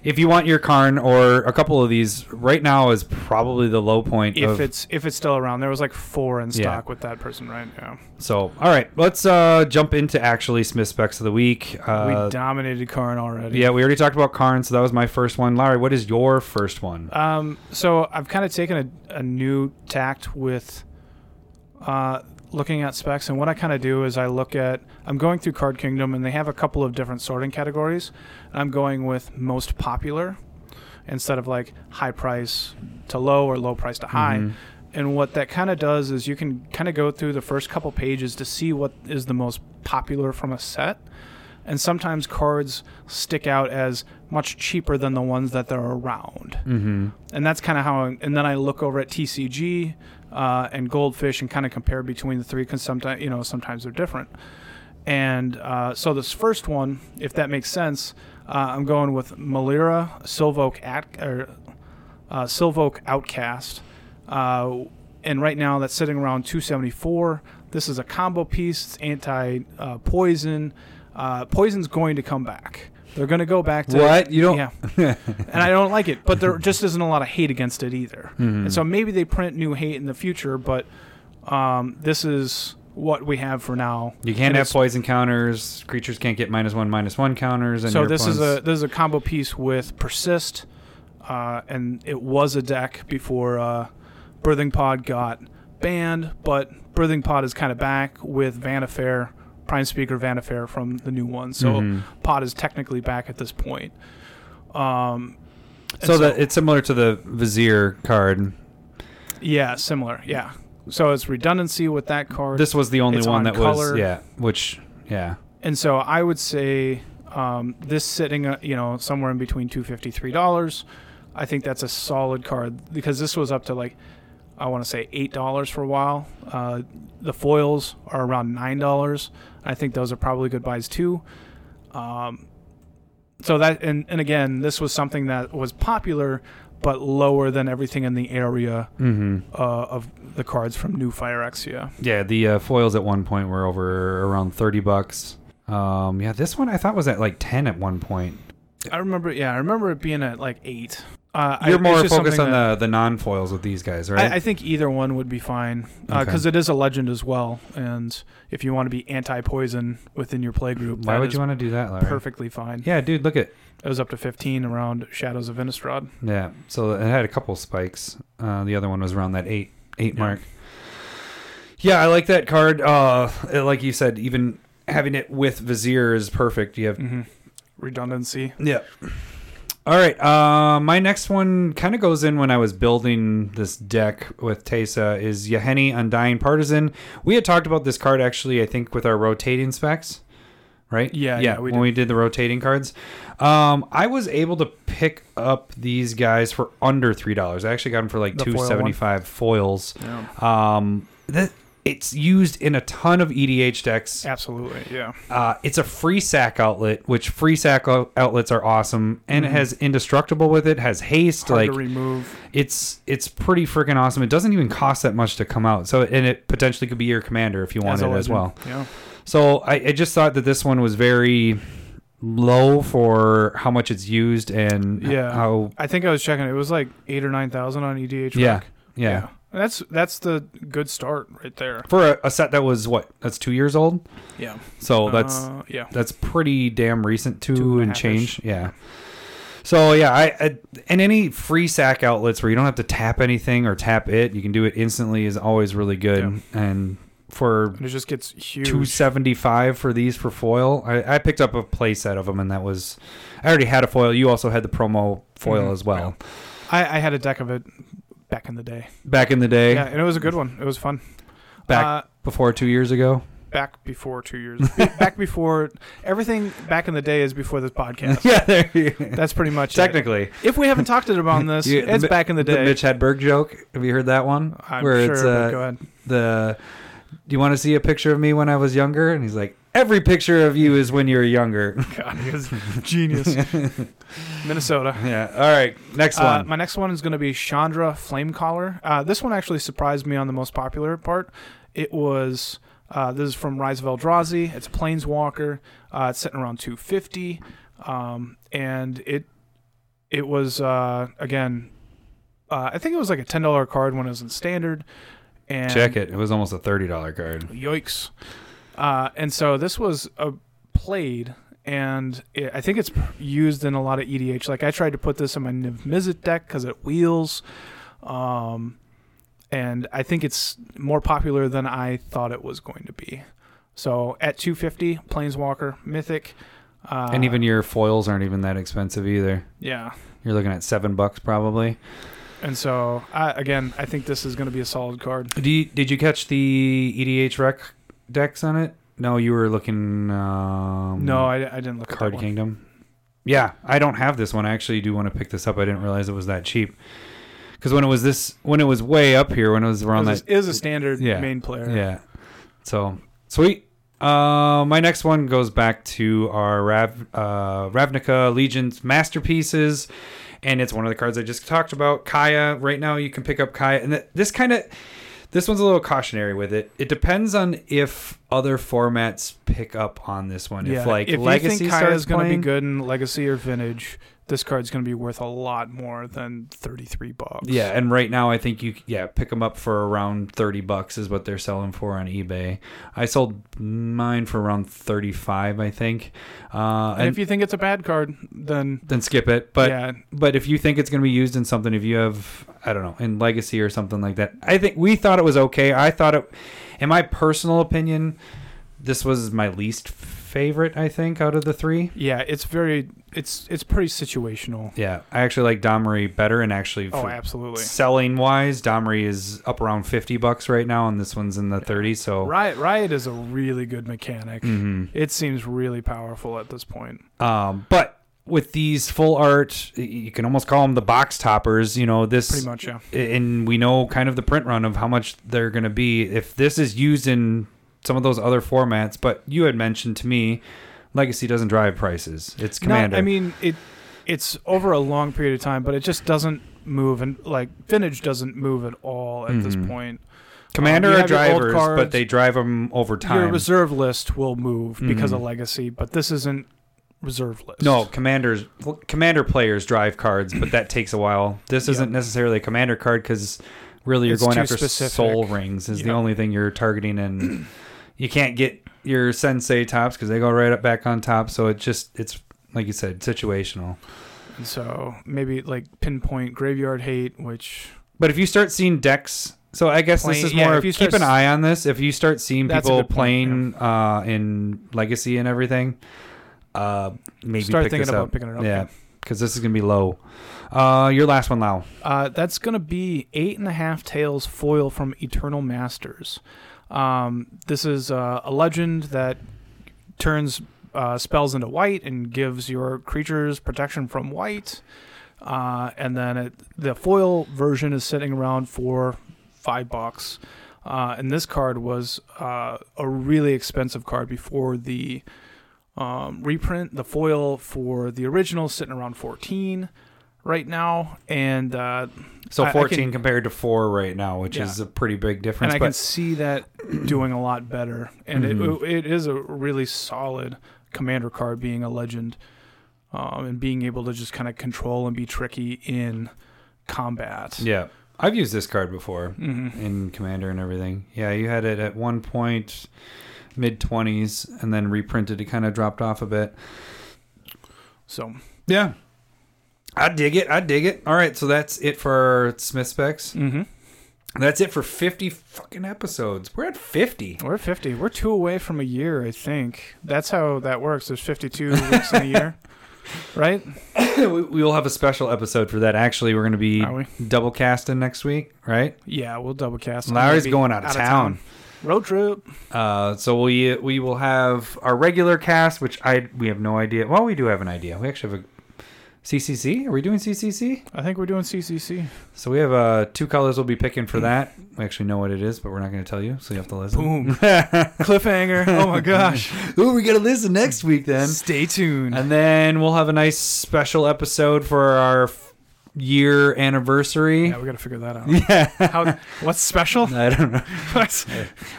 Speaker 3: if you want your Karn or a couple of these, right now is probably the low point.
Speaker 1: if
Speaker 3: of,
Speaker 1: it's if it's still around, there was like four in
Speaker 3: Yeah.
Speaker 1: stock with that person right now.
Speaker 3: so, all right, let's uh, jump into actually Smith specs of the week. Uh,
Speaker 1: we dominated Karin already.
Speaker 3: yeah, we already talked about Karn, so that was my first one. Larry, what is your first one?
Speaker 1: Um, so I've kind of taken a, a new tact with uh, looking at specs, and what I kind of do is I look at I'm going through Card Kingdom, and they have a couple of different sorting categories. And I'm going with most popular instead of like high price to low or low price to high.
Speaker 3: Mhm.
Speaker 1: And what that kind of does is you can kind of go through the first couple pages to see what is the most popular from a set. And sometimes cards stick out as much cheaper than the ones that they're around
Speaker 3: mm-hmm.
Speaker 1: and that's kind of how. And then I look over at TCG uh, and Goldfish and kind of compare between the three because sometimes you know sometimes they're different. And uh, so this first one, if that makes sense, uh, I'm going with Malira Silvoke at or uh, Silvoke Outcast, uh, and right now that's sitting around 274. This is a combo piece. It's anti uh, poison. Uh, poison's going to come back. They're going to go back to
Speaker 3: What you don't?
Speaker 1: yeah.
Speaker 3: (laughs)
Speaker 1: and I don't like it, but there just isn't a lot of hate against it either.
Speaker 3: Mm-hmm.
Speaker 1: And so maybe they print new hate in the future, but um, this is what we have for now.
Speaker 3: You can't
Speaker 1: And
Speaker 3: have
Speaker 1: it's-
Speaker 3: poison counters. Creatures can't get minus one, minus one counters. And
Speaker 1: So
Speaker 3: your
Speaker 1: this is a
Speaker 3: opponents-
Speaker 1: this is a combo piece with persist, uh, and it was a deck before uh, Birthing Pod got banned, but Birthing Pod is kind of back with Vanifair, Prime Speaker Vanifair from the new one. So
Speaker 3: Mm-hmm.
Speaker 1: Pod is technically back at this point. Um, and
Speaker 3: so, that it's similar to the vizier card.
Speaker 1: Yeah, similar. Yeah. So it's redundancy with that card.
Speaker 3: This was the only
Speaker 1: It's
Speaker 3: one
Speaker 1: on
Speaker 3: that
Speaker 1: color.
Speaker 3: was yeah, which yeah.
Speaker 1: and so I would say um, this sitting, uh, you know, somewhere in between two fifty three dollars. I think that's a solid card because this was up to like I want to say eight dollars for a while. Uh, the foils are around nine dollars. I think those are probably good buys too. Um, so that and, and again, this was something that was popular but lower than everything in the area
Speaker 3: Mm-hmm.
Speaker 1: uh, of the cards from New Phyrexia.
Speaker 3: Yeah, the uh, foils at one point were over around thirty bucks. Um, yeah, this one I thought was at like ten at one point.
Speaker 1: I remember, yeah, I remember it being at like eight. Uh, I-
Speaker 3: You're
Speaker 1: it's
Speaker 3: more
Speaker 1: just
Speaker 3: focused
Speaker 1: something
Speaker 3: on
Speaker 1: that-
Speaker 3: the the non foils with these guys, right?
Speaker 1: I, I think either one would be fine
Speaker 3: Okay.
Speaker 1: because it is a legend as well, and if you want to be anti-poison within your play group,
Speaker 3: Why would you want to do that, Larry?
Speaker 1: Perfectly fine.
Speaker 3: Yeah, dude, look at
Speaker 1: It was up to fifteen around Shadows of Innistrad.
Speaker 3: yeah. So it had a couple spikes. Uh, the other one was around that eight eight
Speaker 1: Yeah.
Speaker 3: mark. Yeah, I like that card. Uh, like you said, even having it with Vizier is perfect. You have
Speaker 1: Mm-hmm. Redundancy.
Speaker 3: Yeah. All right. Uh, my next one kind of goes in when I was building this deck with Tesa is Yeheni Undying Partisan. We had talked about this card actually, I think, with our rotating specs, right?
Speaker 1: Yeah,
Speaker 3: yeah.
Speaker 1: yeah, we did.
Speaker 3: when we did the rotating cards, um, I was able to pick up these guys for under three dollars. I actually got them for like
Speaker 1: The
Speaker 3: two
Speaker 1: foil one.
Speaker 3: seventy five foils.
Speaker 1: Yeah.
Speaker 3: Um, that it's used in a ton of EDH decks.
Speaker 1: Absolutely. Yeah.
Speaker 3: Uh, it's a free sack outlet, which free sack ou- outlets are awesome, and it has indestructible with it, has haste.
Speaker 1: Mm-hmm. Hard to
Speaker 3: like
Speaker 1: remove.
Speaker 3: it's it's pretty freaking awesome. It doesn't even cost that much to come out, so and it potentially could be your commander if you want
Speaker 1: a
Speaker 3: it as
Speaker 1: legend.
Speaker 3: well.
Speaker 1: Yeah.
Speaker 3: So I, I just thought that this one was very low for how much it's used and
Speaker 1: Yeah.
Speaker 3: how
Speaker 1: I think I was checking. It was like eight or nine thousand on E EDH.
Speaker 3: yeah,
Speaker 1: Rec.
Speaker 3: yeah
Speaker 1: That's that's the good start right there.
Speaker 3: for a, a set that was what that's two years old.
Speaker 1: Yeah.
Speaker 3: So that's
Speaker 1: Uh, yeah.
Speaker 3: that's pretty damn recent too
Speaker 1: Two and a
Speaker 3: and,
Speaker 1: half-ish.
Speaker 3: change yeah so yeah I, I and any free sack outlets where you don't have to tap anything or tap it you can do it instantly is always really good and for
Speaker 1: And it just gets huge.
Speaker 3: 275 for these for foil I, I picked up a play set of them and that was i already had a foil you also had the promo foil
Speaker 1: Mhm.
Speaker 3: as well
Speaker 1: I, I had a deck of it back in the day.
Speaker 3: back in the day
Speaker 1: Yeah, and it was a good one. It was fun.
Speaker 3: Back-
Speaker 1: uh,
Speaker 3: before two years ago
Speaker 1: back before two
Speaker 3: (laughs)
Speaker 1: years. back before everything back in the day is before this podcast.
Speaker 3: (laughs) yeah, there you
Speaker 1: That's pretty much it.
Speaker 3: Technically.
Speaker 1: If we haven't talked about
Speaker 3: (laughs)
Speaker 1: this,
Speaker 3: Yeah,
Speaker 1: it's
Speaker 3: Mi-
Speaker 1: back in the day.
Speaker 3: Mitch Hedberg joke. Have you heard that one?
Speaker 1: I'm
Speaker 3: Where
Speaker 1: sure.
Speaker 3: it's
Speaker 1: but
Speaker 3: uh,
Speaker 1: go ahead. (laughs)
Speaker 3: the do you want to see a picture of me when I was younger? And he's like, every picture of you is when you're younger. (laughs)
Speaker 1: God, he was genius. Minnesota.
Speaker 3: yeah. All right. Next
Speaker 1: Uh,
Speaker 3: one.
Speaker 1: my next one is going to be Chandra Flamecaller. Uh, this one actually surprised me on the most popular part. It was uh, this is from Rise of Eldrazi. It's a planeswalker. Uh, it's sitting around 250, um, and it it was uh, again. Uh, I think it was like a ten dollar card when it was in standard. And
Speaker 3: Check it. It was almost a thirty dollar card.
Speaker 1: Yikes. Uh, and so this was a played, and it, I think it's p- used in a lot of EDH. Like I tried to put this in my Niv Mizzet deck because it wheels. Um, and I think it's more popular than I thought it was going to be. So at 250, Planeswalker, Mythic. Uh,
Speaker 3: and even your foils aren't even that expensive either.
Speaker 1: yeah.
Speaker 3: You're looking at seven bucks probably.
Speaker 1: And so I, again, I think this is going to be a solid card.
Speaker 3: Do you, did you catch the EDH rec decks on it? No, you were looking. Um,
Speaker 1: No, I, I didn't look at that
Speaker 3: Card
Speaker 1: one.
Speaker 3: Kingdom. Yeah, I don't have this one. I actually do want to pick this up. I didn't realize it was that cheap. Because when it was this, when it was way up here, when it was around
Speaker 1: It was
Speaker 3: that,
Speaker 1: a- is a standard
Speaker 3: Yeah.
Speaker 1: main player.
Speaker 3: yeah. So sweet. Uh, my next one goes back to our Rav, uh, Ravnica Legion's masterpieces, and it's one of the cards I just talked about. Kaya. Right now, you can pick up Kaya, and th- this kind of this one's a little cautionary with it. It depends on if other formats pick up on this one. if like Legacy
Speaker 1: you think Kaya
Speaker 3: starts
Speaker 1: is going to
Speaker 3: playing-
Speaker 1: be good in Legacy or Vintage, this card's going to be worth a lot more than thirty three bucks.
Speaker 3: Yeah, and right now I think you yeah pick them up for around thirty bucks is what they're selling for on eBay. I sold mine for around thirty five, I think. Uh,
Speaker 1: and,
Speaker 3: and
Speaker 1: if you think it's a bad card, then
Speaker 3: then skip it. But
Speaker 1: yeah,
Speaker 3: but if you think it's going to be used in something, if you have I don't know in Legacy or something like that, I think we thought it was okay. I thought it, in my personal opinion, this was my least favorite. I think out of the three.
Speaker 1: yeah, it's very it's it's pretty situational.
Speaker 3: Yeah, I actually like Domri better, and actually
Speaker 1: Oh,
Speaker 3: for-
Speaker 1: absolutely.
Speaker 3: selling wise, Domri is up around fifty bucks right now, and this one's in the thirty. So
Speaker 1: Riot Riot is a really good mechanic.
Speaker 3: Mhm.
Speaker 1: It seems really powerful at this point.
Speaker 3: Um, but with these full art, y- you can almost call them the box toppers. You know this,
Speaker 1: Pretty much, yeah.
Speaker 3: and we know kind of the print run of how much they're going to be if this is used in some of those other formats. But you had mentioned to me, Legacy doesn't drive prices; it's
Speaker 1: Not-
Speaker 3: Commander.
Speaker 1: I mean, it it's over a long period of time, but it just doesn't move and like Vintage doesn't move at all at this
Speaker 3: Mhm.
Speaker 1: point.
Speaker 3: Commander
Speaker 1: um, you
Speaker 3: are
Speaker 1: have your old
Speaker 3: drivers,
Speaker 1: cards.
Speaker 3: but they drive them over
Speaker 1: Your
Speaker 3: time.
Speaker 1: reserve list will move because
Speaker 3: Mhm.
Speaker 1: of legacy, but this isn't reserve list.
Speaker 3: No, commanders, commander players drive cards, but that takes a while. This
Speaker 1: Yeah.
Speaker 3: isn't necessarily a commander card because really you're
Speaker 1: It's
Speaker 3: going
Speaker 1: too
Speaker 3: after
Speaker 1: specific.
Speaker 3: soul rings is the
Speaker 1: Yeah.
Speaker 3: only thing you're
Speaker 1: (clears throat)
Speaker 3: targeting, and you can't get your sensei tops because they go right up back on top. So it just it's like you said, situational.
Speaker 1: And so maybe like pinpoint graveyard hate, which
Speaker 3: But if you start seeing decks, so I guess
Speaker 1: Play-
Speaker 3: this is
Speaker 1: yeah,
Speaker 3: more.
Speaker 1: if you
Speaker 3: keep
Speaker 1: start
Speaker 3: an
Speaker 1: s-
Speaker 3: eye on this. If you start seeing
Speaker 1: That's a
Speaker 3: people
Speaker 1: good point,
Speaker 3: playing uh, in legacy and everything, uh, maybe
Speaker 1: start
Speaker 3: pick
Speaker 1: thinking
Speaker 3: this
Speaker 1: about
Speaker 3: up.
Speaker 1: picking it up.
Speaker 3: Yeah, because this is gonna be low. Uh, your last one, Lau.
Speaker 1: Uh, that's going to be eight and a half tails foil from Eternal Masters. Um, this is uh, a legend that turns uh, spells into white and gives your creatures protection from white. Uh, and then it, the foil version is sitting around for five bucks. Uh, and this card was uh, a really expensive card before the um, reprint. The foil for the original is sitting around 14 right now. And uh,
Speaker 3: So
Speaker 1: I- I
Speaker 3: 14
Speaker 1: can-
Speaker 3: compared to 4 right now, which
Speaker 1: Yeah.
Speaker 3: is a pretty big difference.
Speaker 1: and I
Speaker 3: but
Speaker 1: can see that (clears throat) doing a lot better. And
Speaker 3: Mhm.
Speaker 1: it, it is a really solid commander card, being a legend, um, and being able to just kind of control and be tricky in combat.
Speaker 3: yeah, I've used this card before
Speaker 1: hmm
Speaker 3: in Commander and everything. Yeah, you had it at one point mid 20s and then reprinted it kind of dropped off a bit.
Speaker 1: So
Speaker 3: Yeah. I dig it. I dig it. All right, so that's it for Smith Specs.
Speaker 1: mhm.
Speaker 3: That's it for 50 fucking episodes. We're at
Speaker 1: (laughs)
Speaker 3: 50.
Speaker 1: we're fifty. We're two away from a year, I think. That's how that works. There's fifty-two
Speaker 3: (laughs)
Speaker 1: weeks in a year, right?
Speaker 3: we we will have a special episode for that. Actually, we're going to be
Speaker 1: Are we?
Speaker 3: double casting next week, right?
Speaker 1: Yeah, we'll double cast. I'm gonna
Speaker 3: Larry's
Speaker 1: be
Speaker 3: going out of, town.
Speaker 1: Road trip.
Speaker 3: Uh, so we we will have our regular cast, which I we have no idea. Well, we do have an idea. We actually have a CCC. Are we doing CCC?
Speaker 1: I think we're doing CCC.
Speaker 3: So we have uh, two colors we'll be picking for that. We actually know what it is, but we're not going to tell you, so you have to listen.
Speaker 1: Boom. (laughs) Cliffhanger. Oh
Speaker 3: (laughs)
Speaker 1: my gosh.
Speaker 3: Ooh, we got to listen next week then.
Speaker 1: Stay tuned.
Speaker 3: And then we'll have a nice special episode for our f- year anniversary.
Speaker 1: yeah, we got to figure that out.
Speaker 3: (laughs) yeah.
Speaker 1: How, what's
Speaker 3: (laughs)
Speaker 1: special? (laughs)
Speaker 3: I don't know.
Speaker 1: What's-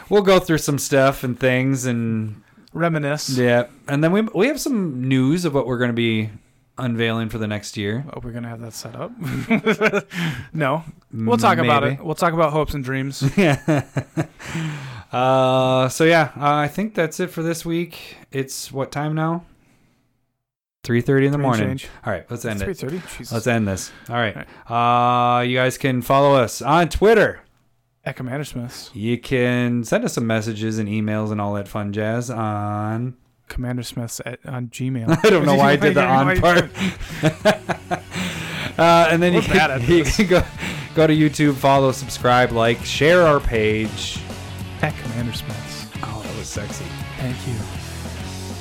Speaker 3: We'll go through some stuff and things and
Speaker 1: Reminisce.
Speaker 3: yeah. And then we we have some news of what we're going to be unveiling for the next year.
Speaker 1: Oh, we're gonna have that set up. (laughs) no, we'll talk about
Speaker 3: Maybe. (laughs)
Speaker 1: it. We'll talk about hopes and dreams.
Speaker 3: Yeah. uh so yeah, uh, I think that's it for this week. It's what time now? 3:30 in the
Speaker 1: Three
Speaker 3: morning.
Speaker 1: change.
Speaker 3: All right, let's end
Speaker 1: Three
Speaker 3: it.
Speaker 1: thirty.
Speaker 3: Let's end this. All right. Uh you guys can follow us on Twitter.
Speaker 1: Ecomanager Smiths.
Speaker 3: You can send us some messages and emails and all that fun jazz on.
Speaker 1: Commander Smiths at, on Gmail.
Speaker 3: (laughs) I don't know why
Speaker 1: (laughs)
Speaker 3: I did the
Speaker 1: Yeah, why
Speaker 3: on
Speaker 1: you-
Speaker 3: part. (laughs) uh, and then you
Speaker 1: We're bad at
Speaker 3: can, you
Speaker 1: this.
Speaker 3: can (laughs) go go to YouTube, follow, subscribe, like, share our page.
Speaker 1: At Commander Smiths.
Speaker 3: Oh, that was sexy.
Speaker 1: Thank you.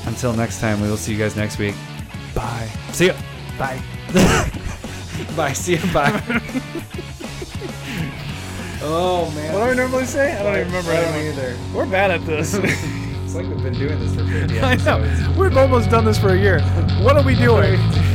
Speaker 3: Until next time, we will see you guys next week.
Speaker 1: Bye.
Speaker 3: See ya.
Speaker 1: Bye.
Speaker 3: Bye. See ya. Bye. oh man,
Speaker 5: What do I normally say? I don't even remember.
Speaker 1: I
Speaker 5: I
Speaker 1: don't
Speaker 5: don't either.
Speaker 1: We're bad
Speaker 5: (laughs)
Speaker 1: at this.
Speaker 5: It's like we've been doing this for 50
Speaker 1: (laughs) I
Speaker 5: episodes.
Speaker 3: (laughs)
Speaker 1: know. We've almost done this for a year. What are we doing?